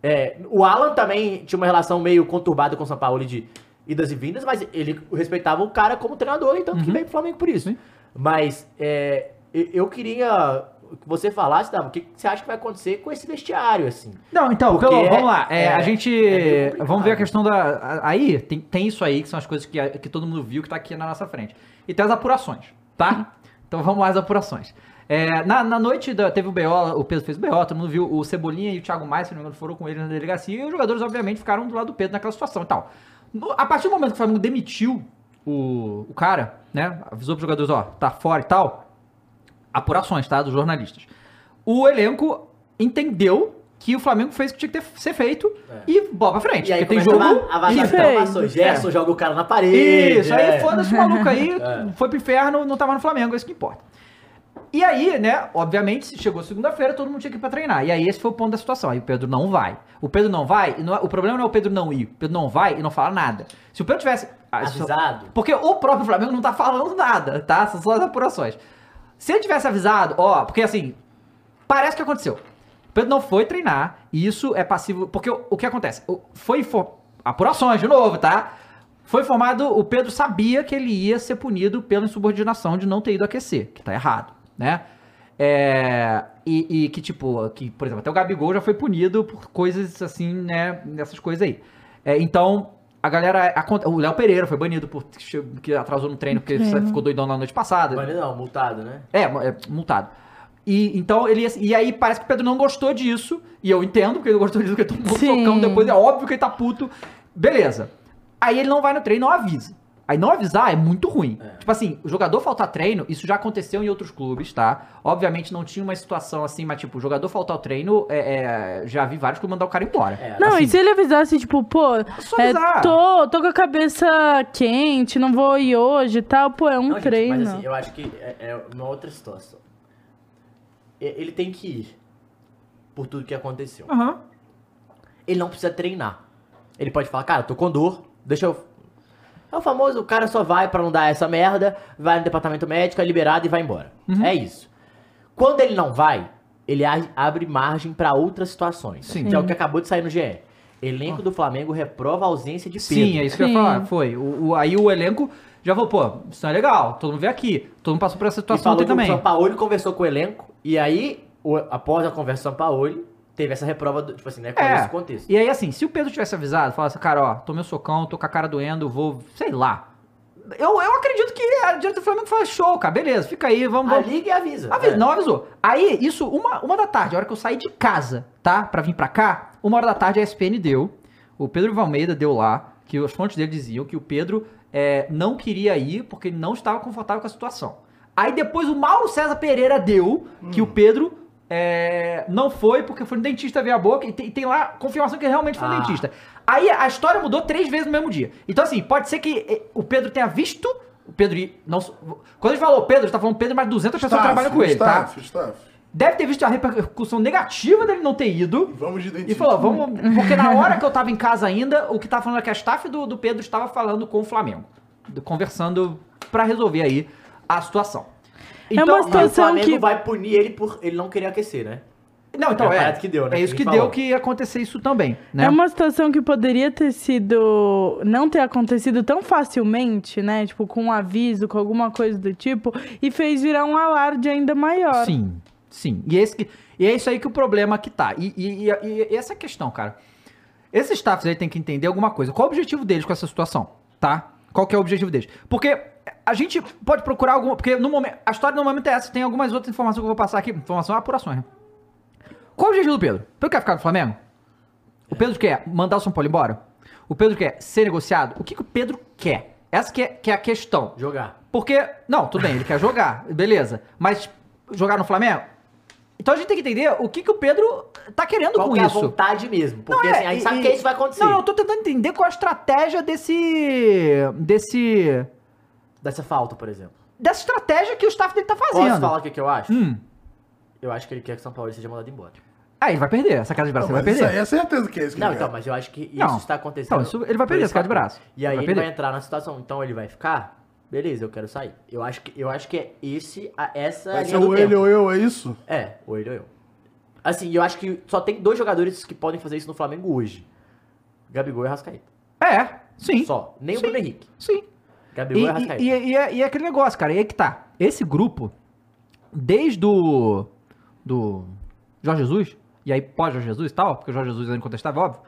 S4: É, o Alan também tinha uma relação meio conturbada com o São Paulo de idas e vindas, mas ele respeitava o cara como treinador, então que veio pro Flamengo por isso.
S1: Sim.
S4: Mas é, e- eu queria que você falasse, Dava, o que que você acha que vai acontecer com esse vestiário, assim?
S1: Não, então,
S4: Porque
S1: pelo-
S4: é-
S1: vamos lá. é,
S4: é-
S1: a gente.
S4: é meio complicado.
S1: vamos ver a questão da. a- Aí, tem, tem isso aí, que são as coisas que, a- que todo mundo viu que tá aqui na nossa frente. E tem as apurações,
S4: [LAUGHS]
S1: tá? Então vamos lá, as apurações. É, na, na noite da- teve o BO, o Pedro fez o BO, todo mundo viu o Cebolinha e o Thiago Maia, se não me engano, foram com ele na delegacia, e os jogadores, obviamente, ficaram do lado do Pedro naquela situação e tal. No- a partir do momento que o Flamengo demitiu o, o cara, né? Avisou pros jogadores, ó, tá fora e tal apurações, tá? Dos jornalistas. O elenco entendeu que o Flamengo fez o que tinha que ter, ser feito e bola pra frente.
S4: É. E aí
S1: porque tem
S4: começa
S1: jogo.
S4: a, va- a
S3: Isso.
S4: informações. Gerson joga o cara na parede.
S1: Isso, aí
S4: é.
S1: foda-se o maluco aí,
S4: [LAUGHS] É.
S1: foi pro inferno, não tava no Flamengo, é isso que importa. E aí, né, obviamente, se chegou segunda-feira, todo mundo tinha que ir pra treinar. E aí esse foi o ponto da situação. Aí o Pedro não vai. O Pedro não vai, e não é- o problema não é o Pedro não ir. O Pedro não vai e não fala nada. Se o Pedro tivesse. Ah, isso-
S4: Avisado.
S1: porque o próprio Flamengo não tá falando nada, tá? São só as apurações. Se ele tivesse avisado, ó, porque assim, parece que aconteceu. O Pedro não foi treinar, e isso é passivo. Porque o, o que acontece? O- foi infor- apurações de novo, tá? Foi formado, o Pedro sabia que ele ia ser punido pela insubordinação de não ter ido aquecer, que tá errado, né? É, e, e que, tipo, que, por exemplo, até o Gabigol já foi punido por coisas assim, né? Nessas coisas aí. É, então, a galera. a- o Léo Pereira foi banido por que atrasou no treino porque
S3: Treino.
S1: ficou doidão na noite passada.
S4: Mas não, multado, né?
S1: É, mu- é, multado. E, então, ele, ia- e aí parece que o Pedro não gostou disso, e eu entendo que ele não gostou disso, porque ele tomou um
S3: Sim.
S1: socão depois, é óbvio que ele tá puto. Beleza. Aí ele não vai no treino, não avisa. Aí não avisar é muito ruim. Tipo assim, o jogador faltar treino, isso já aconteceu em outros clubes, tá? Obviamente não tinha uma situação assim, mas tipo, o jogador faltar o treino, é, é, já vi vários clubes mandar o cara embora.
S4: É.
S3: Não,
S1: Assim,
S3: e se ele avisasse, tipo, pô,
S1: só
S3: é,
S1: avisar.
S3: tô, tô com a cabeça quente, não vou ir hoje e tal, pô, é um
S4: Não, gente,
S3: treino.
S4: mas assim, eu acho que é, é uma outra situação. E- Ele tem que ir. Por tudo que aconteceu.
S1: Aham.
S4: Ele não precisa treinar. Ele pode falar, cara, eu tô com dor, deixa eu. É o famoso, o cara só vai pra não dar essa merda, vai no departamento médico, é liberado e vai embora.
S1: Uhum.
S4: É isso. Quando ele não vai, ele a- abre margem pra outras situações.
S1: Sim.
S4: Que é o que acabou de sair no GE. Elenco do Flamengo reprova a ausência de Pedro.
S1: Sim, é isso que eu ia
S3: Sim.
S1: falar. Foi. O, o- aí o elenco já falou, pô, isso não é legal, todo mundo veio aqui, todo mundo passou por essa
S4: E
S1: situação
S4: falou
S1: ontem
S4: que o
S1: também.
S4: Sampaoli conversou com o elenco, e aí, o- após a conversa do Sampaoli, teve essa reprova, do, tipo assim, né, com
S1: É.
S4: esse contexto.
S1: E aí, assim, se o Pedro tivesse avisado, falasse, cara, ó, tomei um socão, tô com a cara doendo, vou, sei lá. Eu, eu acredito que a direita do Flamengo fala, show, cara, beleza, fica aí, vamos,
S4: A
S1: vamos.
S4: liga e avisa.
S1: Avisa,
S4: É.
S1: Não avisou. Aí, isso, uma, uma da tarde, a hora que eu saí de casa, tá? Pra vir pra cá, uma hora da tarde a SPN deu. O Pedro Valmeida deu lá, que as fontes dele diziam que o Pedro é, não queria ir porque ele não estava confortável com a situação. Aí depois o Mauro César Pereira deu que
S4: Hum.
S1: o Pedro é, não foi porque foi no dentista ver a boca e tem, e tem lá confirmação que ele realmente foi no
S4: Ah.
S1: dentista. Aí a história mudou três vezes no mesmo dia. Então, assim, pode ser que eh, o Pedro tenha visto. O Pedro. e- Não, quando a gente falou Pedro, a gente tá falando Pedro, mas 200 pessoas trabalham com ele, tá?
S2: staff, staff.
S1: deve ter visto a repercussão negativa dele não ter ido.
S2: Vamos de
S1: E
S2: dentista.
S1: falou, vamos. Porque na hora que eu tava em casa ainda, o que tava falando é que a staff do, do Pedro estava falando com o Flamengo. do- Conversando pra resolver aí a situação. Então,
S3: É uma
S4: E
S3: situação-
S4: o Flamengo
S3: que-
S4: vai punir ele por ele não querer aquecer, né?
S1: Não, então
S4: É a
S1: é.
S4: parada que deu, né,
S1: É
S4: que
S1: isso
S4: a
S1: que
S4: gente
S1: deu
S4: falou.
S1: que ia acontecer isso também, né?
S3: É uma situação que poderia ter sido. não ter acontecido tão facilmente, né? Tipo, com um aviso, com alguma coisa do tipo, e fez virar um alarde ainda maior.
S1: Sim, sim. E, esse que- e é isso aí que o problema que tá. E, e- e- e essa é questão, cara. Esses staffs aí tem que entender alguma coisa. Qual o objetivo deles com essa situação, tá? Qual que é o objetivo deles? Porque a gente pode procurar alguma... Porque no momento, a história no momento é essa. Tem algumas outras informações que eu vou passar aqui. Informação é apurações, né? Qual o objetivo do Pedro? O Pedro quer ficar no Flamengo?
S4: É.
S1: O Pedro quer mandar o São Paulo embora? O Pedro quer ser negociado? O que, que o Pedro quer? Essa que é- que é a questão.
S4: Jogar.
S1: Porque, não, tudo bem, ele quer jogar, beleza. Mas jogar no Flamengo? Então a gente tem que entender o que, que o Pedro tá querendo
S4: Qual
S1: com
S4: que é a
S1: isso.
S4: vontade mesmo. Porque assim, a gente
S1: e-
S4: sabe
S1: é, e-
S4: que isso vai acontecer.
S1: Não, eu tô tentando entender qual é a estratégia desse. desse.
S4: Dessa falta, por exemplo.
S1: dessa estratégia que o staff dele tá fazendo.
S4: Posso falar o que, que eu acho?
S1: Hum.
S4: Eu acho que ele quer que o São Paulo seja mandado embora.
S1: Aí ele vai perder, essa casa de braço
S2: Não,
S1: ele vai
S2: mas isso aí
S1: perder.
S2: é certeza que é isso que
S4: Não,
S2: ele
S4: então,
S2: quer.
S4: mas eu acho que isso
S1: Não.
S4: está acontecendo.
S1: Então, isso- ele vai perder
S4: Por
S1: esse cara de braço.
S4: E aí
S1: Vai
S4: ele vai
S1: perder.
S4: entrar na situação. Então ele vai ficar? Beleza, eu quero sair. Eu acho que, eu acho que é esse, a, essa
S2: Vai
S4: linha
S2: ser
S4: do
S2: o
S4: tempo.
S2: ele ou eu, é isso?
S4: É, ou ele ou eu. Assim, eu acho que só tem dois jogadores que podem fazer isso no Flamengo hoje. Gabigol e Arrascaeta.
S1: É, sim.
S4: Só. Nem o Bruno Henrique.
S1: Sim.
S4: Gabigol e Arrascaeta.
S1: E, e, e, e é, e é aquele negócio, cara, e aí que tá. Esse grupo, desde o. do Jorge Jesus, e aí pós-Jorge Jesus e tal, porque o Jorge Jesus é incontestável, óbvio.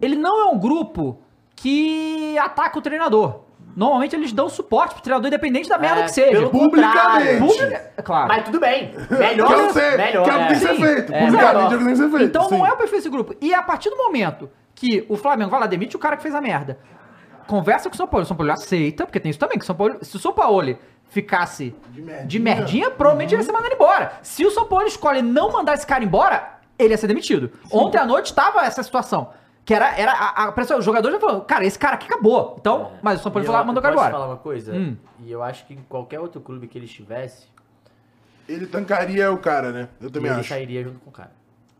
S1: Ele não é um grupo que ataca o treinador. Normalmente eles dão suporte pro treinador, independente da merda
S4: É,
S1: que seja.
S4: pelo
S2: Publicamente.
S4: contrário.
S1: Público- é Claro.
S4: Mas tudo bem.
S2: [LAUGHS] Que eu
S4: Melhor,
S2: sei,
S4: melhor.
S2: que é o que tem que ser
S1: Sim,
S2: feito.
S4: é,
S2: Publicamente
S4: melhor.
S2: é o que tem que ser feito.
S1: Então
S2: sim.
S1: não é o perfil desse grupo. E a partir do momento que o Flamengo vai lá, demite o cara que fez a merda, conversa com o São Paulo, o São Paulo aceita, porque tem isso também, que o São Paulo, se o São Paulo ficasse de merdinha,
S2: merdinha.
S1: provavelmente ele ia ser mandado embora. Se o São Paulo escolhe não mandar esse cara embora, ele ia ser demitido. Ontem à noite tava essa situação. Que era, era a, a pessoa, o jogador já falou, cara, esse cara aqui acabou. Então,
S2: É.
S1: mas o São Paulo
S4: E
S1: foi lá,
S4: eu-
S1: mandou o
S4: eu
S1: cara
S4: posso
S1: embora.
S4: falar uma coisa?
S1: Hum.
S4: E eu acho que em qualquer outro clube que ele estivesse,
S2: Ele tancaria o cara, né? Eu também
S4: ele
S2: acho.
S4: sairia junto com o cara.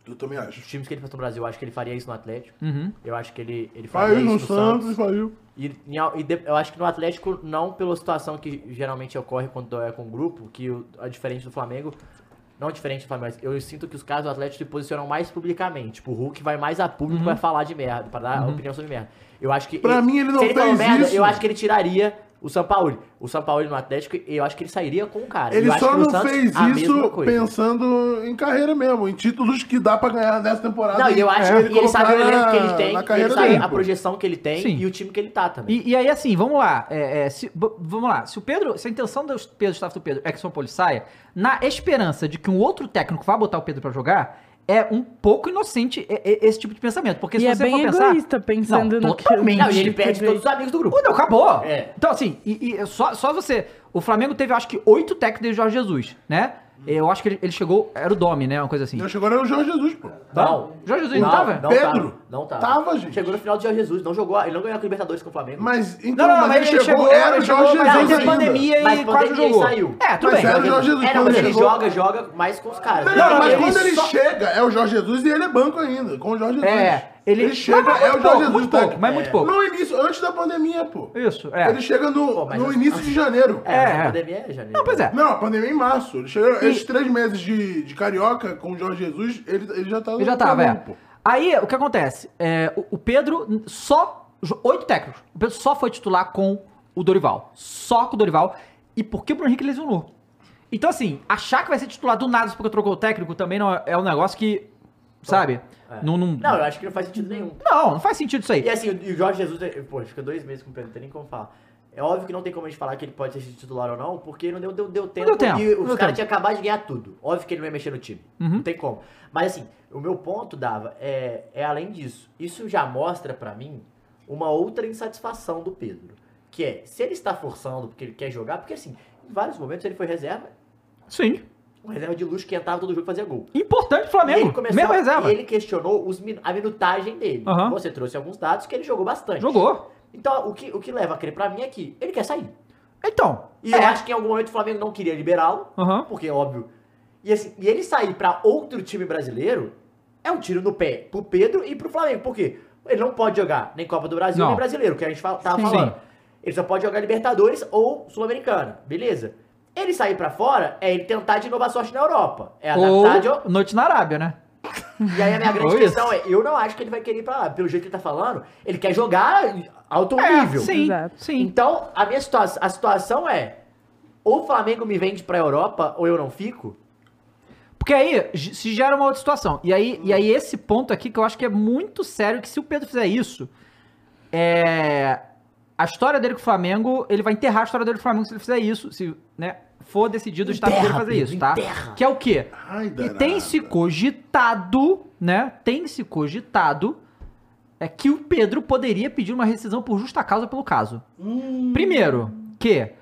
S2: Eu também acho.
S4: Os times que ele fez no Brasil, eu acho que ele faria isso no Atlético.
S1: Uhum.
S4: Eu acho que ele, ele faria
S2: Saiu no
S4: isso no Santos.
S2: Santos, saiu.
S4: E, em al- e de- eu acho que no Atlético, não pela situação que geralmente ocorre quando é com o grupo, que o, a diferente do Flamengo, Não diferente do Flamengo, mas eu sinto que os caras do Atlético se posicionam mais publicamente. Tipo, o Hulk vai mais a público
S1: Uhum.
S4: vai falar de merda, pra dar opinião sobre merda. Eu acho que.
S2: Pra mim, ele não
S4: se ele falou
S2: fez
S4: merda,
S2: isso.
S4: Eu acho que ele tiraria o Sampaoli. O Sampaoli no Atlético, eu acho que ele sairia com o cara.
S2: Ele
S4: Eu acho
S2: só
S4: que no
S2: não
S4: Santos,
S2: fez
S4: a mesma
S2: isso
S4: coisa.
S2: pensando em carreira mesmo, em títulos que dá pra ganhar nessa temporada.
S4: Não, e eu acho
S2: é,
S4: que e ele sabe o
S2: colocar
S4: elenco que ele
S2: na-
S4: tem,
S2: na
S4: ele
S2: carreira
S4: sabe
S2: dele,
S4: a
S2: pô.
S4: projeção que ele tem
S1: Sim.
S4: e o time que ele tá também.
S1: E, e aí, assim, vamos lá. é, é, se- b- vamos lá. Se o Pedro. Se a intenção do Pedro, do staff do Pedro é que o São Paulo saia, na esperança de que um outro técnico vá botar o Pedro pra jogar, é um pouco inocente e- e- esse tipo de pensamento. Porque se
S3: E é
S1: você
S3: bem
S1: for pensar.
S3: egoísta pensando
S1: Não,
S3: no
S1: totalmente.
S4: Não, e ele
S3: que
S4: perde
S3: veio.
S4: todos os amigos do grupo.
S1: Fudeu, acabou.
S4: É.
S1: Então, assim, e, e só, só você. O Flamengo teve, acho que, oito técnicos desde o Jorge Jesus, né? Eu acho que ele, ele chegou. Era o Domi, né? Uma coisa assim.
S2: Já chegou era o Jorge Jesus, pô.
S4: Não.
S1: Jorge tá? Jesus não tava?
S4: Não
S2: Pedro?
S4: tava. Não tava.
S2: Tava, gente.
S4: Chegou no final do Jorge Jesus. Não jogou, ele não ganhou com o Libertadores com o Flamengo.
S2: Mas, então,
S1: não,
S2: mas ele chegou, era o
S1: ele
S2: Jorge
S1: mas aí
S2: Jesus
S1: teve
S2: ainda.
S1: pandemia
S4: Mas
S1: e quase
S4: pandemia e
S1: jogou.
S4: saiu.
S1: É, tudo
S2: Mas
S1: bem.
S2: era o Jorge Jesus
S4: é, não,
S2: quando
S4: mas
S2: ele
S4: ele
S2: chegou.
S4: joga, joga mais com os caras.
S2: Não,
S1: Não,
S2: mas
S1: ele
S2: quando ele
S4: só-
S2: chega, é o Jorge Jesus e ele é banco ainda, com o Jorge Jesus.
S1: É, ele-
S2: chega,
S1: Mas
S2: é
S1: muito
S2: o Jorge
S1: pouco,
S2: Jesus.
S1: muito
S2: tá?
S1: pouco, mas muito pouco.
S2: No início, antes da pandemia, pô.
S1: Isso, é.
S2: Ele chega no,
S4: Pô, mas
S2: no
S4: as-
S2: início de janeiro.
S4: É,
S1: É,
S4: a
S1: é.
S4: pandemia é janeiro.
S1: Não, pois é.
S2: Não, a pandemia é em março. Ele chega,
S1: E-
S2: esses três meses de, de Carioca com o Jorge Jesus, ele, ele já tava
S1: Ele já
S2: no
S1: tava,
S2: Flamengo,
S1: é.
S2: tá pô.
S1: Aí, o que acontece? É, o, o Pedro n- só. jo- Oito técnicos. O Pedro só foi titular com o Dorival. Só com o Dorival. E porque o Bruno Henrique lesionou. Então, assim, achar que vai ser titular do nada só porque trocou o técnico também não é, é um negócio que. Sabe?
S4: É.
S1: Não, não,
S4: Não, eu acho que não faz sentido nenhum.
S1: não, não faz sentido isso aí.
S4: E assim, o- e o Jorge Jesus, eh, pô, fica dois meses com o Pedro, não tem nem como falar. É óbvio que não tem como a gente falar que ele pode ser titular ou não, porque não deu, deu, deu tempo,
S1: deu tempo,
S4: e
S1: não
S4: os
S1: deu
S4: caras
S1: tempo. Uhum.
S4: tinham acabado de ganhar tudo. Óbvio que ele não ia mexer no time, não tem como. Mas assim, o meu ponto, Dava, é, é além disso. Isso já mostra pra mim uma outra insatisfação do Pedro. Que é, se ele está forçando porque ele quer jogar, porque assim, em vários momentos ele foi reserva,
S1: Sim.
S4: um reserva de luxo que entrava todo jogo e fazia gol.
S1: Importante o
S4: E ele
S1: Flamengo.
S4: começou
S1: Mesmo
S4: a-
S1: reserva.
S4: e ele questionou os min- a minutagem dele.
S1: Aham.
S4: Você trouxe alguns dados que ele jogou bastante.
S1: Jogou.
S4: Então, o que, o que leva a crer pra mim é que ele quer sair.
S1: Então.
S4: E
S1: é.
S4: eu acho que em algum momento o Flamengo não queria liberá-lo,
S1: Aham.
S4: porque é óbvio. E, assim, e ele sair pra outro time brasileiro é um tiro no pé pro Pedro e pro Flamengo. Por quê? Ele não pode jogar nem Copa do Brasil,
S1: Não.
S4: nem brasileiro, que a gente fala- tava
S1: Sim.
S4: Tá falando.
S1: Sim.
S4: Ele só pode jogar Libertadores ou Sul-Americana, beleza? Ele sair pra fora é ele tentar de novo a sorte na Europa. É adaptar de,
S1: Ou noite na Arábia, né?
S4: e aí
S1: [LAUGHS]
S4: a minha grande
S1: Ou
S4: questão
S1: isso.
S4: é, eu não acho que ele vai querer ir pra lá. Pelo jeito que ele tá falando, ele quer jogar em alto nível.
S1: É, sim,
S3: Exato.
S1: sim.
S4: Então, a minha situação, a situação é, ou o Flamengo me vende pra Europa, ou eu não fico.
S1: Porque aí g- se gera uma outra situação. E aí, e aí esse ponto aqui que eu acho que é muito sério, que se o Pedro fizer isso, é... a história dele com o Flamengo, ele vai enterrar a história dele com o Flamengo se ele fizer isso, se né, for decidido o Estado dele
S4: Enterra,
S1: fazer
S4: Pedro,
S1: isso, tá?
S4: enterra.
S1: Que é o quê?
S2: Ai,
S1: E
S2: danada.
S1: tem se cogitado, né? Tem se cogitado é que o Pedro poderia pedir uma rescisão por justa causa pelo caso.
S4: Hum.
S1: Primeiro, que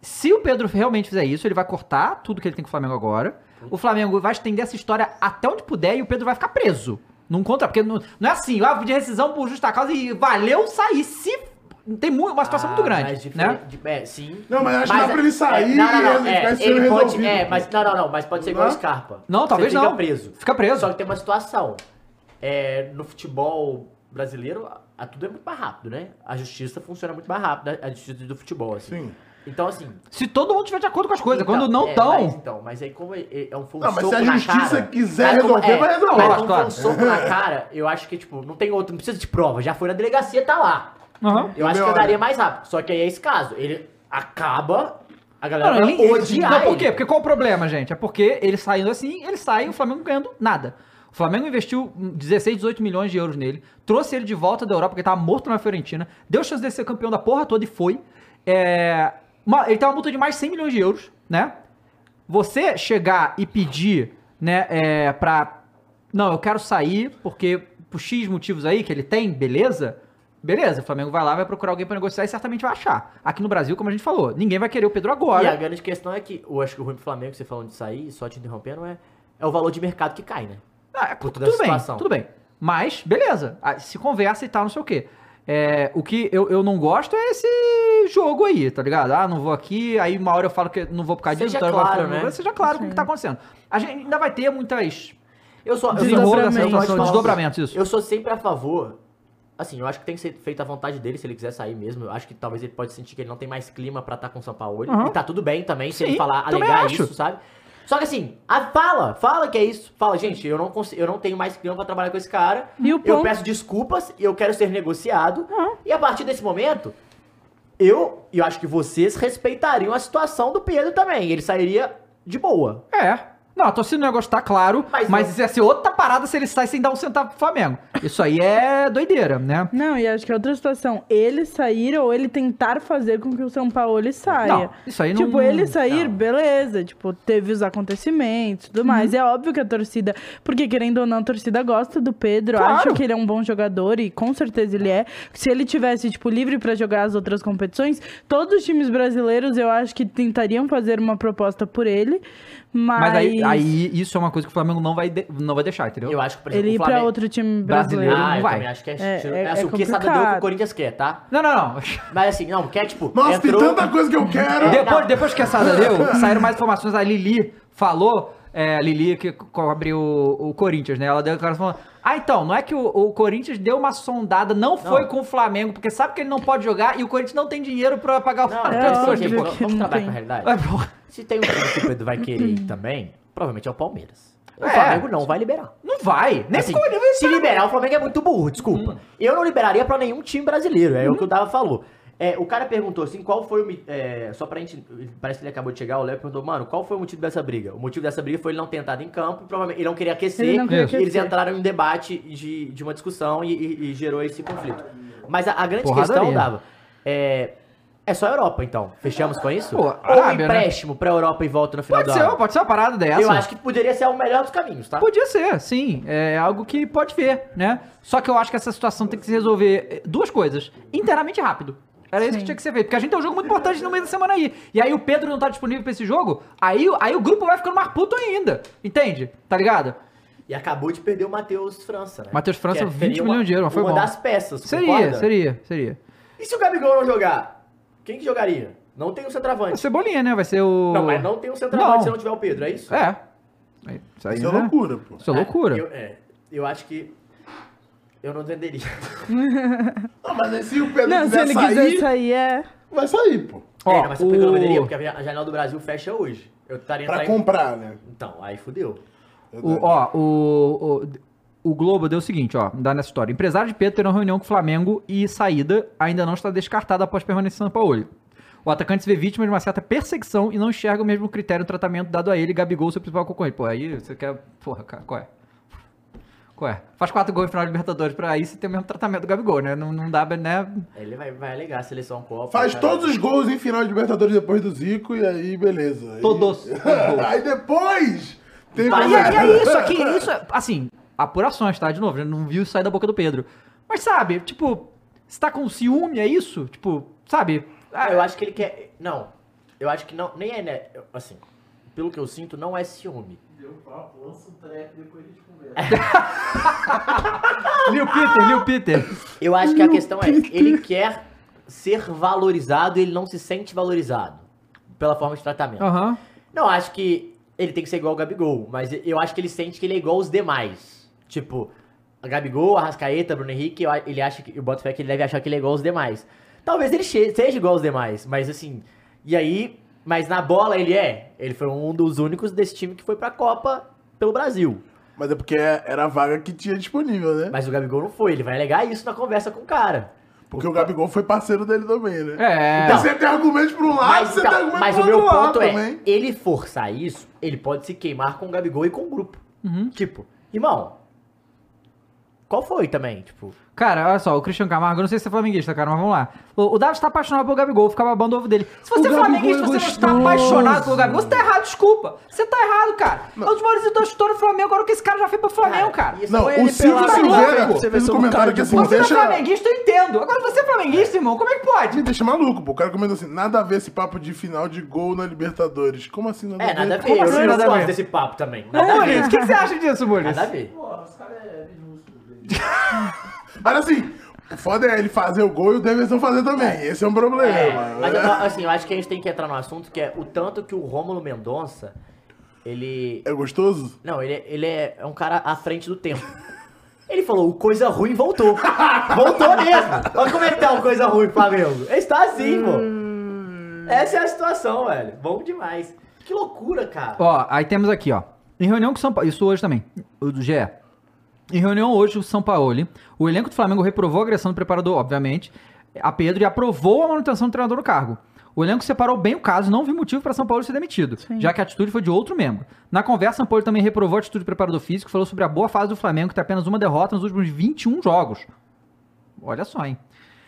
S1: se o Pedro realmente fizer isso, ele vai cortar tudo que ele tem com o Flamengo agora. O Flamengo vai estender essa história até onde puder e o Pedro vai ficar preso. Não contra, porque não, não é assim, ah, pedir rescisão por justa causa e valeu sair. Se tem mu- uma situação
S4: Ah,
S1: muito grande,
S4: mas
S1: né?
S4: diferente- de- é, sim.
S2: Não, mas acho que dá pra ele sair
S4: é, não, não, não,
S2: e ficar
S4: é,
S2: sendo
S4: ele pode,
S2: resolvido. Né?
S4: é, mas não, não, não, mas pode ser igual o
S2: Não?
S4: Scarpa.
S1: Não, talvez
S4: Você fica
S1: não.
S4: preso.
S1: Fica preso.
S4: Só que tem uma situação. É, no futebol brasileiro, a- a tudo é muito mais rápido, né? A justiça funciona muito mais rápido, né? a justiça do futebol, assim.
S2: Sim.
S4: Então, assim,
S1: Se todo mundo estiver de acordo com as coisas,
S4: Então,
S1: quando não
S4: é,
S1: estão,
S4: Mas, então, mas aí como é, é- é um foi um
S2: Não, mas
S4: soco
S2: se a
S4: na
S2: justiça
S4: cara-
S2: quiser
S4: mas como- é,
S2: resolver, vai resolver.
S4: Mas
S1: Claro,
S4: como foi
S1: claro.
S4: um soco na cara, eu acho que, tipo, não tem outro, não precisa de prova. Já foi na delegacia, tá lá.
S1: Aham.
S4: Eu acho que
S2: Meu
S4: eu daria
S2: olho.
S4: mais rápido. Só que aí é esse caso. Ele acaba, a
S1: Não,
S4: galera
S1: não,
S4: vai
S1: ele,
S4: odiar
S1: não, por
S4: ele.
S1: quê? Porque qual o problema, gente? É porque ele saindo assim, ele sai e o Flamengo ganhando nada. O Flamengo investiu hum, 16, 18 milhões de euros nele, trouxe ele de volta da Europa, porque ele tava morto na Fiorentina, deu chance de ser campeão da porra toda e foi. É, uma- ele tem uma multa de mais 100 milhões de euros, né? Você chegar e pedir, né, é, pra. Não, eu quero sair porque por X motivos aí que ele tem, beleza? Beleza, o Flamengo vai lá, vai procurar alguém pra negociar e certamente vai achar. Aqui no Brasil, como a gente falou, ninguém vai querer o Pedro agora.
S4: E a grande questão é que, eu acho que o ruim do Flamengo, que você falando de sair, só te interrompendo, é, é o valor de mercado que cai, né?
S1: Ah,
S4: Por toda
S1: tudo
S4: a
S1: bem,
S4: situação.
S1: tudo bem. Mas, beleza. Ah, Se conversa e tal, não sei o quê. É, o que eu, eu não gosto é esse jogo aí, tá ligado? Ah, não vou aqui, aí uma hora eu falo que não vou por causa disso,
S4: Seja
S1: outra hora eu falo
S4: claro,
S1: que não vou,
S4: né?
S1: seja claro com o que tá acontecendo. A gente ainda vai ter muitas
S4: Eu sou, eu sou-
S1: desenrolos dessa
S3: Desdobramentos.
S1: situação, desdobramentos, isso.
S4: Eu sou sempre a favor. Assim, eu acho que tem que ser feita a vontade dele se ele quiser sair mesmo. Eu acho que talvez ele pode sentir que ele não tem mais clima pra estar com o São Paulo.
S1: Aham.
S4: E tá tudo bem também, se
S1: Sim,
S4: ele falar,
S1: também
S4: alegar
S1: acho.
S4: isso, sabe? Só que assim, a- fala, fala que é isso. Fala, gente, eu não, consigo, eu não tenho mais clima pra trabalhar com esse cara.
S3: E o
S4: eu
S3: ponto-
S4: peço desculpas, eu quero ser negociado. E a partir desse momento, eu e eu acho que vocês respeitariam a situação do Pedro também. Ele sairia de boa.
S1: É. Não, a torcida não ia gostar, claro.
S4: Mas
S1: Mas,
S4: não.
S1: isso ia ser outra parada se ele sai sem dar um centavo pro Flamengo. Isso aí é doideira, né?
S3: Não, e acho que é outra situação. Ele sair ou ele tentar fazer com que o São Paulo saia.
S1: Não, isso aí não-
S3: Tipo, ele sair,
S1: não.
S3: beleza. Tipo, teve os acontecimentos e tudo
S1: Uhum.
S3: mais. É óbvio que a torcida. Porque, querendo ou não, a torcida gosta do Pedro.
S1: Claro.
S3: Acha que ele é um bom jogador e com certeza ele é. Se ele tivesse, tipo, livre pra jogar as outras competições, todos os times brasileiros eu acho que tentariam fazer uma proposta por ele. Mas,
S1: Mas aí,
S3: [LAUGHS]
S1: aí isso é uma coisa que o Flamengo não vai, de- não vai deixar, entendeu?
S4: Eu acho que, por exemplo,
S3: ele ir
S4: o
S3: pra
S4: Flamengo...
S3: outro time
S1: Brasileiro.
S3: brasileiro.
S4: Ah,
S1: não
S4: eu
S1: vai.
S4: também acho que é...
S3: É,
S4: é,
S3: é-
S4: assim,
S3: é
S4: o que sabe deu o que o
S3: complicado.
S4: Corinthians quer, tá?
S1: Não, não, não.
S4: Mas assim, não, quer tipo...
S2: Nossa,
S4: entrou-
S2: tem tanta coisa que eu quero.
S1: Depois, depois que essa deu, saíram mais informações. A Lili falou, é, a Lili que cobre o, o Corinthians, né? Ela deu cara falando. Ah, então, não é que o, o Corinthians deu uma sondada, não foi com o Flamengo, porque sabe que ele não pode jogar e o Corinthians não tem dinheiro pra pagar o
S4: Não,
S1: Flamengo.
S4: é,
S3: óbvio
S4: assim,
S3: que
S4: pô, vamos
S3: não
S4: trabalhar
S3: tem.
S4: com a realidade.
S1: Vai, porra.
S4: Se tem um time que o Pedro vai querer ir também, provavelmente é o Palmeiras. O
S1: É.
S4: Flamengo não vai liberar.
S1: Não vai. Nem
S4: Assim,
S1: ficou nível
S4: se liberar, o Flamengo é muito
S1: Uhum.
S4: burro, desculpa. Eu não liberaria pra nenhum time brasileiro, é o que o Dava falou. É, o cara perguntou assim, qual foi o... mi- É, só pra gente... Parece que ele acabou de chegar, o Léo perguntou, mano, qual foi o motivo dessa briga? O motivo dessa briga foi ele não ter entrado em campo, provavelmente ele não queria aquecer,
S3: Ele não queria
S4: e eles
S3: aquecer.
S4: entraram em um debate de, de uma discussão e, e- e gerou esse conflito. Mas a, a grande
S1: Porradaria.
S4: questão, Dava, é... É só a Europa, então. Fechamos com isso?
S1: Pô,
S4: Ou
S1: Arábia, né?
S4: empréstimo pra Europa e volta no final
S1: Pode
S4: do
S1: ser,
S4: ano?
S1: pode ser uma parada dessa.
S4: Eu acho que poderia ser o melhor dos caminhos, tá?
S1: Podia ser, sim. É algo que pode ver, né? Só que eu acho que essa situação tem que se resolver eh, duas coisas. Inteiramente rápido. Era isso que
S3: Sim.
S1: tinha que ser feito. Porque a gente tem um jogo muito importante no meio da semana aí. E aí o Pedro não tá disponível pra esse jogo, aí, o- aí o grupo vai ficando mais puto ainda. Entende? Tá ligado?
S4: E acabou de perder o Matheus França, né?
S1: Matheus França,
S4: Que
S1: 20
S4: seria
S1: milhões de euros, mas foi
S4: uma
S1: bom.
S4: das peças,
S1: Seria,
S4: concorda?
S1: seria, seria.
S4: E se o Gabigol não jogar? Quem que jogaria? Não tem um
S1: O
S4: centroavante.
S1: Cebolinha, né? Vai ser o...
S4: Não, mas não tem um centroavante
S1: Não.
S4: se não tiver o Pedro, é isso?
S1: É. Aí, Isso aí,
S2: Isso é
S1: né?
S2: loucura, pô.
S1: Isso é loucura.
S4: Eu, é, eu acho que... Eu não venderia.
S2: Não, mas aí se o Pedro
S3: Não, se
S2: quiser
S3: ele
S2: sair,
S3: quiser sair, é.
S2: vai sair, pô.
S1: Ó,
S4: é, não, mas se o Pedro não
S1: o-
S4: venderia, porque a Janela do Brasil fecha hoje. Eu estaria
S2: Pra
S4: entrando-
S2: comprar, né?
S4: Então, aí fudeu.
S2: É
S1: O, ó, o, o, o Globo deu o seguinte, ó, dá nessa história. Empresário de Pedro terá reunião com o Flamengo e saída ainda não está descartada após permanecer em São Paulo. O atacante se vê vítima de uma certa perseguição e não enxerga o mesmo critério de tratamento dado a ele, Gabigol, seu principal concorrente. Pô, aí você quer... Porra, cara, qual é? Qual é? Faz quatro gols no final de Libertadores pra aí você ter o mesmo tratamento do Gabigol, né? Não, não dá, né?
S4: Ele vai, vai alegar a seleção Copa.
S2: Faz
S4: cara.
S2: todos os gols em final de Libertadores depois do Zico e aí beleza. Aí- [LAUGHS]
S1: Todos os gols.
S2: aí depois tem
S4: Vai,
S1: E é, e
S2: problema.
S1: é isso aqui, isso é, assim, apurações, tá? De novo, eu não vi isso sair da boca do Pedro. Mas sabe, tipo, se tá com ciúme, é isso? Tipo, sabe?
S4: Ah, eu acho que ele quer. Não. Eu acho que não. Nem é, né? eu- Assim, pelo que eu sinto, não é ciúme. [LAUGHS]
S1: Lil Peter, Lil Peter.
S4: Eu acho que a questão é, ele quer ser valorizado e ele não se sente valorizado. Pela forma de tratamento.
S1: Aham.
S4: Não, acho que ele tem que ser igual o Gabigol, mas eu acho que ele sente que ele é igual os demais. Tipo, a Gabigol, a Rascaeta, Bruno Henrique, eu a- ele acha que. O Botafogo que ele deve achar que ele é igual os demais. Talvez ele che- seja igual os demais, mas assim. E aí. Mas na bola ele é. Ele foi um dos únicos desse time que foi pra Copa pelo Brasil.
S2: Mas é porque era a vaga que tinha disponível, né?
S4: Mas o Gabigol não foi, ele vai alegar isso na conversa com o cara.
S2: Porque o Gabigol foi parceiro dele também, né?
S1: É.
S2: Então, você tem argumento pra um lado,
S4: Mas,
S2: você
S1: tá
S4: então,
S2: tem argumento
S4: mas
S2: pro
S4: o meu
S2: outro lado
S4: ponto é,
S2: também.
S4: ele forçar isso, ele pode se queimar com o Gabigol e com o grupo. Tipo, irmão, qual foi também? Tipo,
S1: Cara, olha só, o Christian Camargo, eu não sei se você é flamenguista, cara, mas vamos lá. O, o Davi está apaixonado pelo Gabigol, fica babando o ovo dele. Se você
S2: O
S1: é
S2: Gabigol
S1: flamenguista,
S2: é
S1: você não está
S2: gostoso.
S1: apaixonado pelo Gabigol, você tá errado, desculpa. Você tá errado, cara. É um dos maiores ídolos da história do Flamengo, olha o que esse cara já fez pro Flamengo, cara.
S4: isso
S2: Não,
S4: foi
S2: o
S4: ele
S2: Silvio
S4: pelado.
S2: Silveira
S6: Você vai
S2: fez
S6: ser
S2: um
S6: um
S2: comentário
S6: cara
S2: que
S6: de
S2: assim,
S6: boa.
S2: me
S1: Você não é
S2: deixa,
S1: flamenguista, eu entendo. Agora você é flamenguista, irmão, como é que pode?
S2: me deixa maluco, pô. O cara comenta assim, nada a ver esse papo de final de gol na Libertadores. Como assim nada
S4: É, nada a ver,
S1: Como
S4: eu,
S1: assim
S4: eu
S1: nada a
S4: gosto
S1: ver?
S4: desse papo também. Nada a
S1: Mules, o
S4: ver.
S1: que, que você acha disso, Mules?
S4: Nada a ver.
S2: Mas assim, o foda é ele fazer o gol e o Davidson fazer também. Esse é um problema.
S4: É, mas eu- assim, eu acho que a gente tem que entrar no assunto que é o tanto que o Rômulo Mendonça, ele.
S2: É gostoso?
S4: Não, ele, é- ele é é um cara à frente do tempo. Ele falou, o coisa ruim [LAUGHS] voltou. voltou mesmo. Olha como é que tá o Hum. coisa ruim, Flamengo. Ele está assim, pô. Essa é a situação, velho. Bom demais. Que loucura, cara.
S1: Ó, aí temos aqui, ó. Em reunião com o São Paulo. Isso hoje também, o do GE. Em reunião hoje com o São Paulo, o elenco do Flamengo reprovou a agressão do preparador, obviamente, a Pedro e aprovou a manutenção do treinador no cargo. O elenco separou bem o caso, não viu motivo para São Paulo ser demitido,
S3: Sim.
S1: já que a atitude foi de outro membro. Na conversa, São Paulo também reprovou a atitude do preparador físico, falou sobre a boa fase do Flamengo, que tem apenas uma derrota nos últimos 21 jogos. Olha só, hein?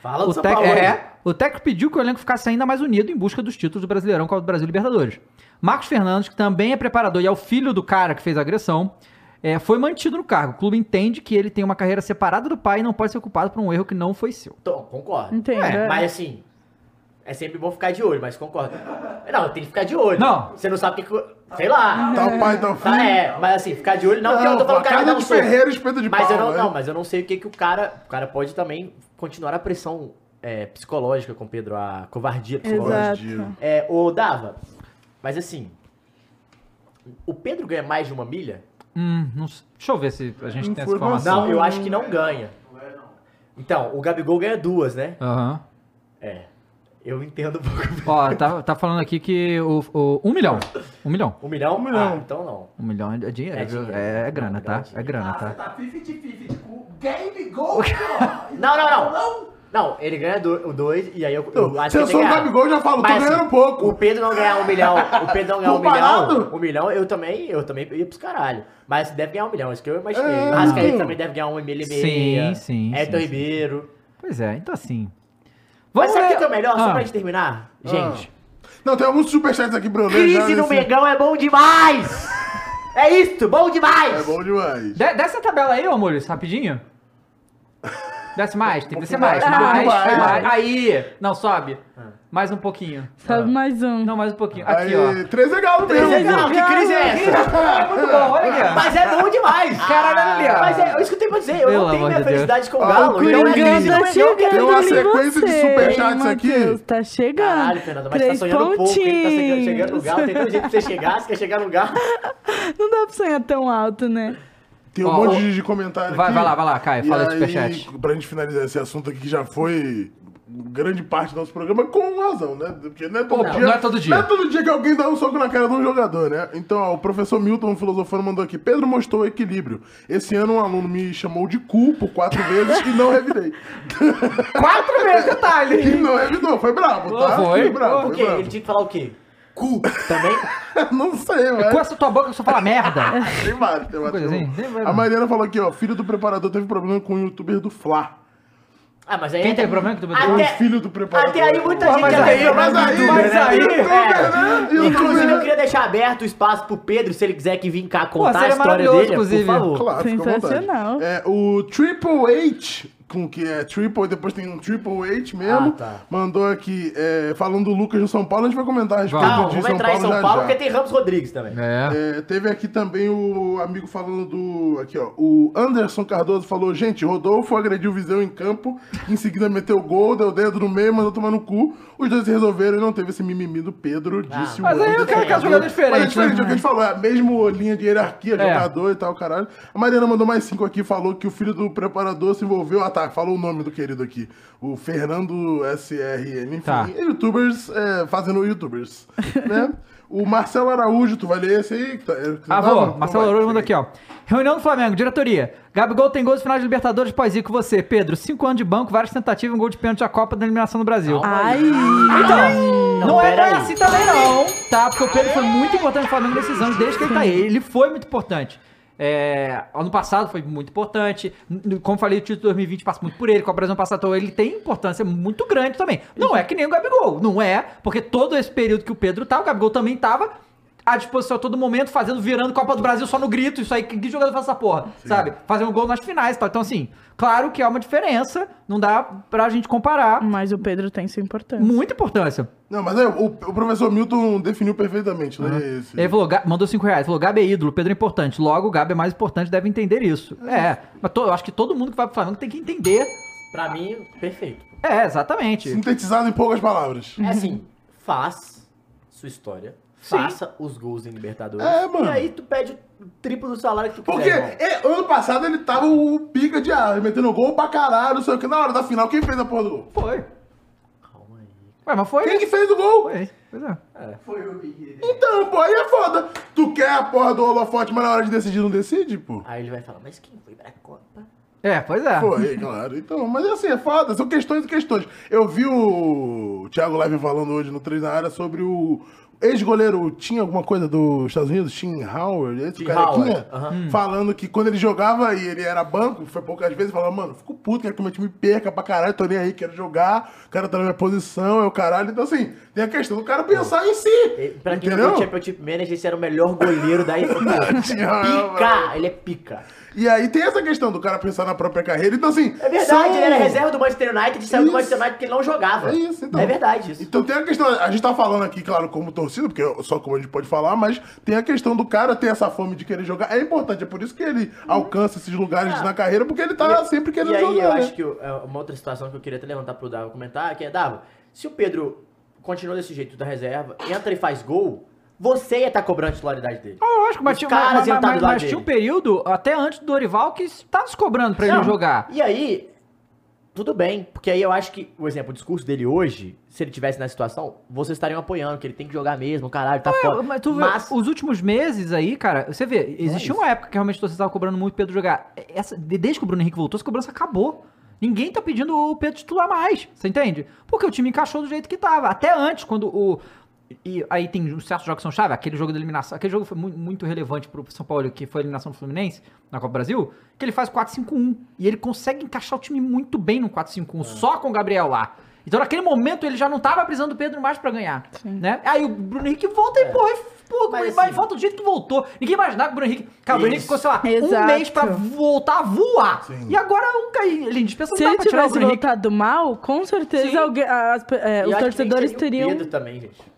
S4: Fala do
S1: O,
S4: São
S1: tec,
S4: Paulo.
S1: é, o técnico pediu que o elenco ficasse ainda mais unido em busca dos títulos do Brasileirão com o Brasil e Libertadores. Marcos Fernandes, que também é preparador e é o filho do cara que fez a agressão, é, foi mantido no cargo. O clube entende que ele tem uma carreira separada do pai e não pode ser culpado por um erro que não foi seu.
S4: Tô, concordo.
S3: Entendo,
S1: É,
S3: é.
S4: Mas assim, é sempre bom ficar de olho, mas concordo. Não, tem que ficar de olho.
S1: Não.
S4: Você não sabe o que. que- Sei lá.
S2: Tá o pai, tá o filho.
S4: Tá, é, mas assim, ficar de olho. Não, porque eu tô
S2: pô,
S4: falando que o cara
S2: casa
S4: não
S2: de ferreiro, espeto de
S4: Mas
S2: pau.
S4: eu não,
S2: né?
S4: não, mas eu não sei o que, que o cara. O cara pode também continuar a pressão é, psicológica com o Pedro, a covardia psicológica.
S3: Exato.
S4: É, ô Dava, mas assim. O Pedro ganha mais de uma milha?
S1: Hum, não s- deixa eu ver se a gente
S2: Não
S1: tem essa
S2: foi
S1: informação.
S4: Não, eu acho que não ganha. Então, o Gabigol ganha duas, né?
S1: Aham.
S4: É. Eu entendo um pouco. [LAUGHS]
S1: Ó, tá, tá falando aqui que o, o- um milhão. Um milhão.
S4: Um milhão?
S2: Um milhão.
S4: Ah, então não.
S1: Um milhão é dinheiro,
S4: É
S1: viu?
S4: dinheiro.
S1: É, é grana,
S4: Não,
S1: tá?
S4: é
S1: É
S4: dinheiro.
S1: grana, tá?
S6: tá 50-50 com o Game Go, ó.
S4: Não, não, não. Não, ele ganha do- o dois e aí eu, eu acho
S2: Se eu
S4: que ele tem
S2: sou o
S4: que ganhar.
S2: Gabigol, eu já falo, tô
S4: Mas, assim,
S2: ganhando um pouco.
S4: O Pedro não ganhar um milhão, o Pedro não
S2: [LAUGHS]
S4: ganhar um
S2: Comparado?
S4: milhão, um milhão, eu também, eu também ia pros caralho. Mas deve ganhar um milhão, isso que eu imaginei.
S2: É.
S4: O Rascaeta também deve ganhar um milhão e meio.
S1: Sim,
S4: é
S1: sim,
S4: Everton
S1: sim, sim.
S4: Ribeiro.
S1: Pois é, então assim.
S4: Mas sabe o que que é o melhor? Só
S1: Ah.
S4: pra gente terminar? Gente,
S2: Não, tem alguns superchats aqui pra eu ler. já
S4: crise no
S2: nesse-
S4: Mengão é bom demais! É isso, bom demais!
S2: É bom demais.
S1: De, desce a tabela aí, ô Amores, rapidinho. Desce mais, tem que descer mais.
S2: Um
S1: Mais,
S2: pouquinho
S1: mais,
S2: mais.
S1: Aí! Não, sobe. Mais um pouquinho.
S3: Sabe mais um.
S1: Não, mais um pouquinho. Aqui, ó.
S2: Aí, três é galo mesmo.
S4: Três é galo. que crise é essa?
S1: Muito bom, olha aqui.
S4: Mas é bom demais!
S1: Caralho, ali, ó.
S4: Mas é, é isso que eu tenho pra dizer, eu
S1: Pelo
S4: não tenho
S1: amor
S4: minha
S1: de Deus.
S4: felicidade com o
S2: Ah,
S4: Galo,
S2: o
S4: então
S2: Coringão
S4: é crise
S3: Coringão
S4: no
S3: tá
S4: Mengão que é
S2: Tem
S3: chegando
S2: uma
S3: em
S2: sequência de
S3: você,
S2: superchats aqui.
S3: Matheus, Tá chegando.
S4: Caralho, Fernanda, mas você tá
S3: Três
S4: sonhando pouco, hein? Tá chegando, chegando no
S3: pontinhos.
S4: Galo, tem tanto jeito pra você chegar, você quer chegar no Galo.
S3: [LAUGHS] Não dá pra sonhar tão alto, né?
S2: Tem um
S1: Ó,
S2: monte
S1: ó.
S2: de- de comentário
S1: Vai,
S2: aqui.
S1: vai lá, vai lá, Caio,
S2: E
S1: fala
S2: aí,
S1: do superchat.
S2: Pra gente finalizar esse assunto aqui, que já foi grande parte do nosso programa, com razão, né? Porque não é todo,
S1: Não,
S2: dia,
S1: não é todo dia.
S2: não é todo dia que alguém dá um soco na cara de um jogador, né? Então, ó, o professor Milton, filosofando, mandou aqui. Pedro mostrou equilíbrio. Esse ano um aluno me chamou de cu por quatro vezes e não revidei.
S1: [LAUGHS] Quatro meses,
S2: e
S1: detalhe!
S2: não revidou, foi bravo, tá?
S1: Pô, foi?
S2: bravo,
S4: O
S2: foi
S4: quê? Ele
S2: bravo.
S4: tinha que falar o quê? Cu também?
S2: [LAUGHS] não sei,
S1: Com
S2: velho.
S1: essa tua boca que só fala merda.
S2: Tem vários, tem vários.
S1: Coisa assim, tem vários.
S2: A Mariana falou aqui, ó. Filho do preparador teve problema com o youtuber do Fla.
S4: Ah, mas aí.
S1: Quem
S4: até-
S1: tem problema que tu
S4: Até-
S2: É o filho do preparador.
S4: Até aí muita
S2: Porra,
S4: gente
S2: mas
S4: já
S2: aí,
S4: tem
S2: mas
S4: problema
S2: aí,
S4: com
S1: mas aí,
S4: youtuber, né?
S2: youtuber, né?
S4: Inclusive,
S2: Youtuber,
S4: eu
S2: né?
S4: queria deixar aberto o espaço pro Pedro, se ele quiser que vir cá
S1: Pô,
S4: contar a
S1: seria
S4: história
S1: maravilhoso,
S4: dele, é
S1: inclusive.
S4: por favor.
S2: Claro, fica à vontade.
S3: Sensacional.
S2: É, o Triple H, com que é Triple, e depois tem um Triple H mesmo,
S4: Ah, tá.
S2: mandou aqui, é, falando do Lucas no São Paulo, a gente vai comentar a respeito
S4: Calma,
S2: de
S4: vamos entrar em São
S2: já,
S4: Paulo,
S2: já.
S4: porque tem Ramos Rodrigues também.
S1: É.
S2: É, teve aqui também o amigo falando do. Aqui, ó. O Anderson Cardoso falou: gente, Rodolfo agrediu o Viseu em campo, em seguida meteu gol, deu o dedo no meio, mandou tomar no cu. Os dois se resolveram e não teve esse mimimi do Pedro, disse o
S1: Ah. Mas aí eu quero que é um
S2: Anderson.
S1: jogador
S2: Mas é
S1: diferente.
S2: diferente, é
S1: né?
S2: o que a gente falou, é a mesma linha de hierarquia,
S1: É.
S2: jogador e tal, caralho. A Mariana mandou mais cinco aqui, falou que o filho do preparador se envolveu. Ah, tá, falou o nome do querido aqui. O Fernando SRN, enfim.
S1: Tá.
S2: Youtubers é,
S1: [LAUGHS]
S2: fazendo youtubers, né? O Marcelo Araújo, tu vai ler esse aí? que tá- é, que tu
S1: Ah,
S2: tava?
S1: vou.
S2: Então
S1: Marcelo
S2: vai,
S1: Araújo
S2: fica
S1: manda
S2: aí.
S1: aqui, ó. Reunião do Flamengo, diretoria. Gabigol tem gols de finais de Libertadores, pós ir com você. Pedro, cinco anos de banco, várias tentativas, um gol de pênalti da Copa da eliminação do Brasil.
S3: Ai.
S1: Então, não, é, não é
S4: peraí.
S1: assim também não, tá? Porque o Pedro foi muito importante no Flamengo nesses anos, desde que ele tá aí. Ele foi muito importante. É, ano passado foi muito importante. N- Como falei, o título de 2020 passa muito por ele. Com a Brasil passado então ele tem importância muito grande também. Não é que nem o Gabigol, não é? Porque todo esse período que o Pedro tá, o Gabigol também tava à disposição a todo momento, fazendo, virando Copa do Brasil só no grito. Isso aí, que que jogador faz essa porra, sabe? Fazendo gol nas finais e tal. Então, assim, claro que há uma diferença, não dá pra gente comparar.
S3: Mas o Pedro tem sua importância.
S1: Muita importância.
S2: Não, mas é, o, o professor Milton definiu perfeitamente, né? Esse.
S1: Ele falou, Ga- mandou 5 reais, falou, Gabi é ídolo, Pedro é importante. Logo, o Gabi é mais importante, deve entender isso. É, mas to- eu acho que todo mundo que vai pro Flamengo tem que entender.
S4: Pra mim, perfeito.
S1: É, exatamente.
S2: Sintetizado em poucas palavras.
S4: É assim, faz sua história,
S1: Sim.
S4: faça os gols em Libertadores.
S2: É, mano.
S4: E aí tu pede o triplo do salário que tu
S2: Porque
S4: quiser. irmão.
S2: é, ano passado ele tava o pica de ar, metendo gol pra caralho, não sei o que. Na hora da final, quem fez a porra do gol?
S1: Foi.
S4: Calma aí,
S1: Ué, mas foi.
S2: Quem que fez o gol?
S1: Foi. Pois é.
S6: Foi o Big
S2: Então, pô, aí é foda. Tu quer a porra do holofote, mas na hora de decidir não decide, pô?
S4: Aí ele vai falar, mas quem foi pra Copa?
S1: É, pois é.
S2: Foi, claro. Então, mas assim, é foda. São questões e questões. Eu vi o Thiago Live falando hoje no 3 na área sobre o ex-goleiro tinha alguma coisa dos Estados Unidos, Tim Howard, esse
S4: Tim
S2: carequinha,
S4: Howard,
S1: Hum.
S2: falando que quando ele jogava e ele era banco, foi poucas vezes, falava, mano, fico puto, quero que meu time perca pra caralho, tô nem aí, quero jogar, o cara tá na minha posição, é o caralho. Então, assim, tem a questão do cara pensar em si.
S4: E, É, Pra quem não
S2: entendeu?
S4: viu o Championship Manager, esse era o melhor goleiro [LAUGHS] da época. pica! Ele é pica.
S2: E aí tem essa questão do cara pensar na própria carreira. Então, assim.
S4: É verdade,
S2: são-
S4: ele era reserva do Manchester United, saiu do
S2: Isso.
S4: Manchester United porque ele não jogava.
S2: É isso, então.
S4: É verdade isso.
S2: Então tem a questão, a gente tá falando aqui, claro, como torcida, porque é só como a gente pode falar, mas tem a questão do cara ter essa fome de querer jogar. É importante, é por isso que ele alcança esses lugares na carreira, porque ele tá sempre querendo
S4: Ah. e aí
S2: jogar.
S4: eu
S2: né?
S4: acho que eu- é, uma outra situação que eu queria até levantar pro Dava comentar, que é, Dava, se o Pedro continua desse jeito da reserva, entra e faz gol, você ia estar cobrando a titularidade dele.
S1: Ah, lógico, mas,
S4: Os
S1: tinha,
S4: caras
S1: mas,
S4: iam
S1: mas,
S4: tá do
S1: mas-
S4: lado
S1: mas tinha um
S4: dele.
S1: período, até antes do Dorival, que tava se cobrando pra ele
S4: Não,
S1: jogar.
S4: E aí, tudo bem, porque aí eu acho que, por exemplo, o discurso dele hoje, se ele tivesse na situação, vocês estariam apoiando, que ele tem que jogar mesmo, caralho, tá
S1: Ué,
S4: foda.
S1: mas tu vê, os últimos meses aí, cara, você vê, existia uma época que realmente você tava cobrando muito o Pedro jogar. É, Essa, de- desde que o Bruno Henrique voltou, essa cobrança acabou. Ninguém tá pedindo o Pedro titular mais, você entende? Porque o time encaixou do jeito que tava. Até antes, quando o. E aí tem uns certos jogos que são chave, aquele jogo da eliminação. Aquele jogo foi mu- muito relevante pro São Paulo, que foi a eliminação do Fluminense na Copa do Brasil, que ele faz 4-5-1. E ele consegue encaixar o time muito bem no 4-5-1,
S4: É.
S1: só com o Gabriel lá. Então naquele momento ele já não tava precisando do Pedro mais pra ganhar. Né? Aí o Bruno Henrique volta
S4: É.
S1: e porra, e pô,
S4: Mas,
S1: mas,
S4: assim,
S1: volta do jeito que voltou. Ninguém imaginava que o Bruno Henrique. Cara, o Bruno Henrique
S4: Isso.
S1: ficou, sei lá, um
S3: Exato.
S1: mês pra voltar a voar. E agora um cai. Ele dispensa
S3: Se
S1: não
S3: ele
S1: dá pra tirar o
S3: tivesse
S1: Bruno Henrique.
S3: voltado mal, com
S1: Sim.
S3: certeza alguém- as pe- é, os
S4: Eu acho que tem que
S3: torcedores
S4: ser o
S3: teriam.
S4: um Pedro também, gente.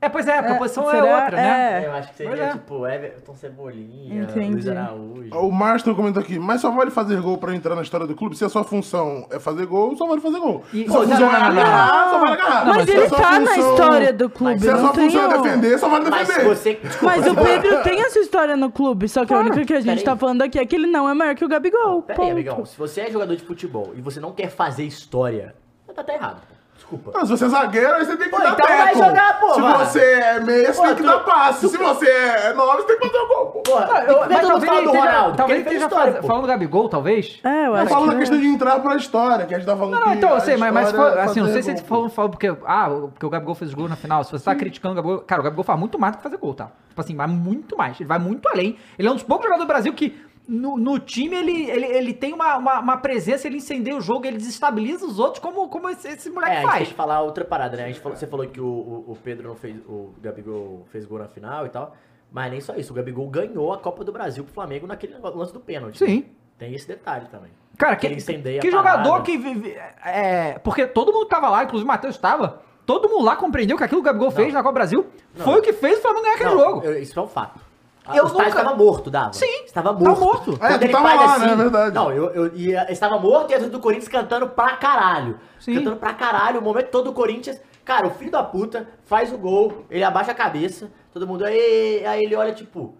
S1: É, pois é, a posição é
S3: será?
S1: outra, né?
S3: É.
S4: Eu acho que seria
S1: Pois é.
S4: tipo Everton Cebolinha, uh, Luiz
S3: Entendi.
S4: Araújo.
S2: O Marston comentou aqui, mas só vale fazer gol pra entrar na história do clube. Se a sua função é fazer gol, só vale fazer gol.
S1: E-
S2: se a sua
S1: Pô,
S2: função
S1: não,
S2: é
S1: não,
S2: agarrar,
S1: não.
S2: só vale agarrar.
S3: Mas
S2: se a
S3: ele
S2: sua
S3: tá na
S2: função-
S3: história do
S4: Mas
S3: clube,
S2: Se a
S3: não
S2: sua
S3: tem.
S2: função é
S3: o-
S2: defender, só vale
S4: Mas
S2: defender.
S4: se você. Desculpa,
S3: Mas o
S4: desculpa.
S3: Pedro tem a sua história no clube, só que a única que a gente
S4: Peraí.
S3: tá falando aqui é que ele não é maior que o Gabigol.
S4: Pera aí,
S3: ponto.
S4: amigão. Se você é jogador de futebol e você não quer fazer história, tá até errado. pô. Desculpa.
S2: Não, se você é zagueiro, aí você tem que
S4: Pô,
S2: dar
S4: então vai
S2: teco.
S4: jogar,
S2: Se
S4: porra.
S2: você é meia, você
S4: Pô,
S2: tem que
S4: tu-
S2: dar passe. Se você é nove, você tem que fazer o gol, pô.
S4: Porra,
S1: Não, eu-
S4: por que
S1: mas
S4: todo mundo
S1: talvez
S4: fala
S1: ele
S4: do
S1: esteja, talvez
S4: Ronaldo? Porque
S1: ele
S4: ele fez
S1: esteja
S4: história,
S1: faz-
S4: pô.
S1: falando do Gabigol, talvez.
S3: É, eu
S2: Eu
S3: acho
S2: falo
S3: que
S2: da questão de entrar pra história, que a gente tá falando
S1: Não, não,
S2: que
S1: então, eu
S2: a
S1: sei, mas, mas
S2: história
S1: foi-
S2: é
S1: assim, não sei
S2: fazer
S1: se eles
S2: gol.
S1: falam, falam porque, ah, o- porque o Gabigol fez gol na final. Se você tá criticando o Gabigol, cara, o Gabigol faz muito mais do que fazer gol, tá? Tipo assim, vai muito mais. Ele vai muito além. Ele é um dos poucos jogadores do Brasil que no, no time ele, ele, ele tem uma, uma, uma presença, ele incendeia o jogo, ele desestabiliza os outros como, como esse, esse moleque
S4: É, a gente tem
S1: faz.
S4: que falar outra parada, né? A gente falou- você falou que o, o- o Pedro não fez. O Gabigol fez gol na final e tal. Mas nem só isso. O Gabigol ganhou a Copa do Brasil pro Flamengo naquele negócio- lance do pênalti.
S1: Sim.
S4: Tem esse detalhe também.
S1: Cara,
S4: Que
S1: que,
S4: ele incendeia
S1: que
S4: a
S1: jogador
S4: parada.
S1: que. vi- vi- É, porque todo mundo tava lá, inclusive o Matheus tava. Todo mundo lá compreendeu que aquilo que o Gabigol fez na Copa do Brasil foi o que fez o Flamengo ganhar aquele
S4: Não,
S1: jogo.
S4: eu- isso é um fato. Ah,
S1: Eu
S4: o Stalin
S1: nunca-
S4: estava morto, Dava.
S1: Sim,
S4: Estava
S1: tá
S4: morto.
S1: morto.
S4: Quando
S2: É, tu
S4: ele
S2: tava
S4: faz
S2: lá, né? É verdade.
S4: Não, eu, eu, e, eh, estava morto e a torcida do Corinthians cantando pra caralho.
S1: Sim.
S4: Cantando pra caralho. O momento todo do Corinthians. Cara, o filho da puta faz o gol, ele abaixa a cabeça, todo mundo. Aí, aí ele olha tipo.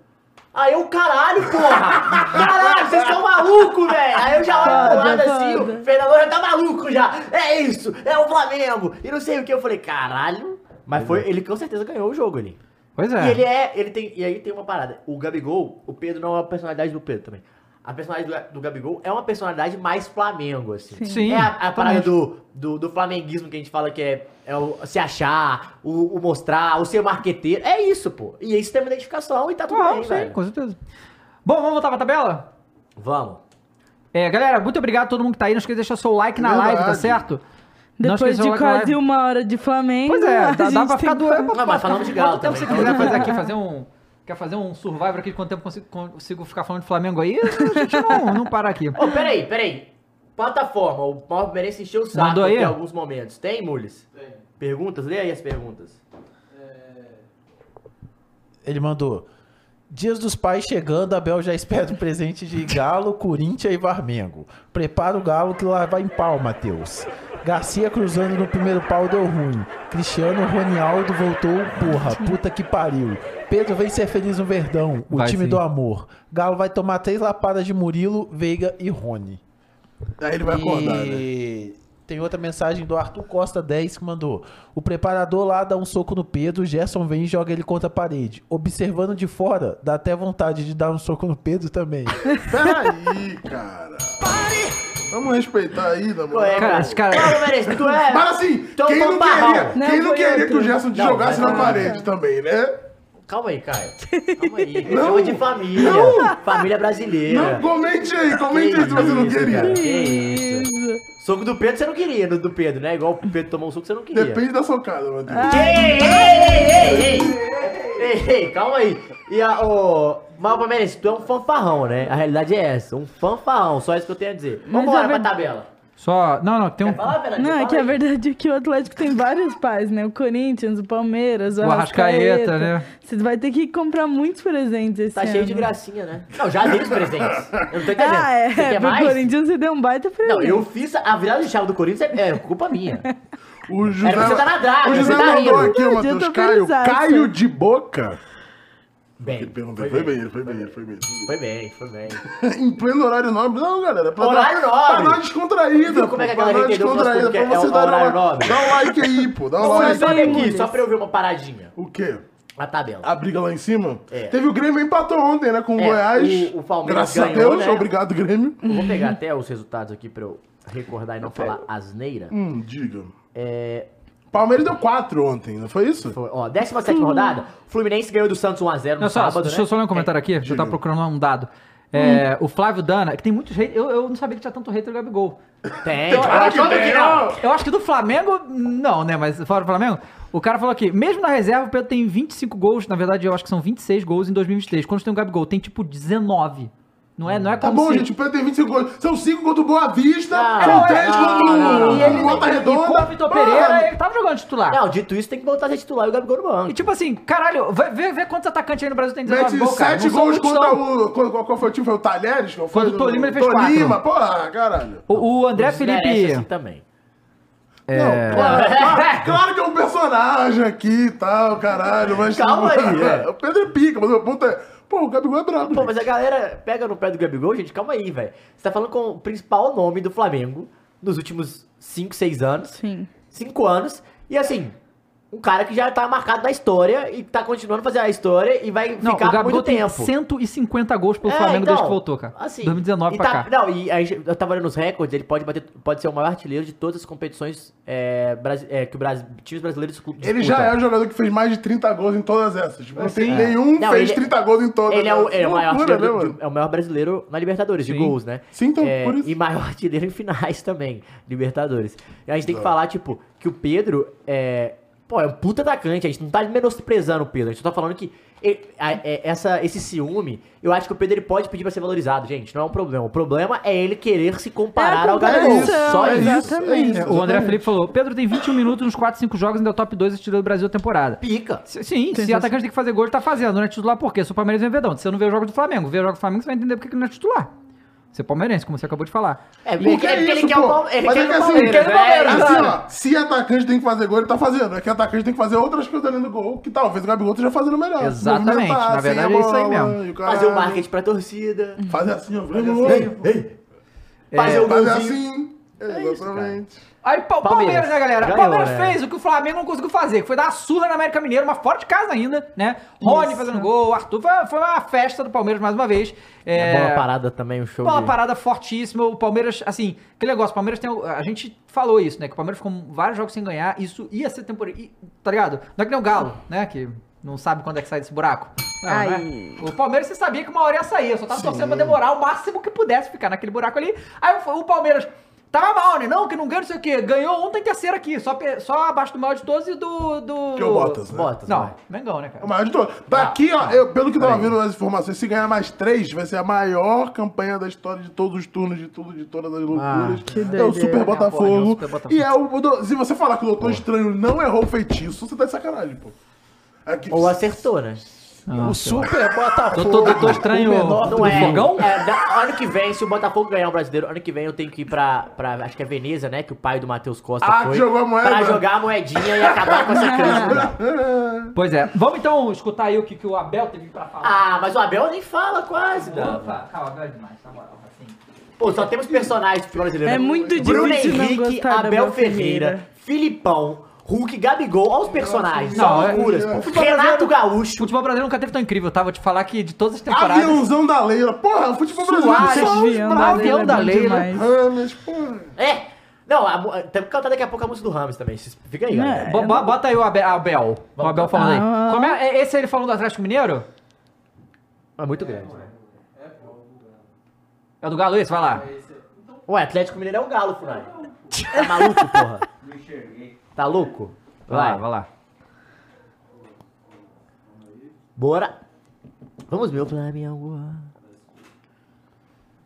S4: Aí eu, caralho, porra! Caralho, vocês são malucos, velho! Aí eu já olho pro
S3: Foda,
S4: lado assim,
S3: foda.
S4: o Fernando já tá maluco já! É isso! É o Flamengo! E não sei o que, eu falei, caralho!
S2: É
S4: Mas foi, ele com certeza ganhou o jogo ali.
S1: Pois é.
S4: E ele é, ele tem, e aí tem uma parada. O Gabigol, o Pedro não é a personalidade do Pedro também. A personalidade do, do Gabigol é uma personalidade mais Flamengo, assim.
S3: Sim.
S1: Sim,
S4: É a, a parada
S1: totalmente.
S4: do, do, do flamenguismo que a gente fala que é, é o se achar, o, o mostrar, o ser marqueteiro. É isso, pô. E isso tem uma identificação e tá tudo
S1: Ah,
S4: bem,
S1: sim,
S4: velho.
S1: com certeza. Bom, vamos voltar pra tabela?
S4: Vamos.
S1: É, galera, muito obrigado a todo mundo que tá aí. Não esqueça de deixar seu like na
S2: Verdade.
S1: live, tá certo? Não esqueça
S3: Depois
S1: de
S3: de
S1: jogar com a
S3: quase
S1: live.
S3: uma hora de Flamengo.
S1: Pois é,
S3: a
S1: dá, dá
S3: gente
S1: pra
S3: tem tá
S1: ficar
S3: que
S1: doido.
S3: falar.
S4: Não, mas falamos de Galo
S1: Quanto tempo
S4: também.
S1: você quiser fazer aqui, fazer um... Quer fazer um Survivor aqui, quanto tempo consigo, consigo ficar falando de Flamengo aí? A gente não, não para aqui.
S4: Ô, peraí, peraí. Plataforma, o Paulo Pereira encheu o saco
S1: Mandou aí?
S4: em alguns momentos. Tem, Mules? Tem. Perguntas? Lê aí as perguntas.
S5: Ele mandou. Dias dos pais chegando, Abel já espera o presente de Galo, [LAUGHS] Corinthians e Varmengo. Prepara o Galo que lá vai em pau, Matheus. Garcia cruzando no primeiro pau deu ruim. Cristiano Ronaldo voltou, porra, puta que pariu. Pedro vem ser feliz no Verdão, o
S1: Vai
S5: time
S1: sim.
S5: do amor. Galo vai tomar três lapadas de Murilo, Veiga e Rony.
S2: Aí ele vai acordar, né?
S5: e... Tem outra mensagem do Arthur Costa 10 que mandou. O preparador lá dá um soco no Pedro, o Gerson vem e joga ele contra a parede. Observando de fora, dá até vontade de dar um soco no Pedro também.
S2: Peraí, cara. Vamos respeitar aí, da moral.
S4: É,
S1: Cara, esse cara-
S4: Não, Meirelles, tu é...
S2: Mas assim,
S4: Então
S2: quem
S4: foi
S2: não
S4: um barrão.
S2: queria,
S3: Não,
S2: quem não
S3: foi
S2: queria que
S3: outro.
S2: o Gerson te
S4: Não,
S2: jogasse
S4: mas
S2: na
S4: não.
S2: parede também, né?
S4: Calma aí, Caio. Calma aí.
S2: [LAUGHS] Não.
S4: Não. de família. Família brasileira.
S2: Não, comente aí, comente aí se você não
S4: isso,
S2: queria.
S4: cara. Que
S3: Isso.
S4: Soco do Pedro você não queria, do do Pedro, né? Igual o Pedro tomou um soco você não queria.
S2: Depende da socada, Matheus.
S4: Ei, ei, ei, ei, ei, ei, ei, calma aí. E a, ô, Mas, Palmeiras, tu é um fanfarrão, né? A realidade é essa, um fanfarrão, só isso que eu tenho a dizer.
S3: a
S4: Vambora pra
S3: verdade-
S4: tabela.
S1: Só. Não, não, tem um.
S4: Fala, Fernandinho,
S3: Não, é
S4: fala
S3: que a
S4: aí.
S3: verdade é que o Atlético tem vários pais, né? O Corinthians, o Palmeiras, o,
S1: O Arrascaeta,
S3: Arrascaeta,
S1: né?
S3: Você vai ter que comprar muitos presentes esse
S4: Tá
S3: ano.
S4: cheio de gracinha, né? Não, já dei os presentes. Eu não tô entendendo.
S3: Ah, é.
S4: Você quer
S3: Pro
S4: mais?
S3: Corinthians você deu um baita presente.
S4: Não, eu fiz a virada de chave do Corinthians, é, é culpa minha.
S2: O José,
S4: pra você tá na draga,
S2: o José
S4: você tá
S2: mandou
S4: rindo.
S2: aqui,
S3: Não
S2: ó,
S3: adianta
S2: Matheus. Caio,
S3: organizar isso.
S2: Caio de boca. Ele
S4: Bem,
S2: perguntou, foi bem, ele foi bem, ele foi bem.
S4: foi bem, foi bem.
S2: em pleno horário nobre. Não, galera. Pra
S4: Horário
S2: dar,
S4: nobre.
S2: Pra dar descontraída.
S4: Viu como é que a galera
S2: pra dar
S4: entendeu o
S2: descontraída.
S4: nosso
S2: Pra
S4: podcast?
S2: você
S4: É o
S2: dar uma,
S4: horário nobre.
S2: assim, dá um like aí, pô. Dá um
S4: Olha,
S2: like.
S4: sobe aqui,
S3: Mules.
S4: só pra eu ver uma paradinha.
S2: O quê?
S4: A tabela.
S2: A briga lá em cima?
S4: É.
S2: Teve o Grêmio empatou ontem, né? Com o
S4: É,
S2: Goiás.
S4: o- o Palmeiras
S2: Graças a
S4: ganhou,
S2: Deus.
S4: né?
S2: Obrigado, Grêmio.
S4: Eu vou pegar até os resultados aqui pra eu recordar e não falar asneira.
S2: Hum, diga.
S4: É,
S2: Palmeiras deu 4 ontem, não foi isso? Hum.
S4: Foi, ó, 17
S2: Uhum.
S4: rodada, Fluminense ganhou do Santos 1x0 no
S1: Não, só,
S4: sábado,
S1: deixa
S4: né?
S1: eu só ler um comentário aqui, deixa eu tava procurando um dado. É, O Flávio Dana, que tem muitos haters. Eu, eu não sabia que tinha tanto hater do Gabigol.
S4: Tem,
S1: Eu,
S2: Então,
S4: claro
S1: acho
S4: Então, que tem.
S1: Então, ah, que, eu acho que do Flamengo, não, né? Mas fora do Flamengo, o cara falou aqui, mesmo na reserva, o Pedro tem 25 gols, na verdade eu acho que são 26 gols em 2023. Quando tem o Gabigol, tem tipo 19. Não é, não é
S2: Tá
S1: como
S2: bom,
S1: se-
S2: gente. O Pedro tem 25 gols. São 5 contra o Boa Vista.
S1: É
S4: Ah,
S1: um
S2: são
S4: não,
S2: 3
S4: não,
S2: contra
S4: não, não,
S2: o
S4: não.
S2: contra o
S1: E
S2: Volta
S1: com o
S2: Redonda. Ah,
S1: Vitor
S2: Pô,
S1: Pereira, ele tá tava jogando titular.
S4: Não, dito isso, tem que voltar a ser titular e o Gabigol no
S1: E
S4: banco.
S1: tipo assim, caralho, vai- vê, vê quantos atacantes aí no Brasil tem 19
S2: Mete
S1: gols, cara.
S2: 7
S1: Não são
S2: gols
S1: muitos,
S2: contra
S1: não.
S2: o. Qual, qual- qual foi o time? Foi o Talheres? Qual foi
S1: Contra o Tolima, ele fez
S2: Tolima, porra, caralho.
S1: O, o André
S4: Merece
S1: Felipe...
S4: assim também.
S1: É.
S4: É. [LAUGHS]
S2: Não, claro, claro, claro que é um personagem aqui e tal, caralho, mas.
S4: Calma
S2: tipo,
S4: aí, é.
S2: O Pedro é pica, mas o meu ponto é. Pô, o Gabigol é brabo.
S4: Pô, mas a galera pega no pé do Gabigol, gente, calma aí, velho. Você tá falando com o principal nome do Flamengo nos últimos 5, 6 anos.
S3: Sim.
S4: 5 anos. E assim, um cara que já tá marcado na história e tá continuando a fazer a história e vai
S1: Não,
S4: ficar
S1: o
S4: por muito
S1: Gabigol tem
S4: tempo.
S1: 150 gols pelo
S4: É,
S1: Flamengo
S4: então,
S1: desde que voltou, cara.
S4: Assim,
S1: 2019
S4: e
S1: pra
S4: tá-
S1: cá.
S4: Não, e a gente, eu tava olhando os recordes, ele pode, bater, pode ser o maior artilheiro de todas as competições é, brasi- é, que o Brasil, times brasileiros discu- disputam.
S2: Ele já é o jogador que fez mais de 30 gols em todas essas. Tipo, não tem nenhum
S4: Não,
S2: fez
S4: ele-
S2: 30 gols em todas
S4: Ele é o,
S2: essas.
S4: é o maior
S2: Loucura,
S4: artilheiro,
S2: né,
S4: do-
S2: mano?
S4: é o maior brasileiro na Libertadores, de gols, né?
S2: Sim, então,
S4: É,
S2: por isso.
S4: E maior [LAUGHS] artilheiro em finais também, Libertadores. E a gente tem que falar, tipo, que o Pedro é. Pô, é um puta atacante, a gente não tá menosprezando o Pedro, a gente só tá falando que e- a- é- essa, esse ciúme, eu acho que o Pedro ele pode pedir pra ser valorizado, gente, não é um problema. O problema é ele querer se comparar
S3: É a
S4: ao
S2: É
S4: Gabigol.
S2: isso,
S4: Só
S2: é
S4: isso.
S2: isso, é
S3: exatamente.
S2: isso.
S1: O André Felipe falou: Pedro tem 21 minutos nos 4, 5 jogos, ainda é o top 2 artilheiro do Brasil da temporada.
S4: Pica.
S1: Se- Sim, se atacante tem que fazer gol, ele tá fazendo. Não é titular por quê? Sou palmeirense verdão. Se você não vê o jogo do Flamengo, vê o jogo do Flamengo, você vai entender por que que ele não é titular. Você é palmeirense, como você acabou de falar.
S4: É,
S2: Porque
S4: porque, é porque ele
S2: isso,
S4: quer o
S2: pô.
S4: Palme- ele
S2: Mas
S4: quer
S2: é que
S4: o
S2: assim,
S4: Palmeiras. Ele quer o Palmeiras.
S2: Assim,
S4: cara.
S2: ó, se atacante tem que fazer gol, ele tá fazendo. É que atacante tem que fazer outras coisas além do gol, que talvez o Gabigol esteja fazendo melhor.
S1: Exatamente,
S2: Movimentar,
S1: na verdade
S2: sem Tá a
S1: é isso aí
S2: bola,
S1: mesmo.
S2: e o caralho.
S4: Fazer o marketing pra torcida.
S2: Fazer assim, ó. Fazer assim.
S1: É,
S4: Fazer É, o
S2: Fazer
S4: golzinho.
S2: É,
S4: É
S2: assim. Exatamente.
S1: Aí, pa-
S4: Palmeiras.
S1: Palmeiras, né, galera?
S4: Ganhou,
S1: o Palmeiras
S4: né?
S1: fez o que o Flamengo não conseguiu fazer, que foi dar uma surra na América Mineira, mas fora de casa ainda, né? Rony fazendo gol, Arthur. Foi, foi uma festa do Palmeiras mais uma vez.
S4: É...
S1: É,
S4: Bola parada também, um show.
S1: Bola
S4: de-
S1: parada fortíssima. O Palmeiras, assim, que negócio, o Palmeiras tem. o- A gente falou isso, né? Que o Palmeiras ficou vários jogos sem ganhar. Isso ia ser temporada. Tá ligado? Não é que nem o Galo, né? Que não sabe quando é que sai desse buraco. Não,
S3: Ai.
S1: né? O Palmeiras você sabia que uma hora ia sair, eu só tava torcendo pra demorar o máximo que pudesse ficar naquele buraco ali. Aí o, o Palmeiras. Tava mal, né? Não, que não ganha, não sei o quê. Ganhou ontem terceiro aqui, só, pe- só abaixo do maior de todos e do. do...
S2: Que é o Bottas, né?
S4: Bottas,
S1: Não,
S4: vai.
S1: Mengão, né, cara?
S2: É o maior de todos. Daqui, ó, eu, pelo que tava vendo nas informações, se ganhar mais três, vai ser a maior campanha da história de todos os turnos, de tudo, de todas as loucuras. é
S3: doideira.
S2: o Super
S1: Porra, Ah, é o
S2: Botafogo.
S1: Super Botafogo.
S2: E é o. do- Se você falar que o Doutor Estranho não errou o feitiço, você tá de sacanagem, pô. É Aqui,
S4: Ou acertou, né?
S5: o Super
S1: [LAUGHS]
S5: Botafogo.
S1: Doutor- doutor estranho.
S5: O menor do
S1: Do
S4: é.
S1: fogão?
S4: é, da- ano que vem, se o Botafogo ganhar o brasileiro, ano que vem eu tenho que ir pra, pra acho que é Veneza, né? Que o pai do Matheus Costa
S2: Ah,
S4: foi.
S2: jogou a moeda.
S4: Pra jogar a moedinha e acabar com essa crise.
S1: né?
S4: mundial.
S1: Pois é. Vamos então escutar aí o que, que o Abel teve pra falar.
S4: ah, mas o Abel nem fala quase, não.
S1: Calma, Abel é demais, na moral. Assim.
S4: Pô, só temos personagens pro brasileiro. né?
S3: É muito
S4: Bruno
S3: difícil não
S4: Henrique,
S3: gostar do
S4: Abel
S3: Abel Ferreira.
S4: Ferreira, Filipão, Hulk, Gabigol. Olha os personagens.
S1: Não,
S4: São
S1: é-
S4: loucuras.
S1: Futebol
S4: Renato
S1: brasileiro- O
S4: Gaúcho.
S1: futebol brasileiro nunca teve tão incrível, tá? Vou te falar que de todas as temporadas.
S2: [LAUGHS] Aviãozão da Leila. Porra, o futebol brasileiro
S1: Suárez,
S2: só os
S3: Desviando,
S1: Bravo,
S2: bravos.
S3: Leila é
S1: da
S3: bom
S1: Leila.
S3: demais.
S2: Rames, porra.
S4: É. Não, a, mu- tem que cantar daqui a pouco a música do Ramos também. vocês- Fica aí, galera.
S3: é.
S1: Bo- bo- Bota aí o Abel. Abel. O Abel falando
S3: Ah.
S1: aí. Como é, é- esse é ele falando do Atlético Mineiro?
S4: É muito grande.
S1: É do Galo, isso? Vai lá.
S4: Ué, Atlético Mineiro é um galo, Funari. Tá maluco, porra? Tá louco?
S1: Vai lá,
S4: Vai,
S1: vai lá.
S4: bora. Vamos ver o Flamengo.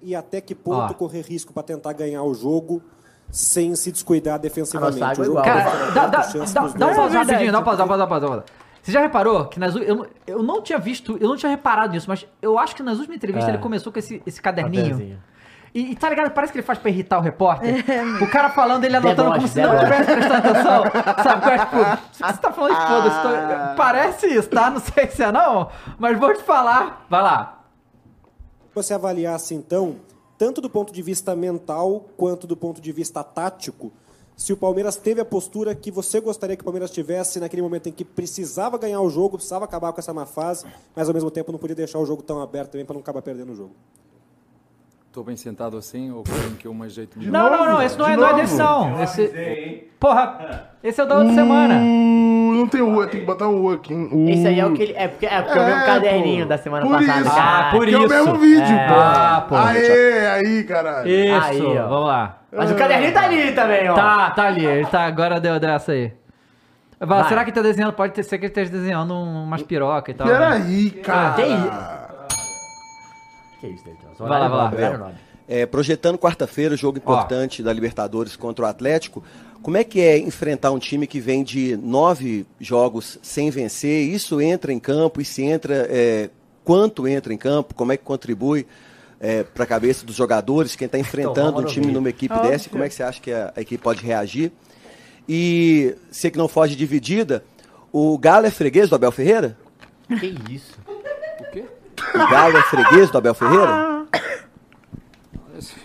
S7: e até que ponto
S1: Ó.
S7: correr risco para tentar ganhar o jogo sem se descuidar defensivamente.
S4: água é
S7: o jogo
S4: igual.
S7: do
S1: Cara,
S7: Flamengo
S1: dá, dá,
S7: chance
S1: dá,
S7: pros
S1: dá um
S7: dois.
S1: pause
S3: verdade.
S1: rapidinho, dá um pause, dá um pause, dá um pause, dá um pause. Você já reparou que nas u- eu, não- eu não tinha visto, eu não tinha reparado nisso, mas eu acho que nas últimas entrevistas
S4: É.
S1: ele começou com esse, esse caderninho.
S4: Caderninho.
S1: E, e tá ligado? Parece que ele faz pra irritar o repórter. o cara falando, ele anotando
S4: Deboche,
S1: como se não
S4: deboche.
S1: tivesse prestando atenção. Sabe? qual é, Tipo, o que você tá falando de foda-se? tô- Parece isso, tá? Não sei se é não, mas vou te falar. Vai lá.
S7: você avaliasse então, tanto do ponto de vista mental quanto do ponto de vista tático, se o Palmeiras teve a postura que você gostaria que o Palmeiras tivesse naquele momento em que precisava ganhar o jogo, precisava acabar com essa má fase, mas ao mesmo tempo não podia deixar o jogo tão aberto também para não acabar perdendo o jogo.
S8: Tô bem sentado assim ou querem que eu mais jeito me
S2: De
S1: Não, não,
S2: novo?
S1: não, esse não
S2: De
S1: é, não é
S2: novo?
S1: desse não. Esse... Porra, esse é o da outra semana.
S2: Hum, não tem U, tem que botar um U aqui. hein? U.
S4: Esse aí é o que ele. É porque é, porque é o mesmo
S2: É,
S4: caderninho
S2: pô.
S4: da semana
S2: Por
S4: passada.
S2: isso.
S4: cara.
S1: Ah, por
S2: Que é o
S1: isso.
S2: mesmo vídeo,
S4: É.
S2: pô.
S1: Ah, pô.
S2: Aê, aí, caralho.
S1: Isso,
S4: Aí, ó.
S1: vamos lá.
S4: Mas o caderninho tá ali também, ó.
S1: Tá, tá ali, ele tá, agora deu dessa aí. Vai,
S4: Vai.
S1: Será que ele tá desenhando? Pode ter- ser que ele esteja desenhando um- umas pirocas e tal.
S4: então,
S1: né?
S2: Peraí,
S4: que
S2: cara.
S4: Ah, isso? Que isso, Deitão?
S1: Vai lá, vai lá.
S9: É, projetando quarta-feira, jogo importante da Libertadores contra o Atlético, como é que é enfrentar um time que vem de nove jogos sem vencer? Isso entra em campo e se entra, é, quanto entra em campo? Como é que contribui para a cabeça dos jogadores? Quem está
S1: Então,
S9: enfrentando um
S4: Tomara
S9: time
S4: ouvir.
S9: numa equipe
S3: Óbvio.
S9: dessa? Como é que você acha que a, a equipe pode reagir? E sei que não foge dividida, o Galo é freguês do Abel Ferreira?
S4: Que isso?
S9: O Galo é freguês do Abel Ferreira?
S1: Ah.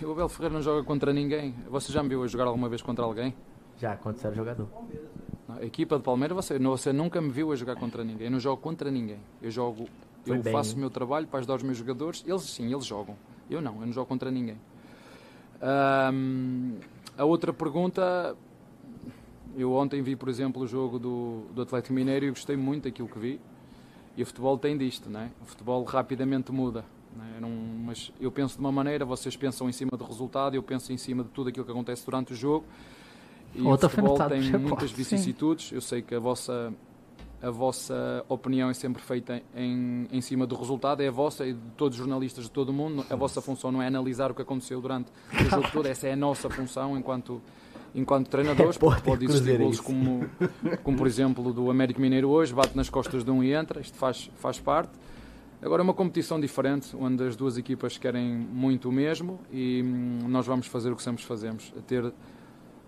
S8: O Abel Ferreira não joga contra ninguém. Você já me viu a jogar alguma vez contra alguém?
S4: Já aconteceu o jogador.
S8: Não, A equipa de Palmeiras, você, não- você nunca me viu a jogar contra ninguém. Eu não jogo contra ninguém. Eu jogo,
S4: Foi
S8: eu
S4: bem,
S8: faço
S4: hein?
S8: o meu trabalho para ajudar os meus jogadores. Eles sim, eles jogam. Eu não, eu não jogo contra ninguém. Ahm, a outra pergunta, eu ontem vi, por exemplo, o jogo do, do Atlético Mineiro e gostei muito daquilo que vi. E o futebol tem disto, né? O futebol rapidamente muda. né? Eu não- mas eu penso de uma maneira, vocês pensam em cima do resultado, eu penso em cima de tudo aquilo que acontece durante o jogo. E
S1: Outra
S8: o futebol
S1: alfinetada
S8: tem
S1: do Japão,
S8: muitas
S1: sim.
S8: vicissitudes. Eu sei que a vossa a vossa opinião é sempre feita em, em cima do resultado, é a vossa e de todos os jornalistas de todo o mundo. A vossa função não é analisar o que aconteceu durante o jogo todo, essa é a nossa função enquanto, enquanto treinadores, porque pode existir golos como, como, por exemplo, do Américo Mineiro hoje, bate nas costas de um e entra, isto faz, faz parte. Agora é uma competição diferente, onde as duas equipas querem muito o mesmo e hum, nós vamos fazer o que sempre fazemos, a ter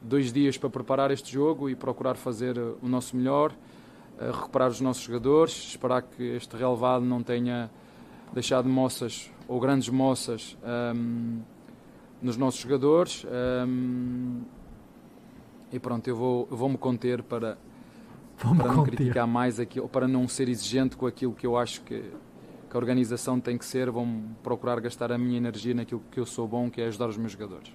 S8: dois dias para preparar este jogo e procurar fazer eh, o nosso melhor, eh, recuperar os nossos jogadores, esperar que este relevado não tenha deixado moças ou grandes moças ahm, nos nossos jogadores. hum, ahm, e pronto, eu vou, eu vou me conter para, para não criticar mais aquilo, para não ser exigente com aquilo que eu acho que, que a organização tem que ser. Vou procurar gastar a minha energia naquilo que eu sou bom, que é ajudar os meus jogadores.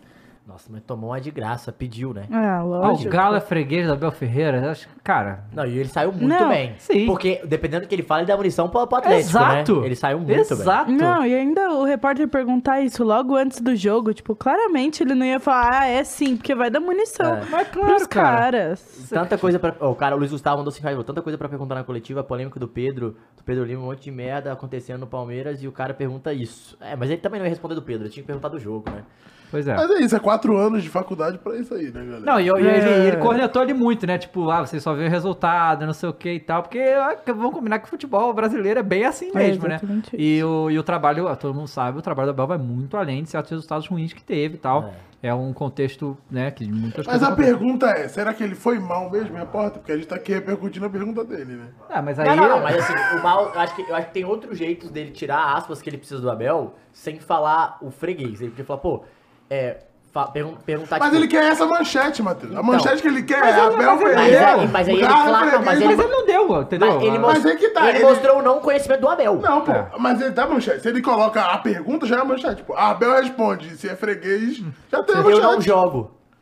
S4: Nossa, mas tomou uma de graça, pediu, né?
S3: Ah,
S1: Ah, o
S3: lógico.
S1: Galo é freguês do Abel Ferreira? eu Acho, cara,
S4: Não, e ele saiu muito
S3: Não,
S4: bem.
S1: sim.
S4: Porque, dependendo do que ele fala, ele dá munição pro, pro Atlético,
S1: Exato.
S4: né? Ele saiu muito bem.
S1: Exato.
S3: Não, e ainda o repórter perguntar isso logo antes do jogo, tipo, claramente ele não ia falar, ah, é sim, porque vai dar munição
S4: É.
S1: Mas claro,
S3: pros
S1: cara.
S3: caras.
S4: Tanta coisa pra. Ó, o cara, o Luiz Gustavo mandou 5 reais. Tanta coisa pra perguntar na coletiva, a polêmica do Pedro, do Pedro Lima, um monte de merda acontecendo no Palmeiras e o cara pergunta isso. É, mas ele também não ia responder do Pedro, ele tinha que perguntar do jogo, né?
S1: Pois é.
S2: Mas é isso, é quatro anos de faculdade pra isso aí, né, galera?
S1: Não, e, e
S2: É.
S1: ele, ele cornetou ele muito, né? Tipo, ah, vocês só vêem o resultado, não sei o que e tal. Porque ah, vamos combinar que o futebol brasileiro é bem assim mesmo, né?
S3: exatamente
S1: E o, e o trabalho, ah, todo mundo sabe, o trabalho do Abel vai muito além de certos resultados ruins que teve e tal. É, um contexto, né, que muitas
S2: Mas
S1: coisas
S2: a
S1: acontecem.
S2: pergunta é, será que ele foi mal mesmo, repórter? Porque a gente tá aqui repercutindo a pergunta dele, né?
S1: Ah, mas aí...
S4: Não, não, não, mas assim, o mal, eu acho, que, eu acho que tem outro jeito dele tirar aspas que ele precisa do Abel sem falar o freguês. Ele podia falar, pô, é, fa- pergun- perguntar...
S2: Mas
S4: tipo,
S2: ele quer essa manchete, Matheus. A manchete que ele quer é
S1: ele-
S2: Abel
S1: tá, mas ele-
S4: Então. Mas
S2: Ferreira.
S4: aí- mas aí ele
S2: Garra
S4: clama,
S2: Freguês,
S4: mas
S1: Mas ele não deu, entendeu?
S4: Mas ele
S1: Ah,
S4: mostrou,
S2: é que tá,
S4: ele,
S2: ele-
S4: mostrou não o conhecimento do Abel.
S2: Não, pô, mas ele dá manchete. Se ele coloca a pergunta, já é manchete. Tipo, Abel responde. Se é freguês, já tem a
S4: eu não
S2: manchete.
S4: jogo. Ah,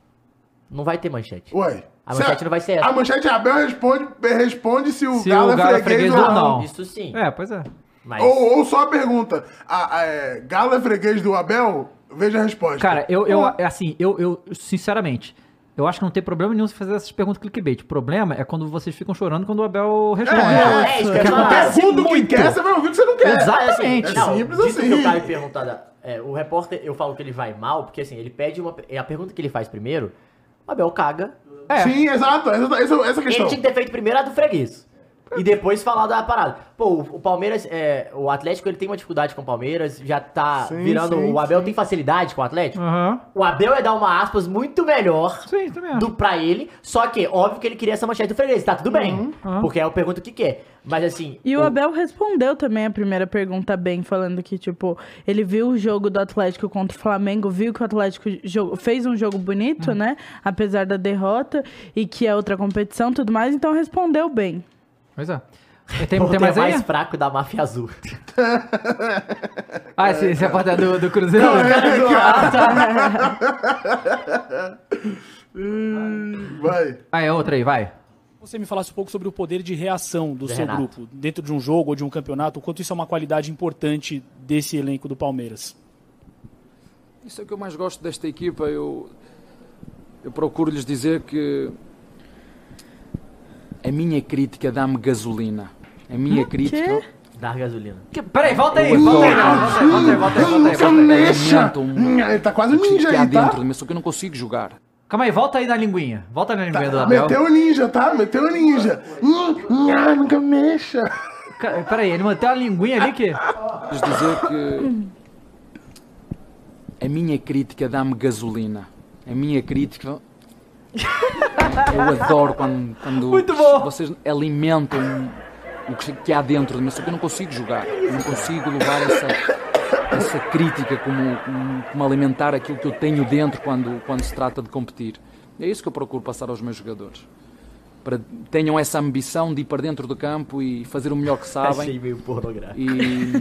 S4: Não vai ter manchete.
S2: Ué. Ah,
S4: A
S2: se
S4: manchete não vai ser essa.
S2: A manchete é Abel responde, responde se o
S1: Se
S2: Galo
S1: o Galo
S2: é freguês
S1: do
S2: ou
S1: Não.
S2: não.
S4: Isso sim.
S1: É, pois é.
S4: Mas...
S2: Ou, ou só a pergunta. A, a, é, Galo é freguês do Abel? Veja a resposta.
S1: Cara, eu, eu assim, eu, eu, sinceramente, eu acho que não tem problema nenhum se fazer essas perguntas clickbait. O problema é quando vocês ficam chorando quando o Abel responde.
S2: É,
S4: é, isso que
S1: que
S4: eu ia falar.
S1: acontece
S2: Pergunta o que
S1: muito.
S2: quer, você vai ouvir o que você não quer.
S1: Exato.
S4: É, assim,
S1: Exatamente.
S4: não,
S2: É simples
S4: disso
S2: assim.
S4: que o Caio perguntada, é, o repórter, eu falo que ele vai mal, porque assim, ele pede uma... é A pergunta que ele faz primeiro, o Abel caga.
S1: É.
S2: Sim, exato. Essa, essa, essa é a
S4: Ele
S2: questão.
S4: tinha que ter feito primeiro a do freguês. E depois falar da parada. Pô, o o Palmeiras, é, o Atlético, ele tem uma dificuldade com o Palmeiras, já tá
S2: Sim,
S4: virando...
S2: sim,
S4: o Abel tem facilidade com o Atlético?
S1: Aham.
S4: O Abel ia dar uma aspas muito melhor
S1: Sim, também acho.
S4: do pra ele, só que óbvio que ele queria essa manchete do freguês, tá tudo bem.
S2: Uhum.
S1: aham.
S4: Porque aí eu pergunto o que quer. Mas assim,
S3: E o Abel respondeu também a primeira pergunta bem, falando que, tipo, ele viu o jogo do Atlético contra o Flamengo, viu que o Atlético jo- fez um jogo bonito, né? Apesar da derrota e que é outra competição e tudo mais, então respondeu bem.
S1: Pois
S4: [LAUGHS]
S1: é. E Tem,
S4: o
S1: tem
S4: tem
S1: mais aí?
S4: mais fraco da máfia azul.
S1: Ah, esse, esse é a porta do,
S4: [LAUGHS]
S1: do Cruzeiro?
S4: é
S2: né, é.
S4: [LAUGHS]
S2: Vai.
S1: Ah, é outra aí, vai.
S10: você me falasse um pouco sobre o poder de reação do,
S4: Do
S10: seu
S4: Renato.
S10: grupo dentro de um jogo ou de um campeonato, o quanto isso é uma qualidade importante desse elenco do Palmeiras.
S8: Isso é o que eu mais gosto desta equipa. Eu, eu procuro lhes dizer que a minha crítica dá-me gasolina. A minha crítica.
S4: Dar gasolina.
S1: Que- Peraí, volta aí, volta aí, volta aí, volta aí, volta aí, volta aí, volta aí.
S2: Canecha!
S8: Alimenta um-
S2: Hum, Ele tá quase um
S8: o que
S2: ninja
S8: que há
S2: aí, tá?
S8: dentro de mim, só que eu não consigo jogar.
S1: Calma aí, volta aí na linguinha. Volta na linguinha do Abel.
S2: Meteu o ninja, tá? Meteu o ninja. Hum, hum, ah, nunca mexa.
S1: Ca- Peraí, ele manteve a linguinha ali que...
S8: Lhes dizer que a minha crítica dá-me gasolina. A minha crítica. Eu adoro quando, quando
S1: Muito bom.
S8: vocês alimentam o que, que há dentro de mim, só que eu não consigo jogar. Eu não consigo levar essa, essa crítica como, como, como alimentar aquilo que eu tenho dentro quando, quando se trata de competir. É isso que eu procuro passar aos meus jogadores. Para tenham essa ambição de ir para dentro do campo e fazer o melhor que sabem.
S4: Achei meio pornográfico.
S8: E,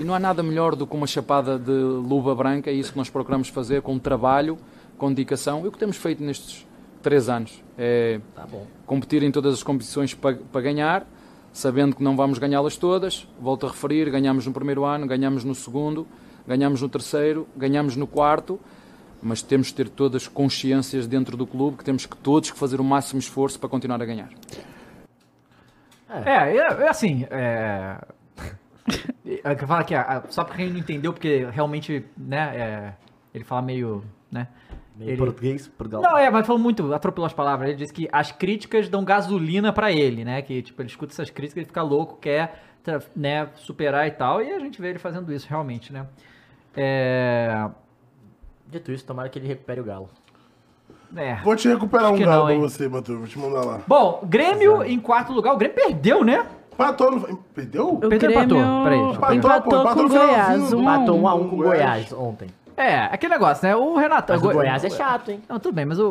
S8: e não há nada melhor do que uma chapada de luva branca, é isso que nós procuramos fazer com trabalho, com dedicação. E o que temos feito nestes três anos é
S4: Tá bom.
S8: competir em todas as competições para, ganhar, sabendo que não vamos ganhá-las todas. Volto a referir: ganhamos no primeiro ano, ganhamos no segundo, ganhamos no terceiro, ganhamos no quarto. Mas temos que ter todas consciências dentro do clube que temos que todos que fazer o máximo esforço para continuar a ganhar.
S1: É, é, é assim, é... é que Fala que, ah, só pra quem não entendeu, porque realmente, né, é, ele fala meio, né...
S4: [LAUGHS] Meio
S1: Ele-
S4: português, Portugal.
S1: Não, é, mas falou muito, atropelou as palavras. Ele disse que as críticas dão gasolina pra ele, né? Que, tipo, ele escuta essas críticas, ele fica louco, quer, tra- né, superar e tal. E a gente vê ele fazendo isso, realmente, né? É...
S4: Dito isso, tomara que ele recupere o galo.
S1: É...
S2: Vou te recuperar
S1: Acho
S2: um
S1: que
S2: galo
S1: não,
S2: pra
S1: hein?
S2: você, Matheus. Vou te mandar lá.
S1: Bom, Grêmio em quarto lugar. O Grêmio perdeu, né?
S2: Patou, não... Perdeu?
S3: O
S1: Pedro
S3: Grêmio
S1: empatou. Peraí, deixa eu
S2: pegar.
S3: empatou,
S2: Empatou, pô, empatou
S3: com o
S2: no finalzinho.
S3: Goiás. Um
S4: Matou um
S3: a
S4: a
S3: um.
S4: um com o
S2: Goiás.
S4: Goiás ontem.
S1: É, aquele negócio, né? O Renato.
S4: Mas o
S1: Goi-
S4: Goiás é chato, hein?
S1: Não, tudo bem, mas o,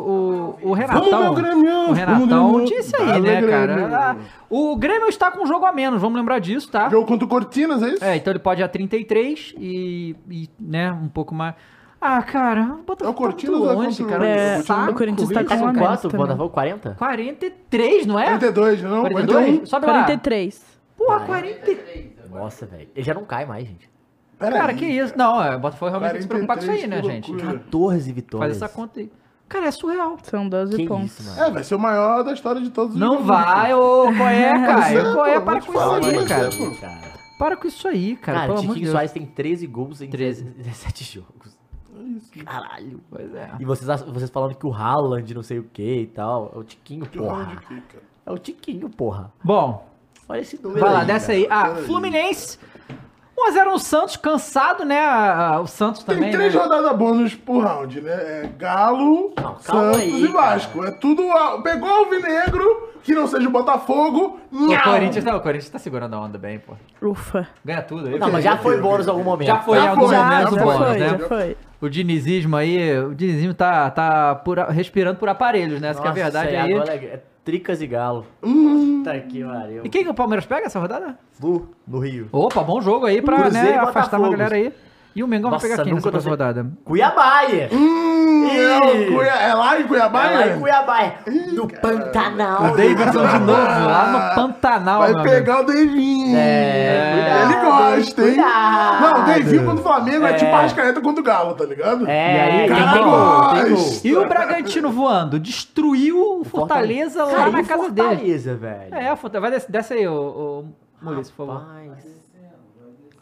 S1: o, o Renatão.
S2: meu Grêmio,
S1: o
S2: vamos,
S1: Renatão
S2: Grêmio.
S1: disse aí,
S2: Fala,
S1: né,
S2: Grêmio.
S1: cara? Ah, O Grêmio está com um jogo a menos, vamos lembrar disso, tá?
S2: Jogo contra o Cortinas, é isso?
S1: É, então ele pode ir a 33 e, e, né, um pouco mais. Ah, cara, o
S2: É o
S1: Botafogo tá
S2: Cortinas
S1: muito
S2: ou é
S1: longe,
S2: contra o-
S1: cara.
S3: É,
S1: que saco
S3: o Corinthians
S1: isso,
S3: tá
S4: Tá
S3: com
S4: com
S1: cara.
S3: a menos
S4: quanto? O
S3: também.
S4: Botafogo 40?
S1: 43, não é?
S2: 42, não? um?
S1: 42?
S2: 42?
S1: Sobe lá.
S3: 43.
S1: Porra, 43.
S4: Nossa, velho. Ele já não cai mais, gente.
S2: Peraí.
S1: Cara, que isso? Não, é, o Botafogo realmente tem que se preocupar com isso aí, né,
S2: 43,
S1: gente?
S2: que loucura.
S4: 14
S1: Faz
S4: vitórias.
S1: essa conta aí. Cara, é surreal.
S3: São 12
S4: Que
S3: pontos.
S4: isso, mano.
S2: É, vai ser o maior da história de todos os
S1: Não
S2: jogos.
S1: vai, ô, qual
S2: [LAUGHS]
S1: é, Caio? Qual é?
S2: pô,
S1: Para
S2: vou
S1: com
S2: te falar,
S1: isso aí,
S2: mas
S1: cara.
S2: é, pô.
S4: Cara,
S1: Para com isso aí, cara.
S4: cara
S1: pelo
S4: o
S1: amor de
S4: Tiquinho é
S1: Deus.
S4: Soares tem 13 gols em
S1: 13.
S4: 17 jogos.
S2: É
S4: Caralho.
S1: Pois é.
S4: E vocês, ach- vocês falando que o Haaland não sei o que e tal. É o Tiquinho,
S2: Que horror de
S4: porra.
S2: que, cara.
S4: É o Tiquinho, porra.
S1: Bom,
S4: Olha esse número
S1: vai lá,
S4: aí,
S1: desce aí. Ah, Fluminense. 1x0 no Santos, cansado, né? Ah, O Santos
S2: Tem
S1: também.
S2: três
S1: né?
S2: rodadas bônus por round, né? É Galo,
S4: Não, calma
S2: Santos
S4: aí,
S2: e Vasco. É tudo. a- Pegou o Alvinegro, que não seja o Botafogo.
S1: O
S2: nhau!
S1: Corinthians, não, o Corinthians tá segurando a onda bem, pô.
S3: Ufa.
S1: Ganha tudo aí.
S4: Não, mas já foi bônus em algum momento.
S1: Já foi em
S2: Já
S1: alguns
S2: foi,
S1: momentos
S2: já
S1: bons,
S3: foi,
S1: né?
S3: já foi.
S1: O dinizismo aí, o dinizismo tá, tá por a- respirando por aparelhos, né? Essa que é a
S4: Nossa,
S1: verdade
S4: aí
S1: aí.
S4: agora é, é tricas e galo. Tá aqui, Mario.
S1: E quem que o Palmeiras pega essa rodada?
S4: Flu, no Rio.
S1: Opa, bom jogo aí pra
S4: Cruzeiro e
S1: né, afastar uma
S4: Botafogo.
S1: galera aí. E o Mengão
S4: Nossa,
S1: vai pegar quem
S4: nunca
S1: nessa
S4: eu tô
S1: próxima rodada?
S4: Cuiabá! É
S2: Hum, é, o Cuiabá- é lá em Cuiabá?
S4: lá em
S2: né?
S4: Cuiabá, é. no Pantanal.
S1: O Davidson de novo,
S2: Ah.
S1: lá no Pantanal,
S2: Vai
S1: meu amigo.
S2: pegar o Davinho.
S4: É,
S2: Ele gosta, hein?
S4: cuidado.
S2: Não, o Davinho contra o Flamengo é, tipo a Arrascaeta contra o Galo, tá ligado?
S4: É,
S1: E aí,
S4: tem
S1: cara,
S4: gol,
S2: gosta.
S4: tem gol.
S1: E o Bragantino voando, destruiu o Fortaleza, lá
S4: Cara, e
S1: na
S4: o
S1: casa dele.
S4: Fortaleza, velho.
S1: É, Fortaleza. Vai desce, desce aí, ô, ô Maurício, por favor.
S4: Rapaz.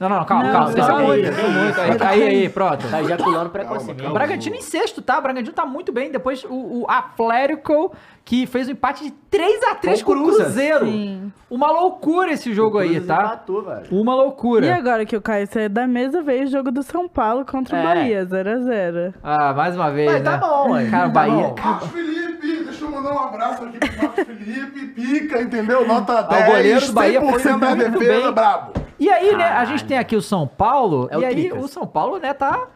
S1: Não, não, calma,
S3: Não,
S1: calma. Vocês são
S4: calma aí,
S1: muito, são muito. Aí, aí, aí, pronto.
S4: Tá ejaculando precocemente.
S1: O Bragantino em sexto, tá? O Bragantino tá muito bem. Depois o, o Atlético, que fez um empate de 3x3 com o
S4: Cruzas.
S1: Cruzeiro. Uma loucura esse jogo aí,
S4: Cruzes
S1: tá?
S4: empatou, velho.
S1: Uma
S3: E
S1: loucura.
S3: agora que o Caio saiu da mesa, veio o jogo do São Paulo contra
S4: É.
S3: o Bahia, 0x0.
S1: Ah, mais uma vez,
S4: Mas
S1: né?
S4: tá bom, aí.
S1: Cara, o
S4: tá
S1: Bahia...
S4: bom.
S2: Marcos Felipe, deixa eu mandar um abraço aqui pro Marcos Felipe, pica, entendeu? Nota
S1: Ah, o
S2: 10,
S1: goleiro do Bahia foi
S2: 100% da
S1: muito
S2: defesa,
S1: bem.
S2: brabo.
S1: E aí, né, a gente tem aqui o São Paulo,
S4: Ah. É o
S1: e aí
S4: Tricas.
S1: o São Paulo, né, tá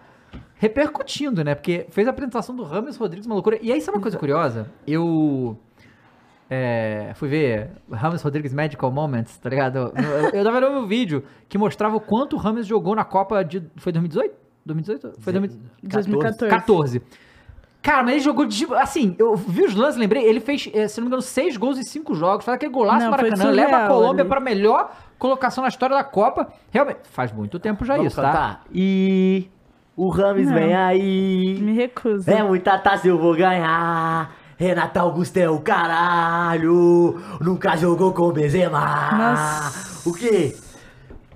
S1: repercutindo, né, porque fez a apresentação do Ramos Rodrigues, uma loucura. E aí, sabe uma coisa curiosa? Eu é, fui ver Ramos Rodrigues Medical Moments, tá ligado? Eu, eu, eu tava olhando um vídeo que mostrava o quanto o Ramos jogou na Copa de... foi 2018? 2018? Foi 2018.
S3: 2014.
S1: 14. Cara, mas ele jogou de. Assim, eu vi os lances, lembrei. Ele fez, eh, se não me engano, seis gols em cinco jogos. Faz aquele golaço
S3: Não,
S1: no
S3: foi
S1: Maracanã.
S3: surreal né?
S1: Leva a Colômbia
S3: ali.
S1: pra melhor colocação na história da Copa. Realmente, faz muito tempo já
S4: Vamos
S1: isso, tá?
S4: cantar? E o Rames
S3: Não.
S4: vem aí.
S3: Me recuso.
S4: É muita taça eu vou ganhar. Renato Augusto é o caralho. Nunca jogou com Benzema.
S3: Nossa.
S4: O quê?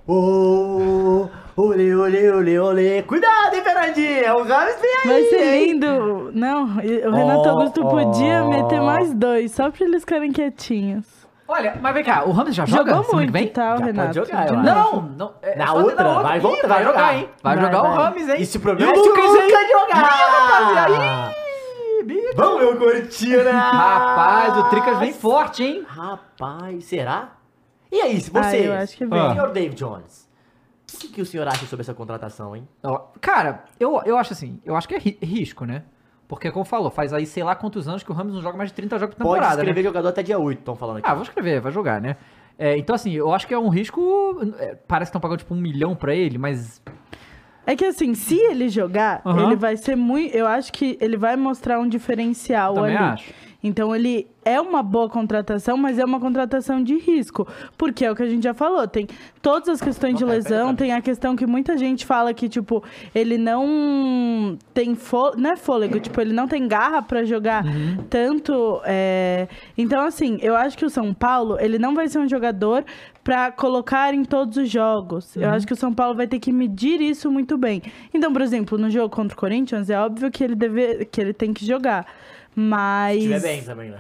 S4: Ô, olê, olê, olê, olê. Cuidado, hein, Fernandinha. O Rames vem aí.
S3: Vai ser
S4: hein?
S3: lindo. Não, e- o Renato
S4: Ó,
S3: Augusto podia
S4: ó.
S3: meter mais dois, só pra eles ficarem quietinhos.
S1: Olha, mas vem cá, o Ramos já joga?
S3: Jogou
S1: semana que
S3: muito,
S1: vem?
S3: tá, o
S4: Já pode
S3: Renato?
S4: jogar,
S3: De
S4: eu
S3: novo.
S1: Não, não. é
S4: Na
S1: só ter
S4: outra, vai voltar,
S1: Ih,
S4: vai
S1: vai jogar,
S4: jogar.
S1: hein? Vai,
S3: Vai,
S1: jogar o
S3: vai.
S1: Rames, hein?
S4: E se problema
S1: E
S4: é
S1: o
S4: que
S1: Lucas,
S4: o
S1: hein?
S4: Lucas jogar. Tá,
S1: Ih, rapaziada, ih, bicho.
S4: Vamos, meu Cortina.
S1: Rapaz, o Tricas vem forte, hein?
S4: Rapaz, será? E aí, se
S3: Ah,
S4: você...
S3: eu acho que vem.
S1: Ah.
S4: Senhor Dave Jones, o que, que o senhor acha sobre essa contratação, hein?
S1: Ó, Cara, eu, eu acho assim, eu acho que é ri- risco, né? Porque, como falou, faz aí sei lá quantos anos que o Ramos não joga mais de 30 jogos por
S4: Pode
S1: temporada, né?
S4: escrever jogador até dia 8, estão falando aqui.
S1: Ah, vou escrever, vai jogar, né? É, então, assim, eu acho que é um risco. é, parece que estão pagando tipo um milhão pra ele, mas.
S3: É que assim, se ele jogar,
S1: Aham.
S3: ele vai ser muito. Eu acho que ele vai mostrar um diferencial
S1: Também
S3: ali.
S1: acho.
S3: Então ele é uma boa contratação, mas é uma contratação de risco. Porque é o que a gente já falou, tem todas as questões de lesão, tem a questão que muita gente fala que, tipo, ele não tem fô, não é fôlego, tipo, ele não tem garra pra jogar tanto. é, Então, assim, eu acho que o São Paulo, ele não vai ser um jogador pra colocar em todos os jogos. Eu acho que o São Paulo vai ter que medir isso muito bem. Então, por exemplo, no jogo contra o Corinthians, é óbvio que ele deve, que ele tem que jogar. Mas
S4: Estiver bem também, né?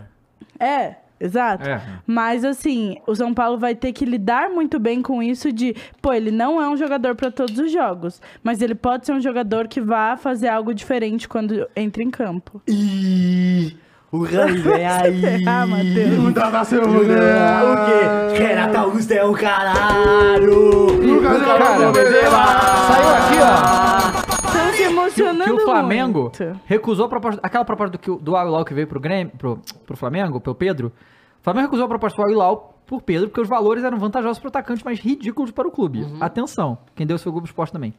S3: é, exato.
S1: É.
S3: Mas assim, o São Paulo vai ter que lidar muito bem com isso de, pô, ele não é um jogador pra todos os jogos, mas ele pode ser um jogador que vá fazer algo diferente quando entra em campo.
S4: Ih, o Rami
S2: [LAUGHS]
S4: vem aí.
S3: Ah, Matheus.
S2: Muita da seu
S4: O quê? Renato Augusto é o caralho.
S2: Nunca né? jogou com Benzema.
S1: Saiu aqui, ó.
S3: Estão se emocionando
S1: Que o Flamengo
S3: muito.
S1: recusou a proposta. Aquela proposta do, que o- do Al-Hilal que veio pro, Grêmio, pro, pro Flamengo, pelo Pedro. O Flamengo recusou a proposta do Al-Hilal por Pedro, porque os valores eram vantajosos para o atacante, mas ridículos para o clube. Atenção, quem deu isso foi o Globo Esporte também.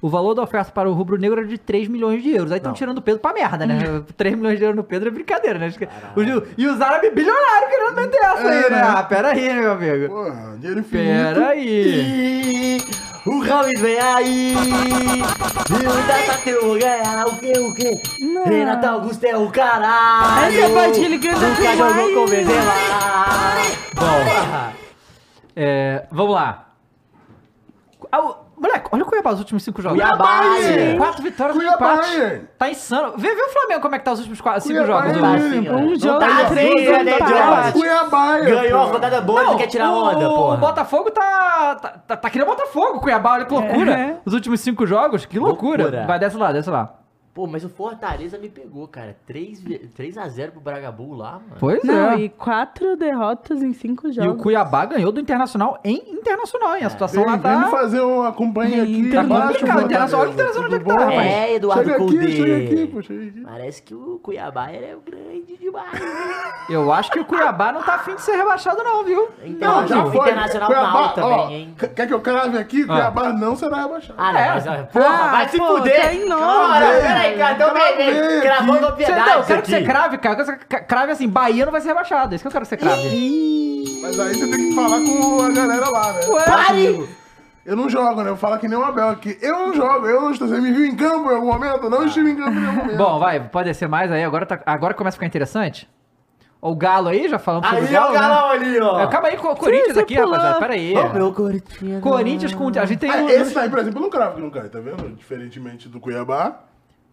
S1: O valor da oferta para o Rubro Negro era de 3 milhões de euros. Aí estão tirando o Pedro pra merda, [LAUGHS] né? 3 milhões de euros no Pedro é brincadeira, né? Acho que- os- e os árabes bilionários querendo meter essa
S2: É,
S1: aí, né? Ah, pera aí, meu amigo.
S2: Porra, dinheiro infinito.
S1: Pera aí.
S4: Ih, O Rames vem aí. E o Tata eu vou ganhar. O quê? O quê? Renato Augusto é o caralho.
S3: Essa é a parte que ele canta
S4: Nunca
S3: com
S4: jogou
S3: raiva.
S4: com o Benzema. Bom,
S1: É, vamos lá. Ah, o- moleque, olha o Cuiabá nos últimos cinco jogos.
S4: Cuiabá, hein?
S1: Quatro vitórias no
S2: Cuiabá,
S1: empate.
S2: hein?
S1: Tá insano. Vê, vê o Flamengo como é que tá os últimos quatro, cinco
S2: Cuiabá,
S1: jogos. Dudu.
S2: hein? Sim,
S4: senhora.
S3: um
S4: Não
S3: jogo,
S4: tá
S3: dois
S4: três, né,
S3: empates.
S4: Diogo?
S2: Cuiabá, hein?
S4: Ganhou a rodada boa, ele quer tirar
S1: o,
S4: onda,
S1: o
S4: porra.
S1: Botafogo tá, tá, tá, tá querendo Botafogo, Cuiabá, olha que loucura.
S3: É.
S1: Os últimos cinco jogos, que loucura.
S4: Loucura.
S1: Vai, desce lá, desce lá.
S4: Pô, mas o Fortaleza me pegou, cara. 3x0 pro Bragabu lá, mano.
S1: Pois
S3: Não,
S1: é.
S3: e quatro derrotas em cinco
S1: E o
S3: jogos.
S1: Cuiabá ganhou do Internacional em Internacional, hein? A situação
S2: Vem,
S1: lá
S2: vem me
S1: tá...
S2: fazer uma companhia aqui.
S1: Tá
S2: embaixo,
S1: complicado,
S2: Fortaleza.
S1: Internacional. Olha o Internacional onde é que tá,
S2: Tudo bom?
S1: rapaz.
S4: É, Eduardo
S2: Chega aqui,
S4: Cudê.
S2: chega aqui, pô, chega aqui.
S4: Parece que o Cuiabá ele é grande demais.
S1: Eu acho que o Cuiabá não tá afim de ser rebaixado não, viu?
S4: Então,
S2: já
S4: o
S2: foi.
S4: Internacional tá
S2: Cuiabá,
S4: alto
S2: ó,
S4: também, hein?
S2: qu- Quer que eu crave aqui? Cuiabá não será rebaixado.
S4: Ah, não, mas, ó, porra,
S3: Ah,
S4: vai se
S3: pô,
S4: fuder.
S3: tem nome.
S4: Cara, peraí, cara, então
S2: Cravei
S4: vem,
S2: aqui.
S4: gravando
S1: É Você, não, eu
S4: obviedade
S1: quero que
S4: aqui.
S1: você crave, cara. Eu quero que você crave assim, Bahia não vai ser rebaixado. É isso que eu quero que você crave.
S2: Mas aí você tem que falar com a galera lá, né?
S4: Pare!
S2: Eu não jogo, né? Eu falo que nem o Abel aqui. Eu não jogo, eu não estou. Você me viu em campo em algum momento? Eu não estive em campo em nenhum momento.
S1: Bom, vai, pode descer mais aí. Agora, tá- agora começa a ficar interessante. Ó, O Galo aí, já falamos sobre o
S4: Aí, ó,
S1: Galo,
S4: o
S1: né?
S4: galão ali, ó.
S1: Acaba aí com o Corinthians
S3: você
S1: aqui,
S3: pulou.
S1: rapaziada. Pera aí.
S4: Ô, meu Corinthians.
S1: Corinthians com... A gente tem... um
S2: Ah,
S1: o-
S2: esse aí, por exemplo, eu não cravo que não cai, tá vendo? Diferentemente do Cuiabá.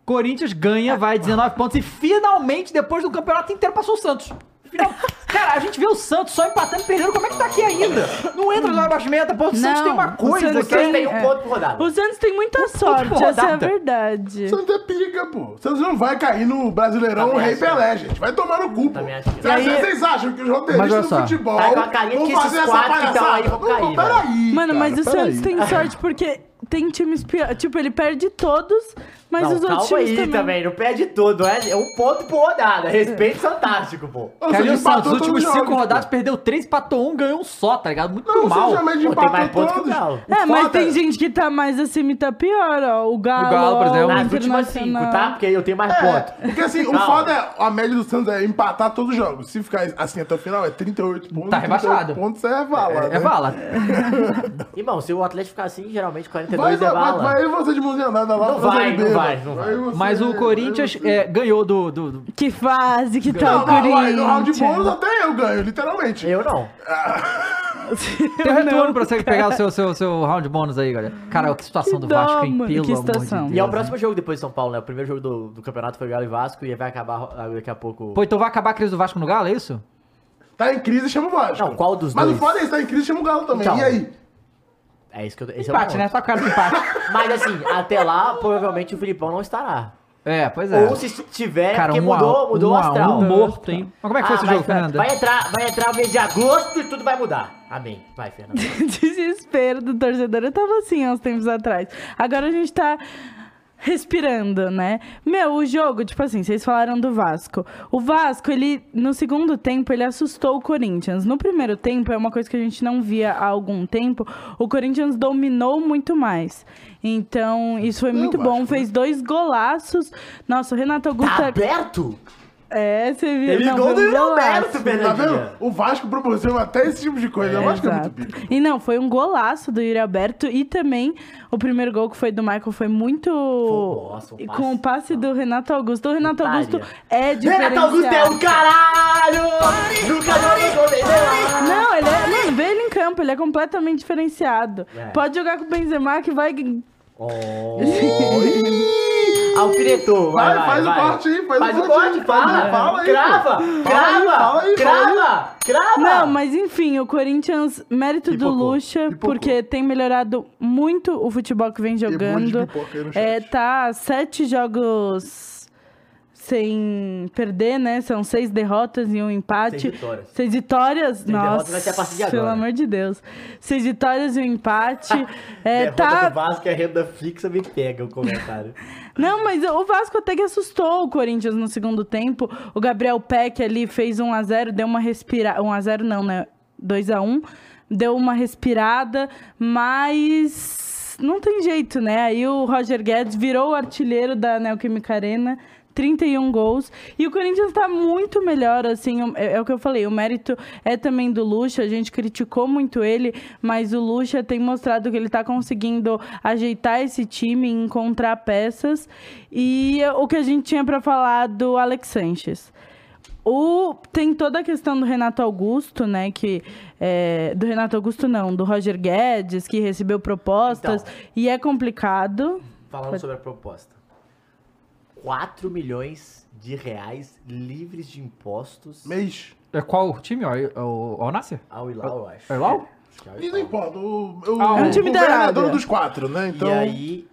S1: Corinthians ganha, vai 19 pontos e finalmente, depois do campeonato inteiro, passou o Santos. Final- Cara, a gente vê o Santos só empatando e perdendo. Como é que tá aqui ainda? Não entra na baixo-meta, pô. O Santos
S3: Não,
S1: tem uma
S3: o
S1: coisa
S3: Santos
S1: aqui.
S4: Vocês têm um
S3: É.
S4: ponto por rodada.
S3: O Santos tem
S1: Tá
S3: muita sorte,
S1: por
S3: essa é a
S1: rodada.
S3: verdade.
S2: Santos é pica, pô. Santos não vai cair no Brasileirão
S4: Também
S2: Rei
S4: acho.
S2: Pelé, gente. Vai tomar no cu, pô.
S4: Também acho que-
S2: Vocês,
S4: E aí-
S2: vocês acham que os
S1: Mas olha
S2: roteiristas do
S1: só.
S2: futebol
S4: Tá com a carinha
S2: vão
S4: que esses
S2: fazer essa
S4: quatro que tão
S2: palhaçada?
S4: aí vão
S2: Não,
S4: cair,
S2: peraí,
S3: Mano, mas
S2: cara,
S3: o Santos
S2: peraí.
S3: tem sorte porque tem times pior. Tipo, ele perde todos, mas
S4: Não,
S3: os outros
S4: calma
S3: times
S4: aí
S3: também.
S4: também, não perde tudo, é é um ponto por rodada. Respeito fantástico, pô.
S2: Ou
S1: Cara,
S2: seja,
S1: e o Santos,
S2: empatou
S1: os últimos
S2: todos os
S1: 5
S2: jogos,
S1: rodadas,
S2: pô.
S1: perdeu 3, empatou 1, ganhou um só, tá ligado? Muito
S2: Não,
S1: mal.
S2: mal.
S4: Pô, tem
S2: empatou
S4: mais pontos que o
S2: todos.
S4: Galo.
S2: O
S3: É, mas
S2: foda-
S3: tem gente que tá mais acima e tá pior, ó. O Galo,
S1: Galo, por
S3: ó,
S1: exemplo.
S3: o
S4: Nas últimas é, cinco,
S3: Internacional.
S4: tá? Porque eu tenho mais
S2: É,
S4: ponto.
S2: porque assim, o
S4: Calma.
S2: foda é a média do Santos é empatar todos os jogos. Se ficar assim até o final, é 38 pontos.
S1: Tá
S2: 38
S1: rebaixado.
S2: pontos é vala.
S1: É
S2: né?
S3: [LAUGHS]
S1: bala.
S4: Irmão, se o Atlético ficar assim, geralmente 42
S2: Vai,
S4: é
S2: vai, vai,
S4: bala.
S2: vai você de mãozinha andada lá
S4: Não
S2: pra
S4: vai,
S2: Série
S4: não
S2: B,
S4: vai,
S2: mano.
S4: não
S2: Vai
S4: vai.
S2: você,
S1: Mas o
S2: vai
S1: Corinthians
S2: você.
S1: é, ganhou do, do- do-
S3: Que fase que tá
S2: Não,
S3: o
S2: não, vai, no round
S3: Corinthians.
S2: de bônus até eu ganho, literalmente. [LAUGHS]
S4: Eu não.
S1: Tem um retorno
S3: Não,
S1: pra você pegar o seu, seu, seu round bônus aí, galera. Cara, que situação
S3: Que
S1: do Vasco,
S3: dó,
S1: hein?
S3: mano,
S1: Pelo
S3: que
S1: amor de
S3: situação.
S1: Deus,
S4: E é o
S1: hein?
S4: próximo jogo depois de São Paulo, né? O primeiro jogo do, do campeonato foi Galo e Vasco e vai acabar ah, daqui a pouco.
S1: Pô, então vai acabar a crise do Vasco no Galo, é isso?
S2: Tá em crise, chama o Vasco.
S4: Não, qual dos
S2: Mas
S4: dois?
S2: o foda é esse, tá em crise, chama o Galo também.
S4: Então.
S2: E aí?
S4: É isso que eu esse é o
S1: Empate,
S4: ponto.
S1: né? Tá com cara de empate.
S4: [LAUGHS] Mas assim, até lá, provavelmente o Filipão não estará.
S1: É, pois é.
S4: Ou se tiver, é
S1: Cara,
S4: porque
S1: um
S4: mudou,
S1: a,
S4: mudou
S1: um
S4: o
S1: a
S4: astral.
S1: Um morto, hein? Mas como é que foi
S4: Ah,
S1: esse
S4: vai,
S1: jogo, Fernanda?
S4: Vai entrar, vai entrar o mês de agosto e tudo vai mudar. Amém. Vai, [LAUGHS] Fernanda.
S3: [LAUGHS] Desespero do torcedor. Eu tava assim há uns tempos atrás. Agora a gente tá respirando, né? Meu, o jogo, tipo assim, vocês falaram do Vasco. O Vasco, ele no segundo tempo, ele assustou o Corinthians. No primeiro tempo, é uma coisa que a gente não via há algum tempo, o Corinthians dominou muito mais. Então, isso foi muito bom. Fez dois golaços. Nossa, o Renato
S4: né? Tá
S3: Augusto...
S4: aberto?
S3: É, você viu?
S4: Teve
S3: Não,
S4: gol do
S3: foi um golaço.
S4: Roberto,
S2: Tá
S4: Fernandinha.
S2: vendo? O Vasco proporciona até esse tipo de coisa. o Vasco é
S3: Exato.
S2: muito pico.
S3: E não, foi um golaço do Yuri Alberto e também o primeiro gol que foi do Michael foi muito
S4: Nossa, um passe.
S3: com o passe do Renato Augusto. O Renato
S4: Otário.
S3: Augusto é diferenciado.
S4: Renato Augusto é
S2: um
S4: o caralho! Nunca jogou gol dele.
S3: Não, ele é, mano, vê ele em campo, ele é completamente diferenciado.
S4: É.
S3: Pode jogar com o Benzema que vai
S4: Alfinetou, vai,
S2: Vai,
S4: vai,
S2: faz o
S4: vai.
S2: corte aí, faz o
S4: Faz o
S2: corte aí,
S4: corte,
S2: fala,
S4: fala,
S2: fala aí, pô.
S4: crava,
S2: Fala aí, fala
S4: crava,
S2: aí, fala aí.
S4: crava, crava.
S3: Não, mas enfim, o Corinthians, mérito do
S2: Pipocou,
S3: Lucha,
S2: pipocou.
S3: porque tem melhorado muito o futebol que vem
S2: um monte de
S3: jogando.
S2: pipoca aí no chat.
S3: É, tá sete jogos sem perder, né? São seis derrotas e um empate.
S4: Seis vitórias.
S3: Seis vitórias?
S4: derrotas
S3: Nossa,
S4: vai ser a partir de
S3: pelo
S4: agora.
S3: amor de Deus. Seis vitórias e um empate.
S4: [LAUGHS]
S3: é,
S4: Derrota
S3: tá,
S4: do Vasco é renda fixa, me pega
S1: [LAUGHS]
S4: o comentário.
S3: não, mas o Vasco até que assustou o Corinthians no segundo tempo. O Gabriel Peck ali fez 1 a 0, deu uma respirada, 1 a 0 não, né? 2 a 1. Deu uma respirada, mas não tem jeito, né? Aí o Roger Guedes virou o artilheiro da Neoquímica Arena. 31 gols. E o Corinthians tá muito melhor, assim, o- é, é o que eu falei, o mérito é também do Lucha, a gente criticou muito ele, mas o Lucha tem mostrado que ele tá conseguindo ajeitar esse time, encontrar peças. E é o que a gente tinha pra falar do Alex Sanches. O, tem toda a questão do Renato Augusto, né? Que. é, do Renato Augusto, não, do Roger Guedes, que recebeu propostas.
S4: Então.
S3: E é complicado.
S4: Falando sobre a proposta. 4 milhões de reais livres de impostos
S2: Mês.
S1: É qual o time? ó? É O Alnasser?
S4: ao Ilau, eu acho.
S1: É Ilau?
S4: Acho que é o
S2: E
S4: Ilau.
S2: não importa. O, o,
S1: Ah, é um
S2: o
S3: time da
S2: governador
S3: Arábia.
S2: dos quatro, né? Então,
S4: E aí,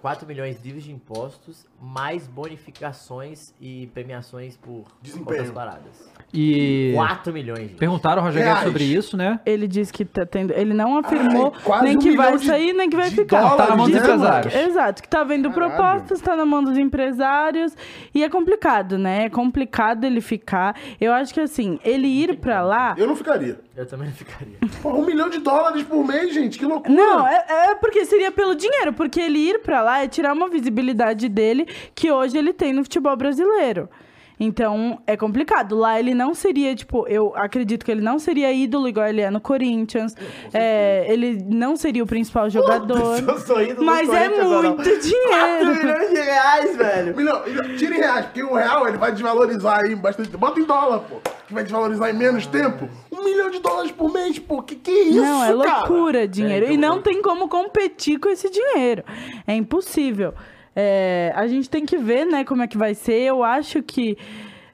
S4: 4 milhões livres de impostos, mais bonificações e premiações por
S2: Desempenho.
S4: outras paradas.
S1: E
S4: 4 milhões, gente.
S1: perguntaram ao Rogério
S2: Reais.
S1: sobre isso, né?
S3: Ele disse que tá tendo. Ele não afirmou
S2: Ai, quase
S3: nem
S2: um
S3: que
S2: milhão
S3: vai
S2: de-
S3: sair, nem que vai
S2: de
S3: ficar.
S2: dólares, né,
S1: Tá na mão dos
S3: Diz-
S1: empresários.
S3: Exato, que tá vendo
S2: Caralho.
S3: propostas, tá na mão dos empresários. E é complicado, né? É complicado ele ficar. Eu acho que assim, ele ir pra lá.
S2: Eu não ficaria.
S4: Eu também não ficaria.
S2: Pô, um milhão de dólares por mês, gente, que loucura.
S3: Não, é, é porque seria pelo dinheiro, porque ele ir pra lá é tirar uma visibilidade dele que hoje ele tem no futebol brasileiro. Então, é complicado. Lá ele não seria, tipo, eu acredito que ele não seria ídolo igual ele é no Corinthians. É, ele não seria o
S2: [LAUGHS]
S3: principal jogador.
S4: Eu sou ídolo do
S3: Mas é
S4: Corinthians, agora.
S3: muito dinheiro.
S4: 4 milhões de reais, velho.
S2: Milhão, tira em reais, porque um real ele vai desvalorizar aí bastante. Bota em dólar, pô. Que vai desvalorizar em menos tempo. Um milhão de dólares por mês, pô. Que que é isso,
S3: Não, é
S2: cara?
S3: loucura dinheiro.
S4: É, então
S3: e não
S4: eu-
S3: tem como competir com esse dinheiro. É impossível. É, a gente tem que ver, né, como é que vai ser. Eu acho que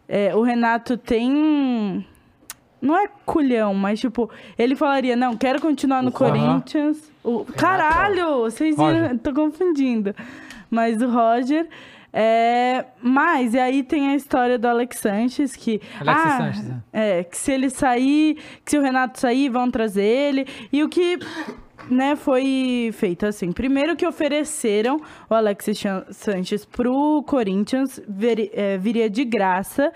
S3: é, o Renato tem. um, Não é culhão, mas tipo, ele falaria, não, quero continuar no Corinthians. O... Caralho, vocês
S1: Roger.
S3: viram, tô confundindo. Mas o Roger. É, mas, e aí tem a história do Alex Sanches, que.
S1: Alexis Sanches, né?
S3: É, que se ele sair, que se o Renato sair, vão trazer ele. E o que né, foi feito assim. Primeiro que ofereceram o Alexis Chan- Sanches pro Corinthians, veri- é, viria de graça.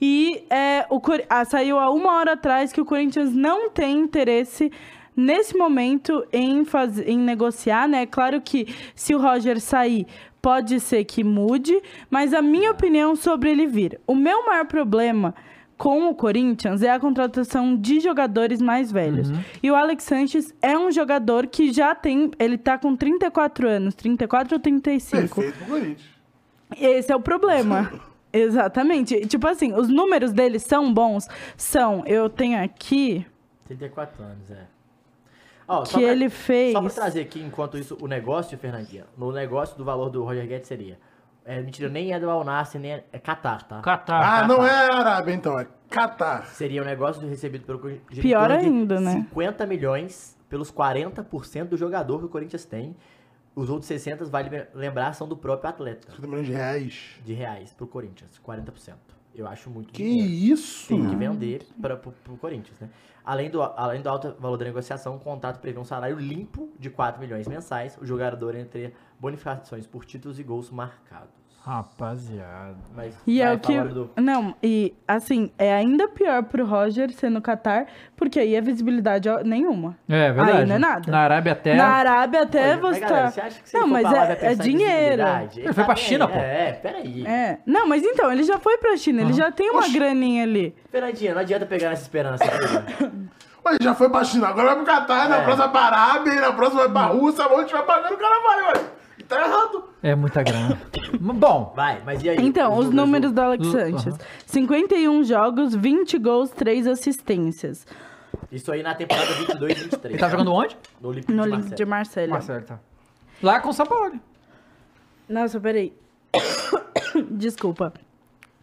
S3: E é, o Cor- ah, saiu há uma hora atrás que o Corinthians não tem interesse nesse momento em, faz- em negociar, né? É Claro que se o Roger sair, pode ser que mude, mas a minha opinião sobre ele vir. O meu maior problema com o Corinthians é a contratação de jogadores mais velhos.
S1: Uhum.
S3: E o Alex Sanches é um jogador que já tem. Ele tá com 34 anos, 34 ou 35.
S2: Perfeito pro um Corinthians.
S3: Esse é o problema.
S1: [LAUGHS]
S3: Exatamente. Tipo assim, os números dele são bons. São, eu tenho aqui
S4: 34 anos, é. Ó,
S3: que
S4: só pra-
S3: ele fez.
S4: Só pra trazer aqui, enquanto isso, o negócio, Fernandinha. No negócio do valor do Roger Guedes seria. É, mentira, nem é do Al Nassr, nem é, é Qatar, tá?
S2: Ah, não é Arábia, então. É Catar.
S4: Seria o negócio do recebido pelo Corinthians.
S3: Pior
S4: em torno de
S3: ainda, né?
S4: 50 milhões pelos 40% do jogador que o Corinthians tem. Os outros 60, vale lembrar, são do próprio atleta
S2: 50 milhões tá de reais.
S4: de reais pro Corinthians. 40%. Eu acho muito
S2: Que
S4: dinheiro.
S2: isso?
S4: Tem que vender para pro, pro Corinthians, né? Além do, além do alto valor da negociação, o contrato prevê um salário limpo de 4 milhões mensais. O jogador entre bonificações por títulos e gols marcados.
S1: Rapaziada.
S4: Mas
S3: E
S4: vai
S3: é o que.
S4: falando do-
S3: Não, e assim, é ainda pior pro Roger ser no Qatar, porque aí é visibilidade ó, nenhuma.
S1: É, verdade.
S3: Aí não é nada.
S1: Na Arábia até.
S3: Na Arábia até
S4: Tá? Olha, mas,
S3: você
S4: galera,
S3: tá.
S4: você acha que se
S3: Não,
S4: ele for
S3: mas
S4: pra lá, vai
S3: é, é
S4: pensar em
S3: dinheiro.
S4: visibilidade?
S1: Ele foi pra
S4: tá
S1: China,
S4: bem,
S1: pô.
S4: É, é, peraí.
S3: É. Não, mas então, ele já foi pra China, ele já tem uma graninha ali.
S4: Fernandinha, não adianta pegar nessa esperança. filho.
S2: Mas já foi pra China, agora vai pro Catar, na
S4: É.
S2: próxima vai pra Arábia, na próxima vai pra Rússia, onde tiver pagando, o cara vai, olha. Tá errado.
S1: É muita
S4: [LAUGHS]
S1: grana. Bom,
S4: Vai, mas e aí?
S3: Então, os números
S4: do-
S3: do Alex Sanches: 51 jogos, 20 gols, 3 assistências.
S4: Isso aí na temporada 22 e 23.
S1: ele tá jogando onde?
S4: no Olímpico
S3: No
S4: de
S3: link de
S4: Marseille.
S3: Marcelo.
S1: Marcelo, tá. Lá com o São Paulo.
S3: Nossa, peraí. [COUGHS] Desculpa.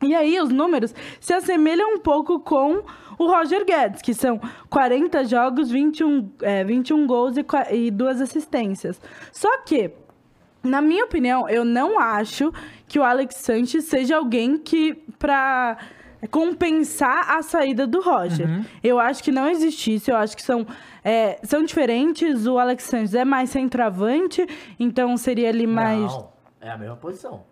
S3: E aí, os números se assemelham um pouco com o Roger Guedes, que são 40 jogos, 21, é, 21 gols e, qua- e duas assistências. Só que, na minha opinião, eu não acho que o Alex Sanches seja alguém que, pra compensar a saída do Roger. Eu acho que não existe isso, eu acho que são, é, são diferentes. O Alex Sanches é mais centroavante, então seria ali mais.
S4: Não, é a mesma posição.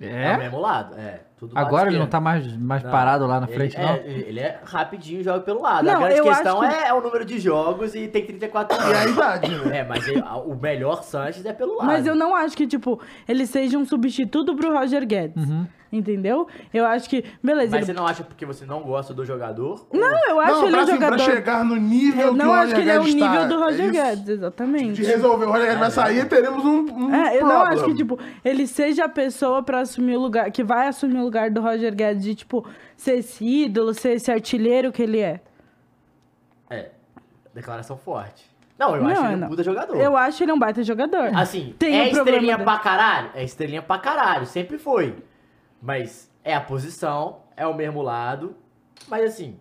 S4: É, o
S1: É?
S4: mesmo lado. É, tudo lado
S1: Agora ele não
S4: esquerdo.
S1: tá mais, mais
S4: Não,
S1: parado lá na
S4: ele
S1: frente,
S4: é-
S1: não?
S4: ele é rapidinho, joga pelo lado. a
S3: Não,
S4: grande
S3: eu acho
S4: questão
S3: que-
S4: é, é o número de jogos e tem 34
S2: E a
S4: anos.
S2: idade, né?
S4: é, mas ele- a- o melhor Sanches é pelo lado.
S3: Mas eu não acho que, tipo, ele seja um substituto pro Roger Guedes.
S2: Uhum.
S3: Entendeu? Eu acho que. Beleza.
S4: Mas
S3: ele-
S4: você não acha porque você não gosta do jogador?
S3: Não, eu acho
S2: não,
S3: ele
S2: pra,
S3: um
S2: assim, pra
S3: jogador.
S2: chegar no nível
S3: eu
S2: que
S3: não
S2: o
S3: acho que ele é o nível
S2: está,
S3: do Roger
S2: isso.
S3: Guedes, exatamente.
S2: De resolver, o Roger Guedes
S4: É.
S2: vai sair e teremos um, um
S3: É, eu não
S2: problem.
S3: acho que, tipo, ele seja a pessoa pra assumir o lugar, que vai assumir o lugar do Roger Guedes de, tipo, ser esse ídolo, ser esse artilheiro que ele é.
S4: É, declaração forte. Não, eu
S3: Não,
S4: acho ele um
S3: não.
S4: puta jogador.
S3: Eu acho ele um baita jogador.
S4: Assim,
S3: Tem um
S4: é
S3: o problema
S4: estrelinha
S3: dele.
S4: pra caralho? É estrelinha pra caralho, sempre foi. Mas é a posição, é o mesmo lado. Mas assim,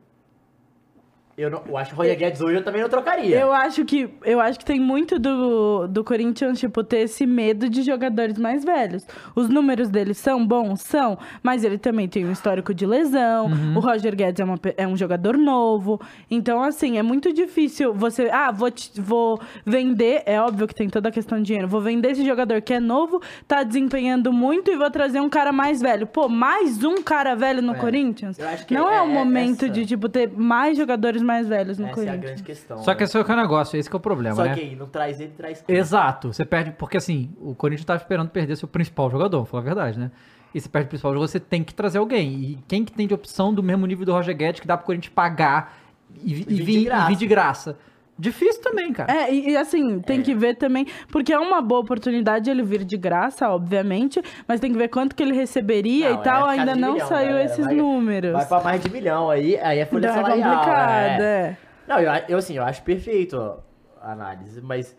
S4: Eu, não, eu acho que o Roger Guedes hoje eu também não trocaria.
S3: Eu acho que eu acho que tem muito do, do Corinthians, tipo, ter esse medo de jogadores mais velhos. Os números dele são bons? São, mas ele também tem um histórico de lesão.
S4: Uhum.
S3: O Roger Guedes é, uma pe- é um jogador novo. Então, assim, é muito difícil você. Ah, vou, te- vou vender. É óbvio que tem toda a questão de dinheiro. Vou vender esse jogador que é novo, tá desempenhando muito e vou trazer um cara mais velho. Pô, mais um cara velho no Corinthians?
S4: É. Eu acho que
S3: Não é,
S4: é-
S3: o
S4: é
S3: momento
S4: essa-
S3: de, tipo, ter mais jogadores mais velhos no
S4: Essa é a
S3: Corinthians.
S4: grande questão.
S1: Só que
S4: né?
S1: esse é o que é o negócio, esse que é o problema,
S4: Só
S1: né?
S4: que aí não traz ele, traz
S1: Exato. Você perde, porque assim, o Corinthians tava esperando perder seu principal jogador, vou falar a verdade, né? E você perde o principal jogador, você tem que trazer alguém. E quem que tem de opção do mesmo nível do Roger Guedes que dá pro Corinthians pagar e, vi-
S4: E
S1: e
S4: vir de
S1: vir, e
S4: graça.
S1: vir de graça? Difícil também, cara.
S3: É, e, e assim, tem que ver também, porque é uma boa oportunidade ele vir de graça, obviamente, mas tem que ver quanto que ele receberia
S4: Não,
S3: e
S4: é
S3: tal,
S4: casa
S3: ainda
S4: de
S3: não
S4: milhão,
S3: saiu
S4: galera,
S3: esses
S4: vai-
S3: números.
S4: Vai pra mais de milhão, aí, aí é folha
S3: então é
S4: salarial.
S3: complicado,
S4: né?
S3: é.
S4: Não, eu, a- eu assim, eu acho perfeito a análise, mas.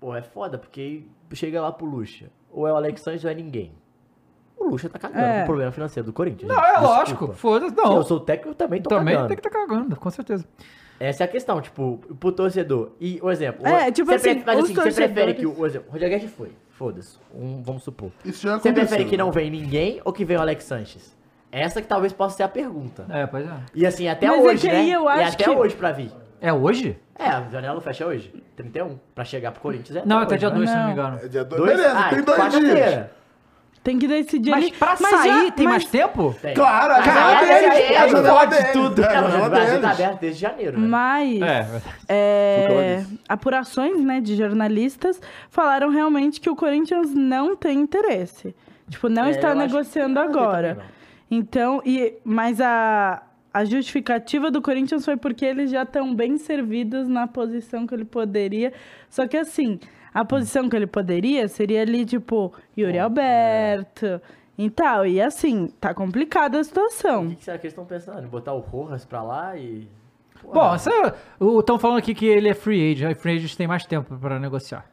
S4: Pô, é foda, porque chega lá pro Lucha. Ou é o Alexandre ou é ninguém. O Lucha tá cagando
S3: É.
S4: com o problema financeiro do Corinthians.
S1: Não,
S4: gente.
S1: é
S4: Desculpa.
S1: lógico. Foda-se,
S4: Se
S1: não.
S4: eu sou técnico, eu também tô
S1: também
S4: cagando.
S1: tem que estar cagando, com certeza.
S4: Essa é a questão, tipo, pro torcedor. E, por exemplo,
S3: É,
S4: o-
S3: tipo
S4: você
S3: assim,
S4: prefere, mas
S3: os
S4: assim, você prefere
S3: torcedores-
S4: que o, por exemplo, o Roger Guedes foi, foda-se, um, vamos supor.
S2: Isso já
S4: Você
S2: aconteceu. né?
S4: prefere que não venha ninguém ou que venha o Alex Sanches? Essa que talvez possa ser a pergunta.
S1: É, pois é.
S4: E assim, até
S3: Mas é
S4: hoje,
S3: que
S4: né?
S3: aí eu
S4: e
S3: acho
S4: até
S3: que-
S4: hoje pra vir.
S1: É hoje?
S4: É, a janela não fecha hoje, 31, pra chegar pro Corinthians. É
S1: Não,
S4: até
S1: até
S4: hoje,
S1: dia
S4: né?
S1: 2, se não me
S3: Não.
S1: engano.
S2: É dia dois?
S4: Dois-
S2: Beleza,
S4: ah,
S2: tem dois dias.
S4: quarta-feira.
S3: Tem que decidir
S1: Mas
S3: ali.
S1: pra
S3: já-
S1: sair, tem
S3: mas-
S1: mais tempo?
S4: Tem.
S2: Claro, a
S4: Mas
S2: janela
S4: aí-
S2: deles,
S4: aí- aí-
S2: a
S4: aí
S2: janela
S4: pode
S2: deles.
S4: tudo.
S2: É, a
S4: Não, mas
S2: janela
S4: o Brasil tá
S2: deles.
S4: aberto desde janeiro, né?
S3: Mas
S2: É, Foi o que ela
S3: é,
S2: disse.
S3: apurações né, de jornalistas falaram realmente que o Corinthians não tem interesse. Tipo, não
S4: É, eu
S3: está
S4: acho que
S3: negociando
S4: não tem nada a ver
S3: agora.
S4: também,
S3: Então, e, mas a, a justificativa do Corinthians foi porque eles já estão bem servidos na posição que ele poderia. Só que assim, a posição que ele poderia seria ali, tipo, Yuri
S4: é.
S3: Alberto e tal. E assim, tá complicada a
S4: O
S3: situação.
S4: que que será que eles estão pensando? Botar o Rojas pra lá e...
S1: Bom, estão falando aqui que ele é free agent. aí Free agent tem mais tempo pra negociar.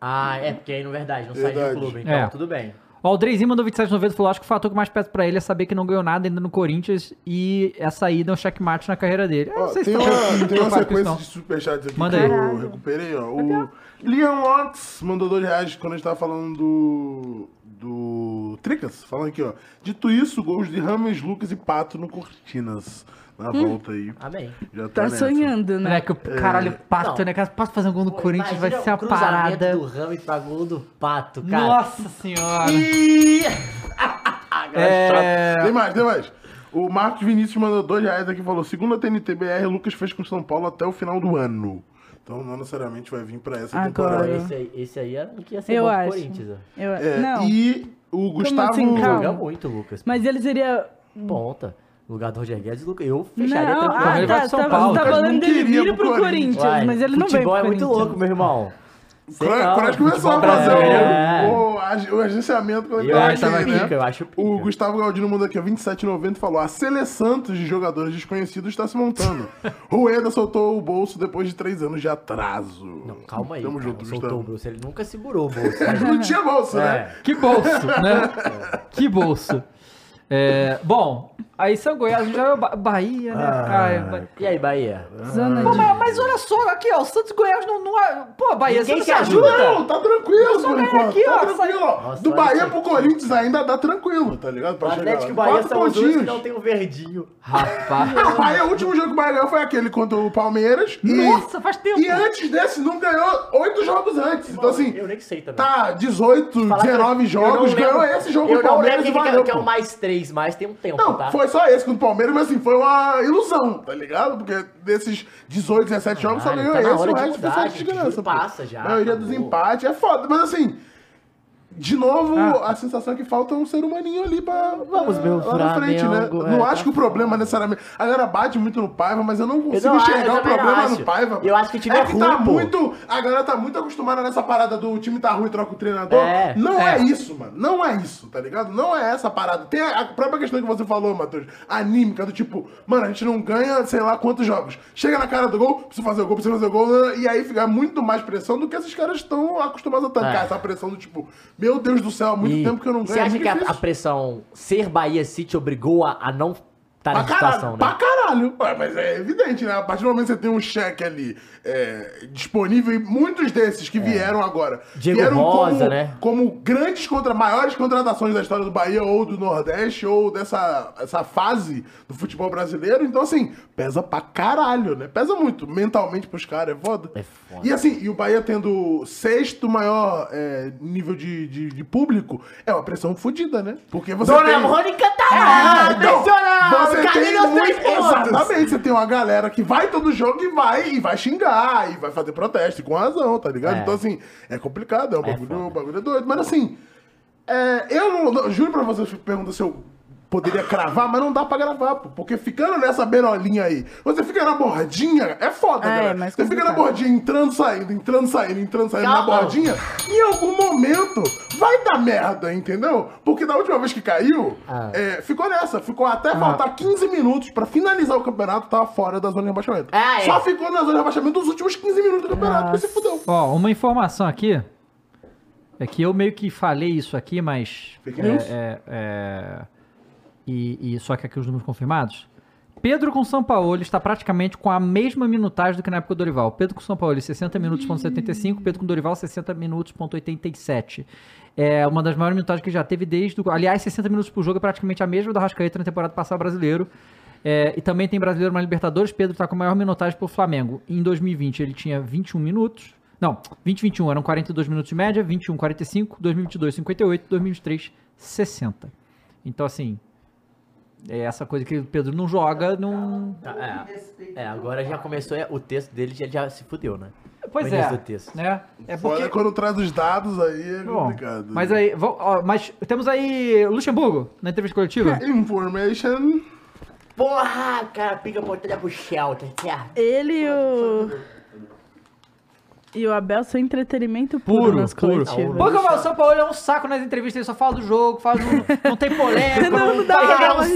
S4: Ah, é, porque aí, na verdade, não sai
S2: Verdade.
S4: do clube, então
S1: É.
S4: tudo bem.
S1: Ó, o Drezinho mandou 2790 falou: acho que o fator que mais pesa pra ele é saber que não ganhou nada ainda no Corinthians e essa ida é um checkmate na carreira dele. Eu
S2: Ó,
S1: não sei
S2: tem,
S1: se tá
S2: uma, tem uma
S1: preocupado com isso,
S2: sequência
S1: não.
S2: de superchats aqui
S1: Manda
S2: que
S1: aí.
S2: eu recuperei, ó. O Leon Lotz mandou dois reais quando a gente tava falando do. do. Tricas, falando aqui, ó. Dito isso, gols de Rames, Lucas e Pato no Cortinas. Na volta aí.
S4: Amém.
S2: Já tá
S3: Hum. Tá
S2: nessa. É.
S3: sonhando, né?
S1: Moleque, o caralho, pato,
S4: Não.
S1: né? Cara, pato fazendo gol no
S4: Pô,
S1: Corinthians vai
S4: imagina
S1: ser a
S4: o cruzamento
S1: parada.
S4: do Ramos pra gol do Pato, cara.
S1: Nossa senhora.
S4: Ah, galera,
S1: É...
S2: Tá Tem mais, tem mais. O Marcos Vinícius mandou dois reais aqui e falou: segunda TNTBR, Lucas fez com São Paulo até o final do ano. Então não necessariamente vai vir pra essa
S3: Agora.
S2: temporada.
S4: Esse aí, esse aí era o que ia ser
S3: Eu
S4: bom pro
S3: acho.
S4: Corinthians. ó.
S3: Eu,
S2: É,
S3: não.
S2: E o Gustavo.
S3: assim, calma?
S4: Joga muito, Lucas.
S2: Hum.
S3: Mas ele seria.
S4: Ponta. No lugar do Roger Guedes, Lucas. Eu fecharia
S3: Não,
S1: tranquilo. Ele vai
S3: ah, tá,
S1: pro São
S3: tá,
S1: Paulo.
S3: tá
S1: Mas
S2: não
S3: falando dele
S2: queria
S3: vir
S2: pro
S3: pro
S2: Corinthians.
S3: Corinthians,
S4: Uai,
S3: mas ele não veio
S4: futebol
S3: pro
S4: é muito
S3: Corinthians.
S4: louco, meu irmão. Sei
S2: Cora-
S4: não,
S2: Coragem começou a
S4: futebol
S2: fazer um-
S4: brasileiro. né? É.
S2: o, o ag- o agenciamento quando ele
S4: Eu
S2: tava
S4: acho
S2: aqui, né?
S4: pica, eu acho pica.
S2: O Gustavo Galdino mandou aqui, ó, 27,90 um, falou: A Sele Santos de jogadores desconhecidos está se
S4: [LAUGHS]
S2: montando. Rueda soltou o bolso depois de três anos de atraso.
S4: Não, calma aí.
S2: Tamo
S4: cara,
S2: junto,
S4: soltou o
S2: Gustavo.
S4: bolso. Ele nunca segurou o bolso.
S2: [LAUGHS] Não tinha bolso, né?
S4: É.
S1: Que bolso,
S2: [LAUGHS]
S1: né? que bolso. É, bom, aí São Goiás a gente já é ba Bahia, né?
S2: Ah,
S1: Ai, Bahia.
S4: E aí, é. Bahia?
S3: Zona
S1: Pô,
S3: de-
S1: mas, mas olha só, aqui, ó, o Santos e Goiás não, não é. Pô, Bahia,
S4: Ninguém
S1: você
S4: se
S1: não
S4: ajuda.
S2: Não, tá tranquilo,
S1: só
S2: por
S1: ganhei
S2: enquanto.
S1: aqui,
S2: tá
S1: ó,
S2: tranquilo, ó.
S4: Nossa,
S2: Do
S4: olha
S2: Bahia
S4: isso
S2: pro Corinthians ainda dá tranquilo, tá ligado?
S4: O
S2: Pra
S4: Atlético e
S2: chegar lá.
S4: Bahia
S2: Quatro
S4: são os dois que
S2: pontinhos. [LAUGHS]
S4: não tem o verdinho.
S1: Rapaz.
S2: Ah, o Bahia, o último jogo que o Bahia ganhou foi aquele contra o Palmeiras. E-
S1: Nossa, faz tempo.
S2: E antes desse, não ganhou oito jogos antes. Então, assim,
S4: eu nem sei também.
S2: tá 18,
S4: Falar que eu-
S2: 19
S4: eu
S2: jogos,
S4: não lembro-
S2: ganhou esse jogo
S4: Eu
S2: do
S4: não
S2: Palmeiras
S4: lembro
S2: e
S4: quem que,
S2: valeu.
S4: é, que é
S2: pô.
S4: o mais três, mas tem um tempo,
S2: Não,
S4: tá?
S2: foi só esse contra o Palmeiras, mas assim, foi uma ilusão, tá ligado? Porque desses 18, 17 jogos só
S4: Caralho,
S2: ganhou
S4: tá na
S2: esse,
S4: hora
S2: o
S4: de
S2: resto foi
S4: mudar,
S2: só
S4: gente.
S2: desgraça. pô.
S4: Passa já,
S2: A maioria
S4: acabou.
S2: dos empates é foda, mas assim, de novo, a sensação é que falta um ser humaninho ali pra.
S4: Ah. Vamos ver o
S2: lá na frente, né?
S4: Flamengo,
S2: não
S4: é,
S2: acho
S4: tá
S2: que o problema necessariamente. A galera bate muito no Paiva, mas eu não consigo
S4: não acho, eu
S2: enxergar o
S4: também não
S2: problema
S4: acho.
S2: no Paiva.
S4: Eu acho que o time é
S2: que
S4: ruim,
S2: tá
S4: pô.
S2: muito. A galera tá muito acostumada nessa parada do time tá ruim, troca o treinador.
S4: É,
S2: não
S1: é.
S2: é. isso, mano. Não é isso, tá ligado? Não é essa parada. Tem a própria questão que você falou, Matheus. Anímica, do tipo, mano, a gente não ganha sei lá quantos jogos. Chega na cara do gol, precisa fazer o gol, precisa fazer o gol. E aí fica muito mais pressão do que esses caras estão acostumados a tancar.
S4: É.
S2: Essa pressão do tipo, meu Deus do céu, há muito
S4: E
S2: tempo que eu não ganho.
S4: Você
S2: é
S4: acha
S2: muito
S4: que a,
S2: difícil.
S4: a pressão ser Bahia City obrigou a, a não tá
S2: pra
S4: nessa
S2: caralho,
S4: situação, né?
S2: pra caralho. Ué, mas é evidente, né? A partir do momento que você tem um cheque ali é, disponível, e muitos desses que vieram agora
S4: É. Diego
S2: vieram
S4: Rosa,
S2: como,
S4: né?
S2: como grandes contra maiores contratações da história do Bahia ou do Nordeste ou dessa essa fase do futebol brasileiro. Então, assim, pesa pra caralho, né? Pesa muito mentalmente pros caras, é foda.
S4: É foda.
S2: E assim, e o Bahia tendo o sexto maior é, nível de, de, de público, é uma pressão fodida, né? Porque você
S4: Dona
S2: tem...
S4: Mônica tá
S2: Ah,
S4: lá,
S2: então, você tem
S4: pressionando, Carlinhos
S2: muito,
S4: três pontos.
S2: exatamente, você tem uma galera que vai todo jogo e vai e vai xingar e vai fazer protesto e com razão, tá ligado?
S4: É.
S2: Então assim, é complicado, é um bagulho,
S4: foda.
S2: um bagulho doido, mas assim, é, eu não, não- juro pra vocês que pergunta se eu poderia cravar, mas não dá pra gravar, pô, porque ficando nessa beirolinha aí, você fica na bordinha, é foda,
S3: É,
S2: galera.
S3: mais
S2: Você fica na
S3: complicado.
S2: bordinha entrando, saindo, entrando, saindo, entrando, saindo na
S4: Calma.
S2: bordinha, em algum momento vai dar merda, entendeu? Porque da última vez que caiu,
S4: Ah.
S2: é, ficou nessa, ficou até
S1: Ah.
S2: faltar 15 minutos pra finalizar o campeonato, tava fora da zona de rebaixamento.
S4: Ah, é.
S2: Só ficou na zona de rebaixamento nos últimos 15 minutos do
S1: Ah,
S2: campeonato, porque se fudeu.
S1: Ó, uma informação aqui. É que eu meio que falei isso aqui, mas.
S2: Fake
S1: é,
S2: news?
S1: é, é, e, e só que aqui os números confirmados. Pedro com São Paulo está praticamente com a mesma minutagem do que na época do Dorival. Pedro com São Paulo, 60 minutos, ponto 75. Pedro com Dorival, 60 minutos, ponto 87. É uma das maiores minutagens que já teve desde... o- Aliás, 60 minutos por jogo é praticamente a mesma da Rascaeta na temporada passada brasileiro. É, e também tem brasileiro na Libertadores. Pedro está com a maior minutagem pro Flamengo. Em 2020 ele tinha 21 minutos. Não, 2021 eram 42 minutos de média, 21, 45, 2022, 58, 2023, 60. Então, assim, é essa coisa que o Pedro não joga, não.
S4: É, é, agora já começou, é, o texto dele já, já se fudeu, né?
S1: Pois
S4: Beleza
S1: é.
S4: do texto.
S1: Né? É
S2: Foda
S1: porque.
S2: quando traz os dados aí, é
S1: Bom,
S2: complicado.
S1: mas aí. vo- ó, mas temos aí Luxemburgo na entrevista coletiva.
S2: É, Information.
S4: Porra, cara, pica portada pro Shelter, é certo?
S3: Ele e o. E o Abel são entretenimento puro,
S1: Puro,
S3: nas
S1: puro.
S3: coletivas.
S1: Porque o São Paulo é um saco nas entrevistas, ele só fala do jogo, fala do- não
S2: [LAUGHS]
S1: tem polêmica.
S3: Não, não dá
S1: fala-
S3: pra dar
S4: Tem que dar um
S3: uma
S4: saco.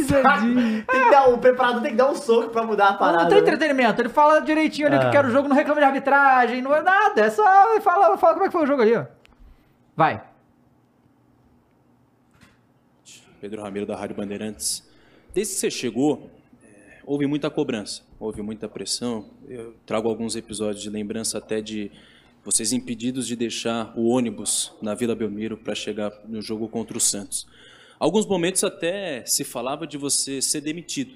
S3: risadinha.
S4: Tem que dar um, o preparador tem que dar um soco pra mudar a parada.
S1: Não tem
S4: né?
S1: entretenimento, ele fala direitinho ali o que
S4: É.
S1: quer o jogo, não reclama de arbitragem, não é nada, é só ele fala, fala como é que foi o jogo ali, ó. Vai.
S11: Pedro Ramiro da Rádio Bandeirantes. Desde que você chegou, eh, houve muita cobrança, houve muita pressão. Eu trago alguns episódios de lembrança até de vocês impedidos de deixar o ônibus na Vila Belmiro para chegar no jogo contra o Santos. Alguns momentos até se falava de você ser demitido.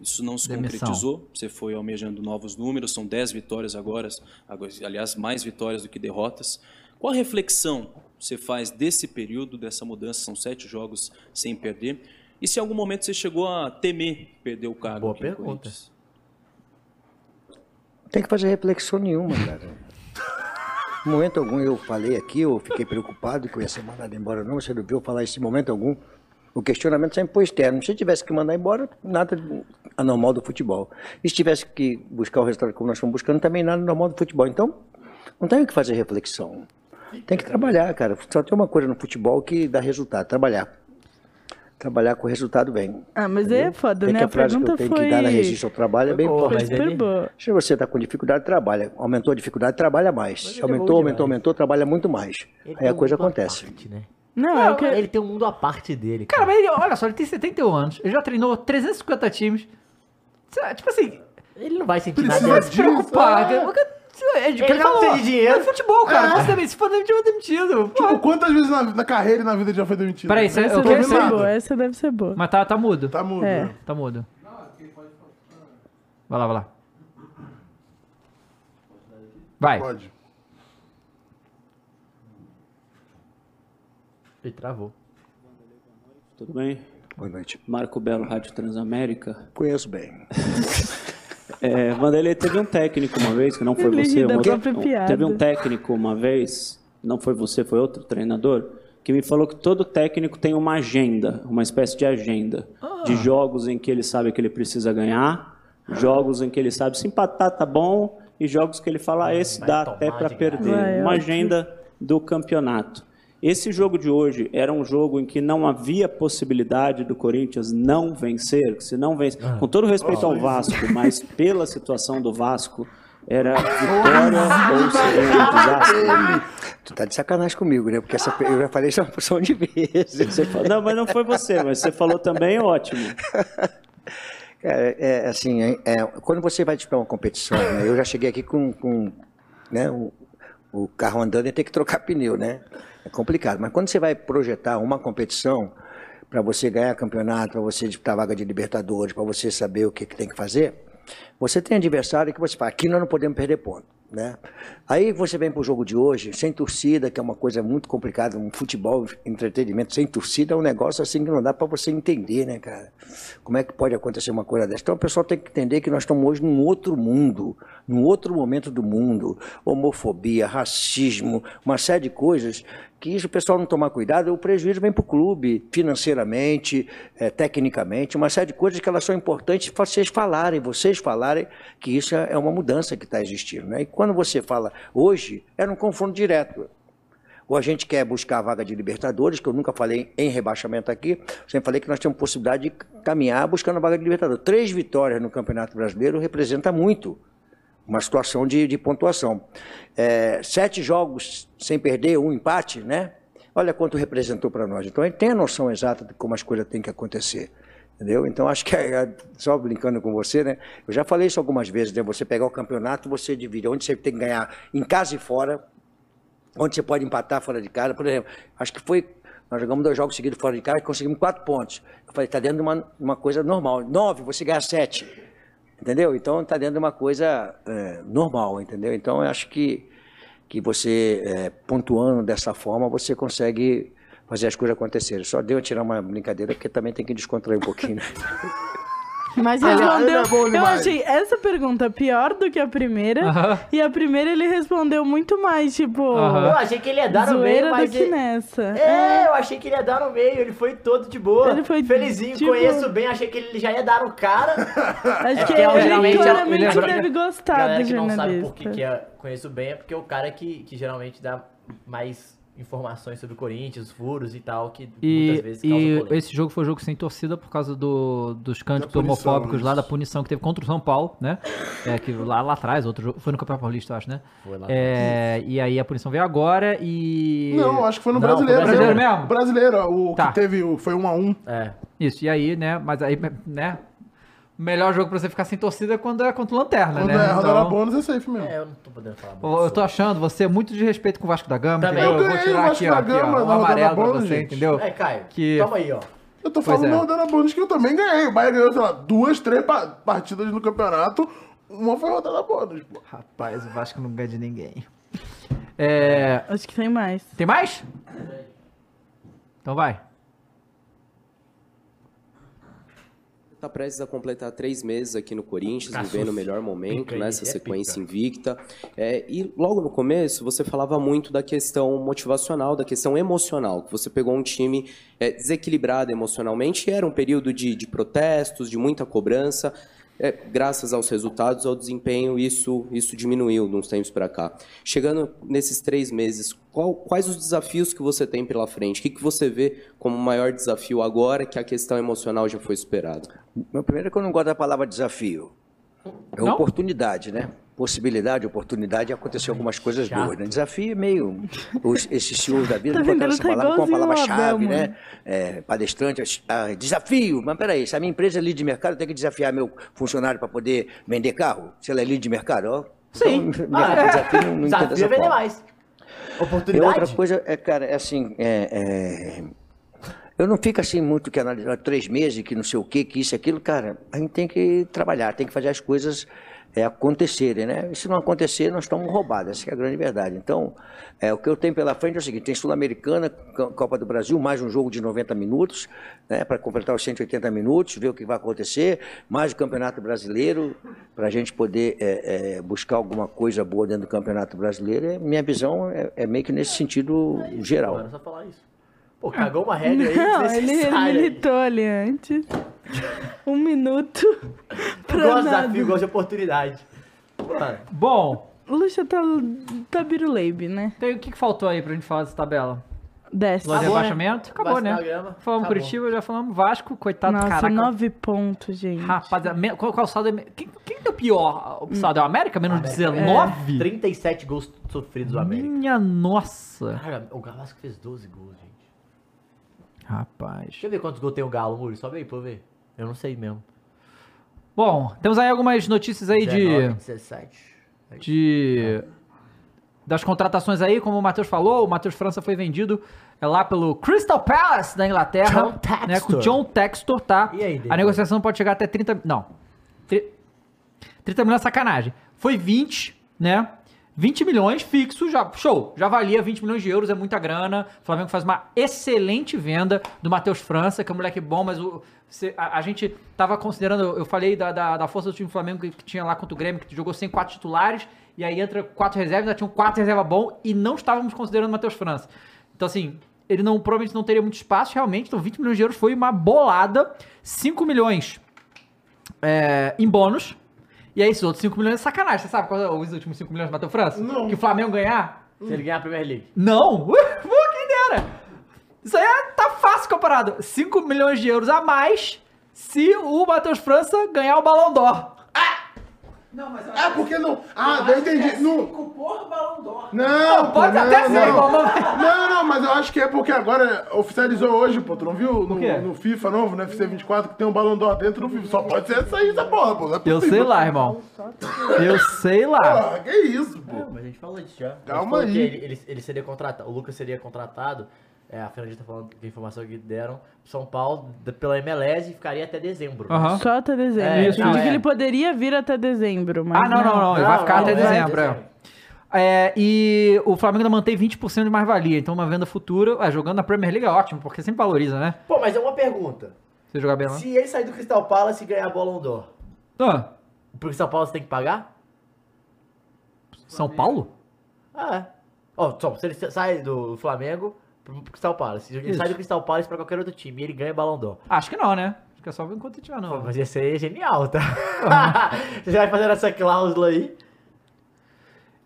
S11: Isso não se
S1: Demissão.
S11: concretizou. Você foi almejando novos números, são 10 vitórias agora, agora- aliás, mais vitórias do que derrotas. Qual a reflexão você faz desse período, dessa mudança? São sete jogos sem perder. E se em algum momento você chegou a temer perder o cargo?
S4: Boa
S11: aqui no
S4: pergunta.
S11: Corinthians?
S12: Não tem que fazer reflexão nenhuma, cara. Em momento algum eu falei aqui, eu fiquei preocupado que eu ia ser mandado embora, não. Você não viu eu falar isso em momento algum. O questionamento sempre foi externo. Se eu tivesse que mandar embora, nada de anormal do futebol. E se tivesse que buscar o resultado como nós estamos buscando, também nada normal do futebol. Então, não tem o que fazer reflexão. Tem que trabalhar, cara. Só tem uma coisa no futebol que dá resultado, trabalhar. Trabalhar com o resultado bem.
S3: Ah, mas aí é foda,
S12: Bem
S3: né?
S12: que
S3: A
S12: a frase que
S3: pergunta
S12: eu tenho
S3: foi-
S12: que dar na resistência ao trabalho é bem
S4: boa,
S12: importante.
S3: Foi
S4: Mas
S3: super
S4: ele-
S3: boa.
S12: Se você está com dificuldade, trabalha. Aumentou a dificuldade, trabalha mais. Se aumentou, aumentou, aumentou, trabalha muito mais.
S4: é Ele
S12: Aí
S4: tem
S12: a
S4: um
S12: coisa
S4: mundo à
S12: acontece.
S4: parte, né?
S3: Não, é o que.
S4: Ele tem um mundo à parte dele.
S1: Cara, mas ele, olha só, ele tem 71 anos, ele já treinou 350 times. Sei lá, Tipo assim,
S4: Ele não vai sentir
S1: Mas
S2: Precisa
S1: não
S4: nada.
S1: vai se preocupar.
S2: É.
S1: cara. Porque- É de,
S4: Ele não precisa de dinheiro.
S1: É futebol, cara. Você também, se for demitido, foi demitido. Pô.
S2: Tipo, quantas vezes na, na carreira e na vida ele já foi demitido?
S1: Peraí, você- é
S3: Essa
S1: eu
S3: deve
S1: quero
S2: Problema
S3: ser
S1: ser.
S2: nada.
S3: boa, essa deve ser boa.
S1: Mas tá, tá mudo. Tá,
S2: Tá mudo.
S3: É.
S1: mudo. Vai lá, vai lá. Vai.
S2: Pode.
S4: Ele travou.
S11: Tudo bem?
S12: Boa noite.
S11: Marco Belo, Rádio Transamérica.
S12: Conheço bem.
S11: [LAUGHS] É, Vanderlei, teve um técnico uma vez, que não foi
S3: Ele ri
S11: você,
S3: da
S11: uma
S3: própria
S11: um-
S3: piada.
S11: teve um técnico uma vez, não foi você, foi outro treinador, que me falou que todo técnico tem uma agenda, uma espécie de agenda,
S3: Ah.
S11: de jogos em que ele sabe que ele precisa ganhar, jogos em que ele sabe se empatar tá bom, e jogos que ele fala, ah, esse dá
S4: tomar
S11: até para
S4: de
S11: perder.
S3: graça. Vai,
S11: uma
S3: ótimo.
S11: agenda do campeonato. Esse jogo de hoje era um jogo em que não havia possibilidade do Corinthians não vencer, que se não vencer, com todo o respeito ao Vasco, mas pela situação do Vasco, era vitória ou seria um
S12: [LAUGHS]
S11: desastre.
S12: Tu tá de sacanagem comigo, né? Porque essa, eu já [LAUGHS] falei isso uma porção de um vezes.
S11: Você fa- Não, mas não foi você, mas você falou também, ótimo.
S12: Cara, é, assim, é- é, quando você vai disputar uma competição, né, eu já cheguei aqui com, com, né, o, o carro andando e tem que trocar pneu, né? É complicado. Mas quando você vai projetar uma competição para você ganhar campeonato, para você disputar vaga de Libertadores, para você saber o que, que tem que fazer, você tem adversário que você fala, aqui nós não podemos perder ponto, né? Aí você vem para o jogo de hoje, sem torcida, que é uma coisa muito complicada, um futebol, entretenimento sem torcida é um negócio assim que não dá para você entender, né, cara? Como é que pode acontecer uma coisa dessa? Então o pessoal tem que entender que nós estamos hoje num outro mundo, num outro momento do mundo, homofobia, racismo, uma série de coisas que se o pessoal não tomar cuidado, o prejuízo vem para o clube, financeiramente, eh, tecnicamente, uma série de coisas que elas são importantes para vocês falarem, vocês falarem que isso é é uma mudança que está existindo. Né? E quando você fala hoje, era um confronto direto. Ou a gente quer buscar a vaga de Libertadores, que eu nunca falei em rebaixamento aqui, sempre falei que nós temos possibilidade de caminhar buscando a vaga de Libertadores. Três vitórias no Campeonato Brasileiro representa muito uma situação de, de pontuação. É, sete jogos sem perder, um empate, né? Olha quanto representou para nós. Então a gente tem a noção exata de como as coisas têm que acontecer. Entendeu? Então acho que, [LAUGHS] é- só brincando com você, né? Eu já falei isso algumas vezes, né? Você pegar o campeonato, você divide onde você tem que ganhar em casa e fora, onde você pode empatar fora de casa. Por exemplo, acho que foi. Nós jogamos dois jogos seguidos fora de casa e conseguimos quatro pontos. Eu falei, está dentro de uma, uma coisa normal. Nove, você ganha sete. Entendeu? Então está dentro de uma coisa é, normal, entendeu? Então eu acho que, que você, é, pontuando dessa forma, você consegue fazer as coisas acontecerem. Só deu a tirar uma brincadeira, porque também tem que descontrair um pouquinho. né?
S3: Mas
S12: Ah,
S3: respondeu.
S12: era bom
S3: eu
S12: demais.
S3: achei essa pergunta pior do que a primeira.
S12: Aham.
S3: E a primeira ele respondeu muito mais, tipo.
S4: Eu achei que ele ia dar no
S3: zoeira
S4: meio, mas
S3: do que
S4: ele-
S3: nessa.
S4: É, eu achei que ele ia dar no meio, ele foi todo de boa. Ele foi felizinho,
S3: de boa.
S4: conheço bem, achei que ele já ia dar no cara.
S3: Acho
S4: É,
S3: que
S4: porque, ó,
S3: ele
S4: geralmente,
S3: claramente
S4: ele-
S3: deve gostar
S4: galera
S3: do
S4: que não sabe por que,
S3: jornalista.
S4: que é conheço bem é porque é o cara que, que geralmente dá mais informações sobre o Corinthians, os furos e tal, que muitas
S1: E,
S4: vezes
S1: e
S4: causa polêmica.
S1: esse jogo foi um jogo sem torcida por causa do- dos cânticos
S4: Da punição,
S1: homofóbicos
S4: né?
S1: lá, da punição que teve contra o São Paulo, né? É, que lá, lá atrás, outro jogo. Foi no Campeonato Paulista, eu acho, né?
S4: Foi lá
S1: É, e aí a punição veio agora e.
S2: Não, acho que foi no brasileiro.
S1: Foi brasileiro
S2: né?
S1: mesmo?
S2: Brasileiro, ó, o
S1: Tá.
S2: que teve, o- foi um a um.
S4: É.
S1: Isso, e aí, né? Mas aí, né? O melhor jogo pra você ficar sem torcida é quando é contra o Lanterna,
S2: Quando
S1: né?
S2: é rodada
S1: Então,
S2: bônus, é safe mesmo.
S4: É, eu não tô podendo falar.
S1: eu eu tô achando você muito de respeito com o Vasco da Gama,
S4: Também.
S1: entendeu?
S4: Eu
S1: vou
S4: ganhei
S1: tirar
S4: o Vasco
S1: aqui, ó,
S4: da
S1: aqui,
S4: Gama
S1: ó,
S4: na
S1: um
S4: rodada
S1: amarelo pra
S4: bônus,
S1: você,
S4: gente.
S1: entendeu?
S4: É, Caio,
S1: que...
S4: toma aí, ó.
S2: Eu tô
S1: Pois
S2: falando
S1: é.
S2: da rodada bônus que eu também ganhei. O Bahia ganhou, sei lá, duas, três pa- partidas no campeonato. Uma foi rodada bônus, pô.
S1: Rapaz, o Vasco não ganha de ninguém. É...
S3: Acho que tem mais. É.
S1: Tem mais? Então vai.
S13: Está Tá prestes a completar três meses aqui no Corinthians,
S1: Caçuz.
S13: vivendo o melhor momento, né?
S1: Pica aí,
S13: nessa
S1: é
S13: sequência invicta. É, e logo no começo, você falava muito da questão motivacional, da questão emocional, que você pegou um time é, desequilibrado emocionalmente, e era um período de, de protestos, de muita cobrança. É, graças aos resultados, ao desempenho, isso, isso diminuiu de uns tempos para cá. Chegando nesses três meses, qual- quais os desafios que você tem pela frente? O que, que você vê como o maior desafio agora que a questão emocional já foi superada?
S12: Mas primeiro que eu não gosto da palavra desafio. É
S13: Não?
S12: oportunidade, né? Possibilidade, oportunidade, aconteceu algumas coisas boas, né? Desafio é meio... Os, esses senhores da vida
S3: Tá
S12: botaram
S3: vendo?
S12: essa
S3: Tá
S12: palavra como uma
S3: igualzinho o
S12: palavra-chave,
S3: Abel,
S12: né?
S3: mano.
S12: É, palestrante, ah, desafio, mas peraí, se a minha empresa é líder de mercado, eu tenho que desafiar meu funcionário para poder vender carro? Se ela é líder de mercado, ó. [LAUGHS]
S4: Sim.
S12: Então,
S4: Ah, é.
S12: desafio não, não entendo
S4: Desafio
S12: dessa
S4: é vender
S12: forma.
S4: mais.
S12: E
S4: Oportunidade.
S12: outra coisa, é, cara, é assim, é, é, eu não fico assim muito que analisar três meses, que não sei o que, que isso, aquilo, cara, a gente tem que trabalhar, tem que fazer as coisas é, acontecerem, né? E se não acontecer, nós estamos roubados, essa que é a grande verdade. Então, é, o que eu tenho pela frente é o seguinte, tem Sul-Americana, Co- Copa do Brasil, mais um jogo de 90 minutos, né, para completar os 180 minutos, ver o que vai acontecer, mais o Campeonato Brasileiro, para a gente poder é, é, buscar alguma coisa boa dentro do Campeonato Brasileiro. É, minha visão é, é meio que nesse sentido geral.
S4: Era só falar isso. Pô, cagou uma regra aí,
S3: Não, ele, ele
S4: desnecessária.
S3: militou ali antes. Um minuto.
S4: [LAUGHS]
S3: pra
S4: Gosto de
S3: nada.
S4: desafio, gosto de oportunidade. Mano,
S1: Bom.
S3: Luxa tá, tá biruleibe, né?
S1: Tem, o que, que faltou aí pra gente falar dessa tabela?
S3: Desce.
S1: Loja de rebaixamento? Acabou,
S3: Vai
S1: né?
S3: assinar o grama?
S1: Falamos
S3: Acabou.
S1: Curitiba, já falamos Vasco, coitado tá do
S3: Nossa,
S1: caraca.
S3: nove pontos, gente.
S1: Rapaziada, me- qual, qual o saldo? é me- Quem, quem deu pior?
S3: Hum.
S1: O saldo é o América? Menos
S4: América. É,
S1: 19?
S4: 37 gols sofridos do América.
S1: Minha nossa.
S4: Cara, o Galasco fez 12 gols, gente.
S1: Rapaz.
S4: Deixa eu ver quantos gols tem o Galo, Muri. Sobe aí pra eu ver. Eu não sei mesmo.
S1: Bom, temos aí algumas notícias aí de.
S4: 19, 17.
S1: de das contratações aí, como o Matheus falou, o Matheus França foi vendido é, lá pelo Crystal Palace da Inglaterra,
S4: John Textor.
S1: né, com o John Textor, tá?
S4: E aí, David?
S1: a negociação pode chegar até 30, não. Tri- 30 milhões é sacanagem. Foi 20, né? 20 milhões fixo, já, show, já valia 20 milhões de euros, é muita grana. O Flamengo faz uma excelente venda do Matheus França, que é um moleque bom, mas o, cê- a, a gente tava considerando, eu falei da, da, da força do time do Flamengo que, que tinha lá contra o Grêmio, que jogou sem quatro titulares, e aí entra quatro reservas, já tinham quatro reservas bom e não estávamos considerando o Matheus França. Então, assim, ele não provavelmente não teria muito espaço, realmente, então 20 milhões de euros foi uma bolada. 5 milhões é, em bônus. E aí, esses outros 5 milhões é sacanagem. Você sabe quais são os últimos 5 milhões do Matheus França? Que o Flamengo ganhar?
S4: Se ele ganhar a Premier League.
S1: Não! [LAUGHS] Pô, quem dera! Isso aí é- tá fácil comparado. 5 milhões de euros a mais se o Matheus França ganhar o Balão d'Or.
S6: Não, mas eu é
S2: Ah, por que não? Ah, eu entendi. Não,
S6: Cinco por balão d'or.
S2: não, pô,
S6: pode
S2: não,
S6: até ser,
S2: não.
S6: irmão,
S2: Não, não, mas eu acho que é porque agora oficializou hoje, pô. Tu não viu no,
S1: quê?
S2: no FIFA novo, no FC 24, que tem um balão d'or dentro do FIFA. Só pode ser essa aí, essa porra, pô. Não é
S1: Eu
S2: possível.
S1: sei lá, irmão. Eu sei lá.
S4: Ah,
S2: Porra, que isso, pô.
S4: Mas a gente falou disso já.
S2: Calma
S4: A gente falou
S2: aí.
S4: que Ele, ele- ele seria contratado, o Lucas seria contratado, é, a Fernandinha tá falando da informação que deram, São Paulo, da- pela MLS, e ficaria até dezembro.
S3: Só até dezembro.
S4: É,
S3: Isso,
S4: não,
S3: que
S4: é.
S3: ele poderia vir até dezembro, mas.
S1: Ah, não, não, não. Ele vai ficar até dezembro. é. É, e o Flamengo ainda mantém 20% de mais-valia. Então, uma venda futura. Ué, jogando na Premier League é ótimo, porque sempre valoriza, né?
S4: Pô, mas é uma pergunta.
S1: Você jogar bem lá.
S4: Se ele sair do Crystal Palace e ganhar a bola d'or,
S1: Ah,
S4: o Crystal Palace tem que pagar?
S1: São Paulo?
S4: Ah, é. Ó, só, se ele sai do Flamengo pro pro Crystal Palace, ele
S1: Isso.
S4: sai do Crystal Palace pra qualquer outro time e ele ganha Balão d'Or.
S1: Acho que não, né? Acho que é só enquanto tiver, não.
S4: Mas ia ser genial, tá? [LAUGHS] Você vai fazendo essa cláusula aí.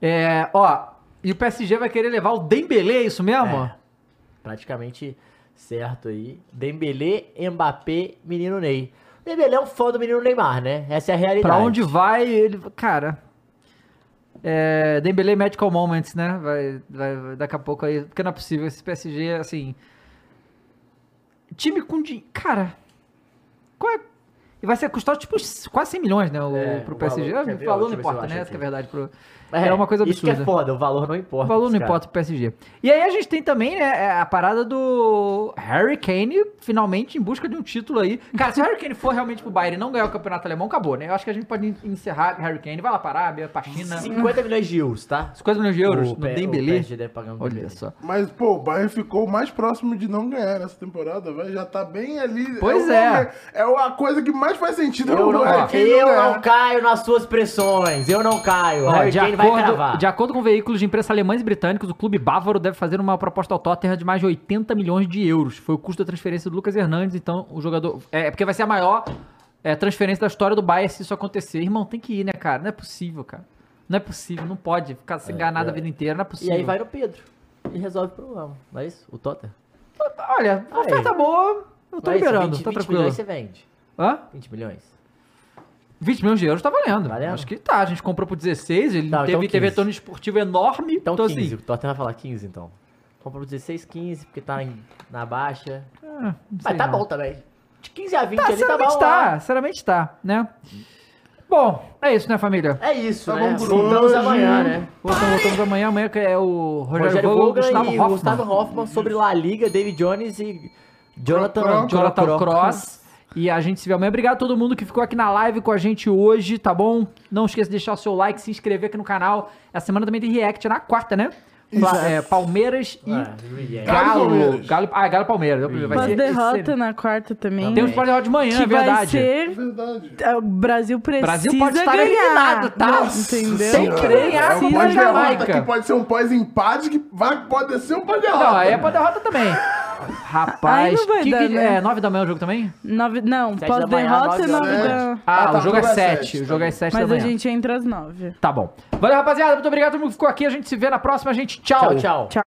S1: É, ó, e o PSG vai querer levar o Dembélé, é isso mesmo?
S4: praticamente certo aí. Dembélé, Mbappé, Menino Ney. Dembélé é um fã do Menino Neymar, né? Essa é a realidade.
S1: pra onde vai ele... Cara... É, Dembélé Medical Moments, né? Vai, vai, vai- daqui a pouco aí... Porque não é possível, esse PSG, assim... Time com dinheiro... Cara... Qual é... E vai ser custar, tipo, uns quase 100 milhões, né? O,
S4: É,
S1: pro
S4: o valor,
S1: PSG.
S4: quer ver?
S1: o valor não
S4: Deixa eu ver se eu
S1: importa,
S4: acho
S1: né?
S4: aqui.
S1: Essa que é a verdade. Pro...
S4: É,
S1: É, uma coisa
S4: isso
S1: absurda.
S4: que é foda, o valor não importa.
S1: O valor não
S4: cara.
S1: importa pro PSG. E aí a gente tem também, né, a parada do Harry Kane, finalmente em busca de um título aí. Cara, se o Harry Kane for realmente pro Bayern e não ganhar o campeonato alemão, acabou, né? Eu acho que a gente pode encerrar Harry Kane. Vai lá pra Arábia, pra China.
S4: 50 milhões de euros, tá?
S1: 50 milhões de euros
S4: O
S1: no
S4: P- o
S1: Dembélé.
S4: PSG deve pagar no
S1: Olha
S4: Dembélé.
S1: só.
S2: Mas, pô, o Bayern ficou mais próximo de não ganhar nessa temporada, vai. Já tá bem ali.
S1: Pois
S2: o
S1: é.
S2: momento- É a coisa que mais faz sentido
S4: Eu não,
S2: Bayern,
S4: ó,
S2: quem
S4: eu
S2: ganhar.
S4: não é. caio nas suas pressões, eu não caio.
S1: Ó,
S4: Harry
S1: de,
S4: Kane vai
S1: acordo,
S4: cravar.
S1: de acordo com veículos de imprensa alemães e britânicos, o clube bávaro deve fazer uma proposta ao Tottenham de mais de 80 milhões de euros. Foi o custo da transferência do Lucas Hernandes, então o jogador. É, é porque vai ser a maior é, transferência da história do Bayern se isso acontecer. Irmão, tem que ir, né, cara? Não é possível, cara. Não é possível, não pode ficar sem ganhar nada a vida inteira, não é
S4: E
S1: possível.
S4: aí vai no Pedro. E resolve o problema. Não é isso? O Tottenham.
S1: Olha,
S4: Aí.
S1: oferta boa, eu tô
S4: Não é isso?
S1: liberando,
S4: 20,
S1: tá
S4: 20
S1: tranquilo.
S4: milhões você vende.
S1: Hã?
S4: 20 milhões.
S1: 20 milhões de euros tá valendo.
S4: Valendo?
S1: Acho que tá, a gente comprou por 16, ele
S4: Tá,
S1: teve,
S4: então
S1: teve
S4: 15.
S1: retorno esportivo enorme. Então,
S4: Então,
S1: então
S4: 15.
S1: assim,
S4: O Tottenham vai falar 15, então. Comprou 16, 15, porque tá em- na baixa.
S1: ah, não sei
S4: Mas tá
S1: não.
S4: bom também. De 15 a 20
S1: Tá,
S4: ali tá bom.
S1: sinceramente tá, sinceramente tá, né? Bom, é isso, né, família?
S4: lá. É isso,
S1: Tá
S4: né?
S1: bom por
S4: Voltamos
S1: hoje.
S4: amanhã, né?
S1: Voltamos, voltamos amanhã, amanhã que é o Rogério,
S4: Rogério
S1: Vogel,
S4: Volga
S1: Gustavo
S4: e
S1: Hoffmann.
S4: Gustavo Hoffman sobre La Liga, David Jones e Jonathan,
S1: Jonathan, Cross. E a gente se vê amanhã. Obrigado a todo mundo que ficou aqui na live com a gente hoje, tá bom? Não esqueça de deixar o seu like, se inscrever aqui no canal. Essa semana também tem react na quarta, né?
S3: Isso.
S1: Fla- é, Palmeiras e
S4: Ah,
S3: Galo e
S4: react.
S1: Galo.
S3: Palmeiras.
S1: Galo, ah, Galo e Palmeiras. Vai
S3: Pós
S1: ser
S3: derrota na quarta também.
S1: Temos pós-derrota de manhã,
S3: que
S1: é verdade.
S3: Vai ser. É, O Brasil precisa.
S1: Brasil pode estar
S3: ganhar.
S1: eliminado, tá?
S3: Nossa, Entendeu?
S2: É um pós-derrota
S1: né, Jamaica.
S2: que pode ser um pós-empate, que vai, pode ser um pós-derrota.
S1: Não, aí é pra derrota também.
S2: [LAUGHS]
S3: Aí
S1: Rapaz,
S3: não vai
S1: que,
S3: dar,
S1: que,
S3: né?
S1: é 9 da manhã o jogo também?
S3: Nove, não,
S1: Sete da manhã,
S3: pós-derrota
S1: nove
S3: é nove
S1: horas.
S3: da.
S1: Ah, o jogo é 7. O jogo é 7 da
S3: Mas a
S1: manhã.
S3: gente entra às nove.
S1: Tá bom. Valeu, rapaziada. Muito obrigado a todo mundo que ficou aqui. A gente se vê na próxima, gente. Tchau.
S3: Tchau, tchau. Tchau.